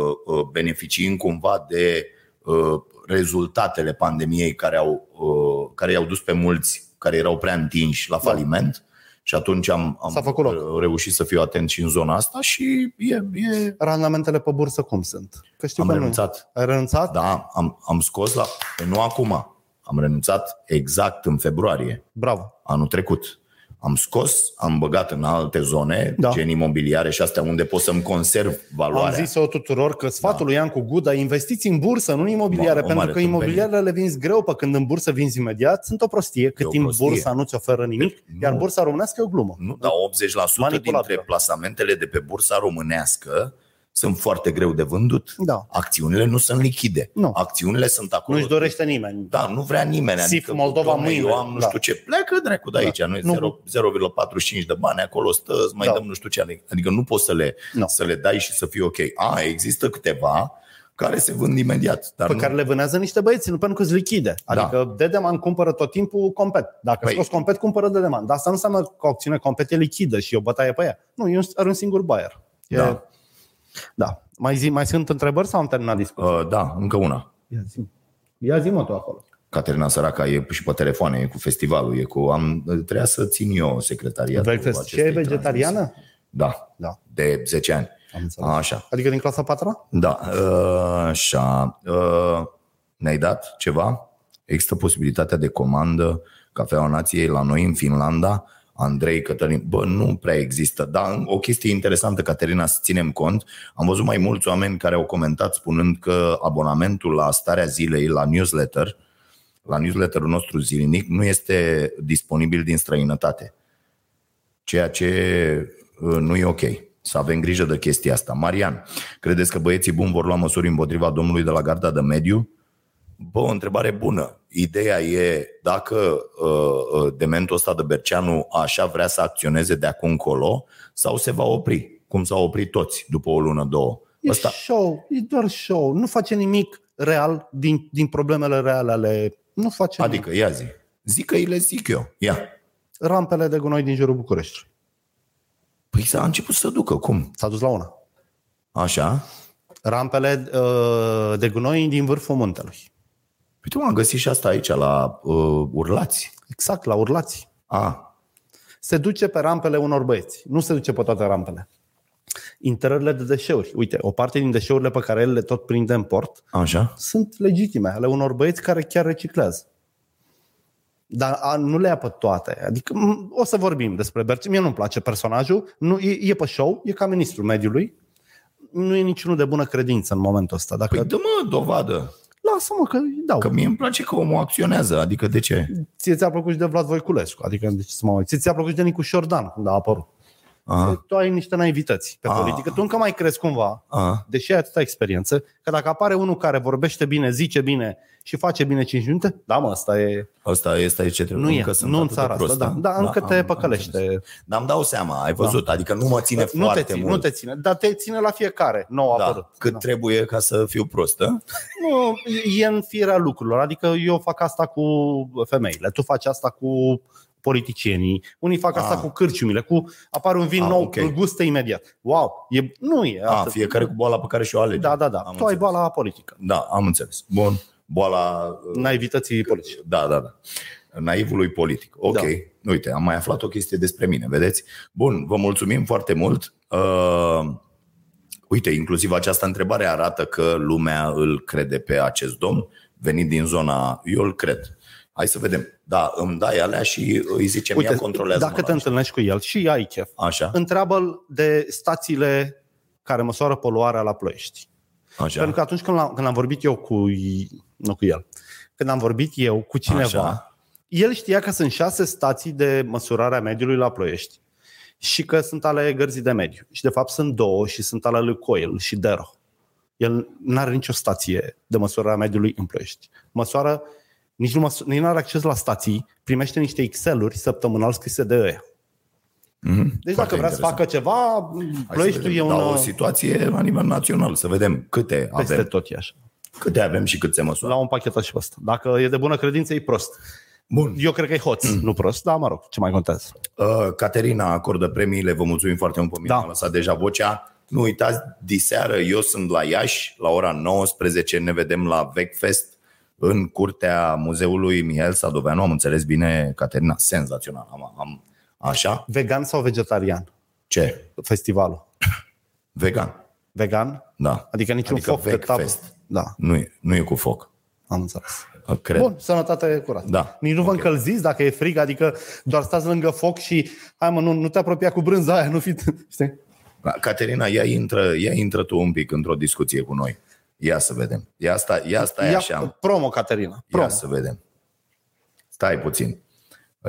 Speaker 2: beneficiind cumva de uh, rezultatele pandemiei care, au, uh, care i-au dus pe mulți care erau prea întinși la faliment și atunci am,
Speaker 3: Da. S-a
Speaker 2: am
Speaker 3: făcut loc.
Speaker 2: reușit să fiu atent și în zona asta și e, e,
Speaker 3: Randamentele pe bursă cum sunt? Că știu
Speaker 2: am
Speaker 3: că
Speaker 2: renunțat.
Speaker 3: Nu. Ai renunțat?
Speaker 2: Da, am, am scos la... Nu acum. Am renunțat exact în februarie.
Speaker 3: Bravo.
Speaker 2: anul trecut. Am scos, am băgat în alte zone,
Speaker 3: Da.
Speaker 2: da. gen imobiliare și astea, unde pot să-mi conserv
Speaker 3: Am
Speaker 2: valoarea.
Speaker 3: zis-o tuturor că sfatul lui Iancu Guda, investiți în bursă, nu în imobiliare,
Speaker 2: Ma- o
Speaker 3: pentru
Speaker 2: Da. mare
Speaker 3: că
Speaker 2: tâmpenie.
Speaker 3: imobiliarele le vinzi greu, pe când în bursă vinzi imediat, sunt o prostie, cât
Speaker 2: o
Speaker 3: timp
Speaker 2: prostie. Deci,
Speaker 3: bursa nu-ți oferă nimic,
Speaker 2: Nu.
Speaker 3: iar bursa românească e o glumă.
Speaker 2: nu, dar 80%
Speaker 3: Manipulabilă.
Speaker 2: dintre plasamentele de pe bursa românească sunt foarte greu de vândut.
Speaker 3: Da.
Speaker 2: Acțiunile nu sunt lichide.
Speaker 3: Nu.
Speaker 2: Acțiunile sunt acolo.
Speaker 3: Nu-și dorește nimeni.
Speaker 2: Da, nu vrea nimeni.
Speaker 3: Sif Moldova
Speaker 2: domne,
Speaker 3: mâine.
Speaker 2: Eu am nu
Speaker 3: Da.
Speaker 2: știu ce. Pleacă dracu de aici. Da. Noi
Speaker 3: Nu.
Speaker 2: nu. 0,45 de bani acolo stă, îți mai
Speaker 3: Da.
Speaker 2: da. dăm nu știu ce. Adică nu poți să le,
Speaker 3: Nu.
Speaker 2: să le dai și să fii ok. A, există câteva care se vând imediat. Dar
Speaker 3: Pe
Speaker 2: nu,
Speaker 3: care le vânează niște băieți, nu pentru că sunt lichide. Adică da. Dedeman cumpără tot timpul compet. Dacă păi.
Speaker 2: Păi-
Speaker 3: scoți compet, cumpără Dedeman. Dar asta nu înseamnă că o acțiune compet e lichidă și e o bătaie pe ea. Nu, e un, are un singur buyer. E,
Speaker 2: Da.
Speaker 3: da. Mai, zi, mai sunt întrebări sau am terminat discuția?
Speaker 2: Uh, da, încă una.
Speaker 3: Ia zi. Ia zi mă tu acolo.
Speaker 2: Caterina Săraca e și pe telefoane, e cu festivalul, e cu... Am, trebuia să țin eu secretariatul
Speaker 3: Breakfast. Ce e
Speaker 2: acestei
Speaker 3: vegetariană?
Speaker 2: transmisii. Da,
Speaker 3: Da.
Speaker 2: de 10 ani.
Speaker 3: Am înțeles.
Speaker 2: Așa,
Speaker 3: Adică din clasa 4
Speaker 2: da, uh, așa. Uh, Ne-ai dat ceva? Există posibilitatea de comandă Cafeaua Nației la noi în Finlanda? Andrei Cătălin, bă, nu prea există, dar o chestie interesantă, Caterina, să ținem cont. Am văzut mai mulți oameni care au comentat spunând că abonamentul la starea zilei, la newsletter, la newsletterul nostru zilnic nu este disponibil din străinătate. Ceea ce uh, nu e ok. Să avem grijă de chestia asta. Marian, credeți că băieții buni vor lua măsuri împotriva domnului de la Garda de Mediu? Bă, o întrebare bună. Ideea e dacă uh, uh, dementul ăsta de Berceanu așa vrea să acționeze de acum încolo sau se va opri, cum s-au oprit toți după o lună, două.
Speaker 3: E
Speaker 2: Ăsta,
Speaker 3: show, e doar show. Nu face nimic real din, din problemele reale ale... Nu face nimic.
Speaker 2: adică, ia zi. Zic că îi le zic eu. Ia.
Speaker 3: Rampele de gunoi din jurul Bucureștiului.
Speaker 2: Păi s-a început să ducă, cum?
Speaker 3: S-a dus la una.
Speaker 2: Așa?
Speaker 3: Rampele uh, de gunoi din vârful muntelui. Păi
Speaker 2: Uite, mă, am găsit și asta aici, la uh, Urlați.
Speaker 3: Exact, la urlați.
Speaker 2: A,
Speaker 3: Se duce pe rampele unor băieți. Nu se duce pe toate rampele. Intrările de deșeuri. Uite, o parte din deșeurile pe care el le tot prinde în port
Speaker 2: așa?
Speaker 3: sunt legitime, ale unor băieți care chiar reciclează. Dar a, nu le ia pe toate. Adică m- o să vorbim despre Berce. Mie nu-mi place personajul. Nu, e, e pe show, e ca ministrul mediului. Nu e niciunul de bună credință în momentul ăsta. Dacă...
Speaker 2: Păi dă-mă dovadă,
Speaker 3: Lasă-mă că îi dau.
Speaker 2: că mie îmi place că omul acționează, adică de ce?
Speaker 3: ție ți-a plăcut și de Vlad Voiculescu, adică de ce să mă uit? Ție ți-a plăcut și de Nicu Șordan când a apărut.
Speaker 2: A,
Speaker 3: Tu ai niște naivități pe
Speaker 2: Ah.
Speaker 3: politică, tu încă mai crezi cumva,
Speaker 2: a,
Speaker 3: deși ai atâta experiență, că dacă apare unul care vorbește bine, zice bine și face bine 5 minute, da mă, asta e...
Speaker 2: asta, asta e ce trebuie.
Speaker 3: Nu e,
Speaker 2: Încă sunt
Speaker 3: nu în
Speaker 2: atât de
Speaker 3: țara asta,
Speaker 2: prost,
Speaker 3: da, da, încă te
Speaker 2: am- am
Speaker 3: păcălește.
Speaker 2: înțeles. Dar îmi dau seama, ai văzut, da. adică nu mă ține
Speaker 3: nu te
Speaker 2: foarte
Speaker 3: ține,
Speaker 2: mult.
Speaker 3: nu te ține, dar te ține la fiecare nou da, apărut.
Speaker 2: da, cât da. trebuie ca să fiu ă? prostă.
Speaker 3: Nu, e în firea lucrurilor. Adică eu fac asta cu femeile, tu faci asta cu politicienii, unii fac asta
Speaker 2: Ah.
Speaker 3: cu cârciumile, cu apare un vin
Speaker 2: Ah,
Speaker 3: nou,
Speaker 2: ok.
Speaker 3: okay. gustă imediat. Wow, e, nu e
Speaker 2: A,
Speaker 3: atât.
Speaker 2: fiecare cu boala pe care și-o alege.
Speaker 3: Da, da, da.
Speaker 2: Am
Speaker 3: tu ai
Speaker 2: înțeles.
Speaker 3: boala politică,
Speaker 2: Da, am înțeles. Bun, boala... uh,
Speaker 3: naivității politice.
Speaker 2: Da, da, da. Naivului politic. Ok.
Speaker 3: Da.
Speaker 2: Da. Uite, am mai aflat o chestie despre mine, vedeți? Bun, vă mulțumim foarte mult. Uh, uite, inclusiv această întrebare arată că lumea îl crede pe acest domn venit din zona, eu îl cred. Hai să vedem. Da, îmi dai alea și îi zicem, Uite, ea controlează. Ah.
Speaker 3: dacă te întâlnești cu el și ai chef,
Speaker 2: Așa,
Speaker 3: întreabă-l de stațiile care măsoară poluarea la ploiești.
Speaker 2: așa.
Speaker 3: Pentru că atunci când l-am, când am vorbit eu cu, nu cu el, când am vorbit eu cu cineva, Așa.
Speaker 2: Așa.
Speaker 3: el știa că sunt șase stații de măsurare a mediului la Ploiești și că sunt ale gărzii de mediu. Și de fapt sunt două și sunt ale lui Coil și Dero. El nu are nicio stație de măsurare a mediului în Ploiești. Măsoară, nici nu, măsu- nici nu are acces la stații, primește niște Excel-uri săptămânal scrise de ea. Deci dacă
Speaker 2: Mhm. Foarte
Speaker 3: vrea să
Speaker 2: interesant.
Speaker 3: facă ceva,
Speaker 2: Hai să
Speaker 3: Ploieștiul e
Speaker 2: vedem.
Speaker 3: un... uh,
Speaker 2: Da, o situație la nivel național. Să vedem câte
Speaker 3: peste
Speaker 2: avem,
Speaker 3: tot e așa.
Speaker 2: câte avem și cât se măsoară.
Speaker 3: La un pachetat și pe ăsta. Dacă e de bună credință, e prost.
Speaker 2: Bun.
Speaker 3: Eu cred că e hoț, nu prost, dar mă rog, ce mai contează.
Speaker 2: Uh, Caterina acordă premiile, vă mulțumim foarte mult pe mine,
Speaker 3: Da.
Speaker 2: da. am lăsat deja vocea. Nu uitați, diseară eu sunt la Iași, la ora 19, ne vedem la Vecfest. în curtea muzeului Mihail Sadoveanu, am înțeles bine, Caterina, senzațional. Am, am, așa?
Speaker 3: Vegan sau vegetarian?
Speaker 2: Ce?
Speaker 3: Festivalul.
Speaker 2: Vegan.
Speaker 3: Vegan?
Speaker 2: Da.
Speaker 3: Adică niciun
Speaker 2: Adică
Speaker 3: foc
Speaker 2: veg
Speaker 3: de tap.
Speaker 2: fest.
Speaker 3: Da,
Speaker 2: Nu e, nu e cu foc.
Speaker 3: am înțeles.
Speaker 2: Cred.
Speaker 3: Bun, sănătatea e curată.
Speaker 2: Da.
Speaker 3: Nici nu vă okay. încălziți dacă e frig, adică doar stați lângă foc și hai mă, nu, nu te apropia cu brânza aia, nu fi... Știi?
Speaker 2: Da, Caterina, ia intră, ia intră tu un pic într-o discuție cu noi. Ia să vedem. Ia asta, ia asta
Speaker 3: Da,
Speaker 2: ia, așa.
Speaker 3: promo, Caterina. Promo.
Speaker 2: Ia să vedem. Stai puțin.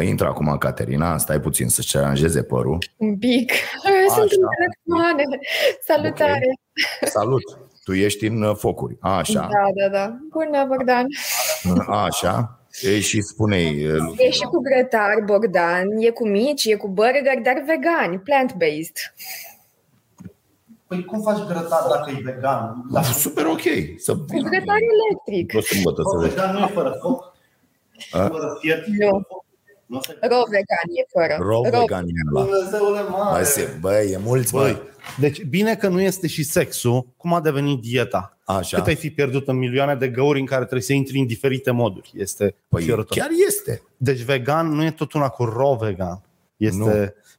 Speaker 2: Intră acum Caterina, stai puțin să-și aranjeze părul.
Speaker 5: Un pic. Sunt în telefoane. Salutare!
Speaker 2: Salut! Tu ești în uh, focuri. Așa,
Speaker 5: Da, da, da. Bună, Bogdan!
Speaker 2: așa. E, și spune-i, uh, Lu-
Speaker 5: E și cu grătar, Bogdan, e cu mici, e cu burger, dar vegan, plant-based.
Speaker 3: Păi cum faci grătar dacă e vegan? Dacă
Speaker 2: da, super ok. Să
Speaker 5: Cu
Speaker 2: vină.
Speaker 5: grătar electric.
Speaker 2: O sâmbătă să vezi.
Speaker 3: vegan nu e fără foc,
Speaker 2: A?
Speaker 3: fără fiert,
Speaker 5: Nu,
Speaker 3: nu se...
Speaker 5: raw vegan e fără.
Speaker 2: Rob
Speaker 5: Raw.
Speaker 2: vegan e ăla.
Speaker 3: Dumnezeule
Speaker 2: Hai să, băi, e mulți, băi.
Speaker 3: Deci bine că nu este și sexul, cum a devenit dieta.
Speaker 2: Așa.
Speaker 3: Cât ai fi pierdut în milioane de găuri în care trebuie să intri în diferite moduri. Este
Speaker 2: Păi
Speaker 3: înfiorător.
Speaker 2: chiar este.
Speaker 3: Deci vegan nu e tot una cu raw vegan. Este...
Speaker 2: Nu.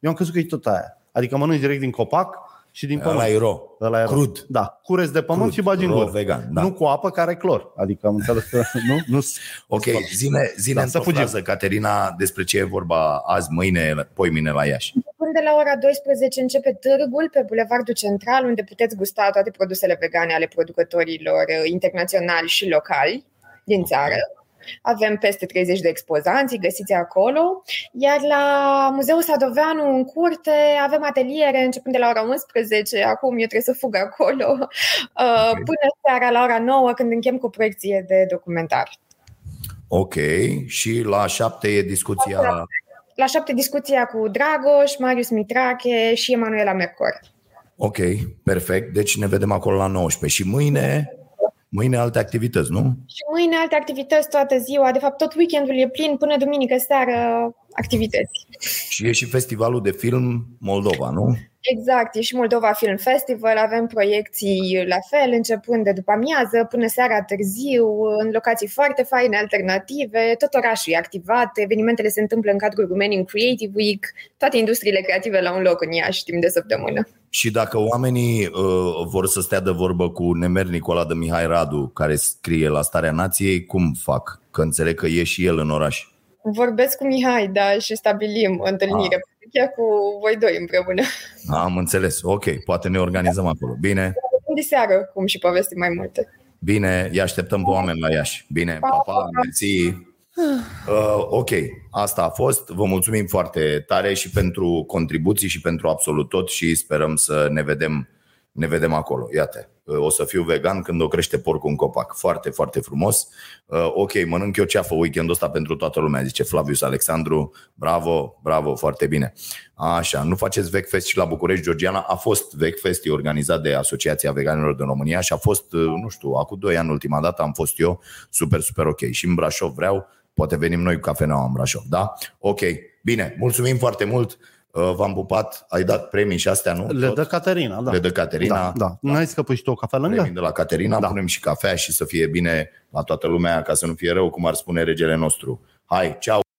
Speaker 3: Eu am crezut că e tot aia. Adică mănânci direct din copac și din pământ.
Speaker 2: Ăla e ro.
Speaker 3: Ăla e raw.
Speaker 2: Crud.
Speaker 3: Da, curez de pământ
Speaker 2: Crud,
Speaker 3: și bagi în
Speaker 2: raw
Speaker 3: gură.
Speaker 2: vegan, da.
Speaker 3: Nu cu apă care are clor. Adică am înțeles că nu, nu
Speaker 2: Ok, zine, zine
Speaker 3: Da,
Speaker 2: da,
Speaker 3: să
Speaker 2: într-o
Speaker 3: fugim.
Speaker 2: frază, Caterina, despre ce e vorba azi, mâine, poimine la Iași.
Speaker 5: Până de la ora 12 începe târgul pe Bulevardul Central, unde puteți gusta toate produsele vegane ale producătorilor eh, internaționali și locali din țară. Avem peste 30 de expozanți, îi găsiți acolo. Iar la Muzeul Sadoveanu, în curte, avem ateliere începând de la ora 11, acum eu trebuie să fug acolo, eh, până seara la ora 9, când închem cu proiecție de documentar.
Speaker 2: Ok, și la șapte e discuția...
Speaker 5: La șapte discuția cu Dragoș, Marius Mitrache și Emanuela Mercor.
Speaker 2: Ok, perfect. Deci ne vedem acolo la 19. Și mâine, mâine alte activități, nu?
Speaker 5: Și mâine alte activități toată ziua, de fapt tot weekendul e plin până duminică seară activități.
Speaker 2: Și e și festivalul de film Moldova, nu?
Speaker 5: Exact, e și Moldova Film Festival, avem proiecții la fel, începând de după amiază până seara târziu, în locații foarte faine, alternative, tot orașul e activat, evenimentele se întâmplă în cadrul Romanian Creative Week, toate industriile creative la un loc în Iași timp de săptămână.
Speaker 2: Și dacă oamenii uh, vor să stea de vorbă cu nemernicul ăla de Mihai Radu, care scrie la Starea Nației, cum fac? Că înțeleg că e și el în oraș.
Speaker 5: Vorbesc cu Mihai, da, și stabilim o întâlnire, chiar cu voi doi împreună.
Speaker 2: Da, Am înțeles. Ok, poate ne organizăm acolo. Bine,
Speaker 5: De seară, cum și povestim mai multe.
Speaker 2: bine, îi așteptăm pe oameni la Iași. Bine, pa, pa, mersi. Uh, ok, asta a fost. Vă mulțumim foarte tare și pentru contribuții și pentru absolut tot și sperăm să ne vedem, ne vedem acolo. Iată, uh, o să fiu vegan când o crește porcul în copac. Foarte, foarte frumos. Uh, ok, mănânc eu ceafă weekendul ăsta pentru toată lumea, zice Flavius Alexandru. Bravo, bravo, foarte bine. Așa, nu faceți Vecfest și la București, Georgiana. A fost Vecfest, e organizat de Asociația Veganilor din România și a fost, uh, nu știu, acum 2 ani ultima dată am fost eu. Super, super ok. Și în Brașov vreau. Poate venim noi cu cafeneaua în Brașov, da? Ok, bine, mulțumim foarte mult. Uh, V-am pupat, ai dat premii și astea, nu?
Speaker 3: Le
Speaker 2: Tot?
Speaker 3: dă Caterina, da.
Speaker 2: Le dă Caterina.
Speaker 3: Da, da. N-ai scăpat și tu o cafea
Speaker 2: Premii
Speaker 3: lângă?
Speaker 2: de la Caterina, da.
Speaker 3: Da.
Speaker 2: punem și cafea și să fie bine la toată lumea, ca să nu fie rău, cum ar spune regele nostru. Hai, ceau!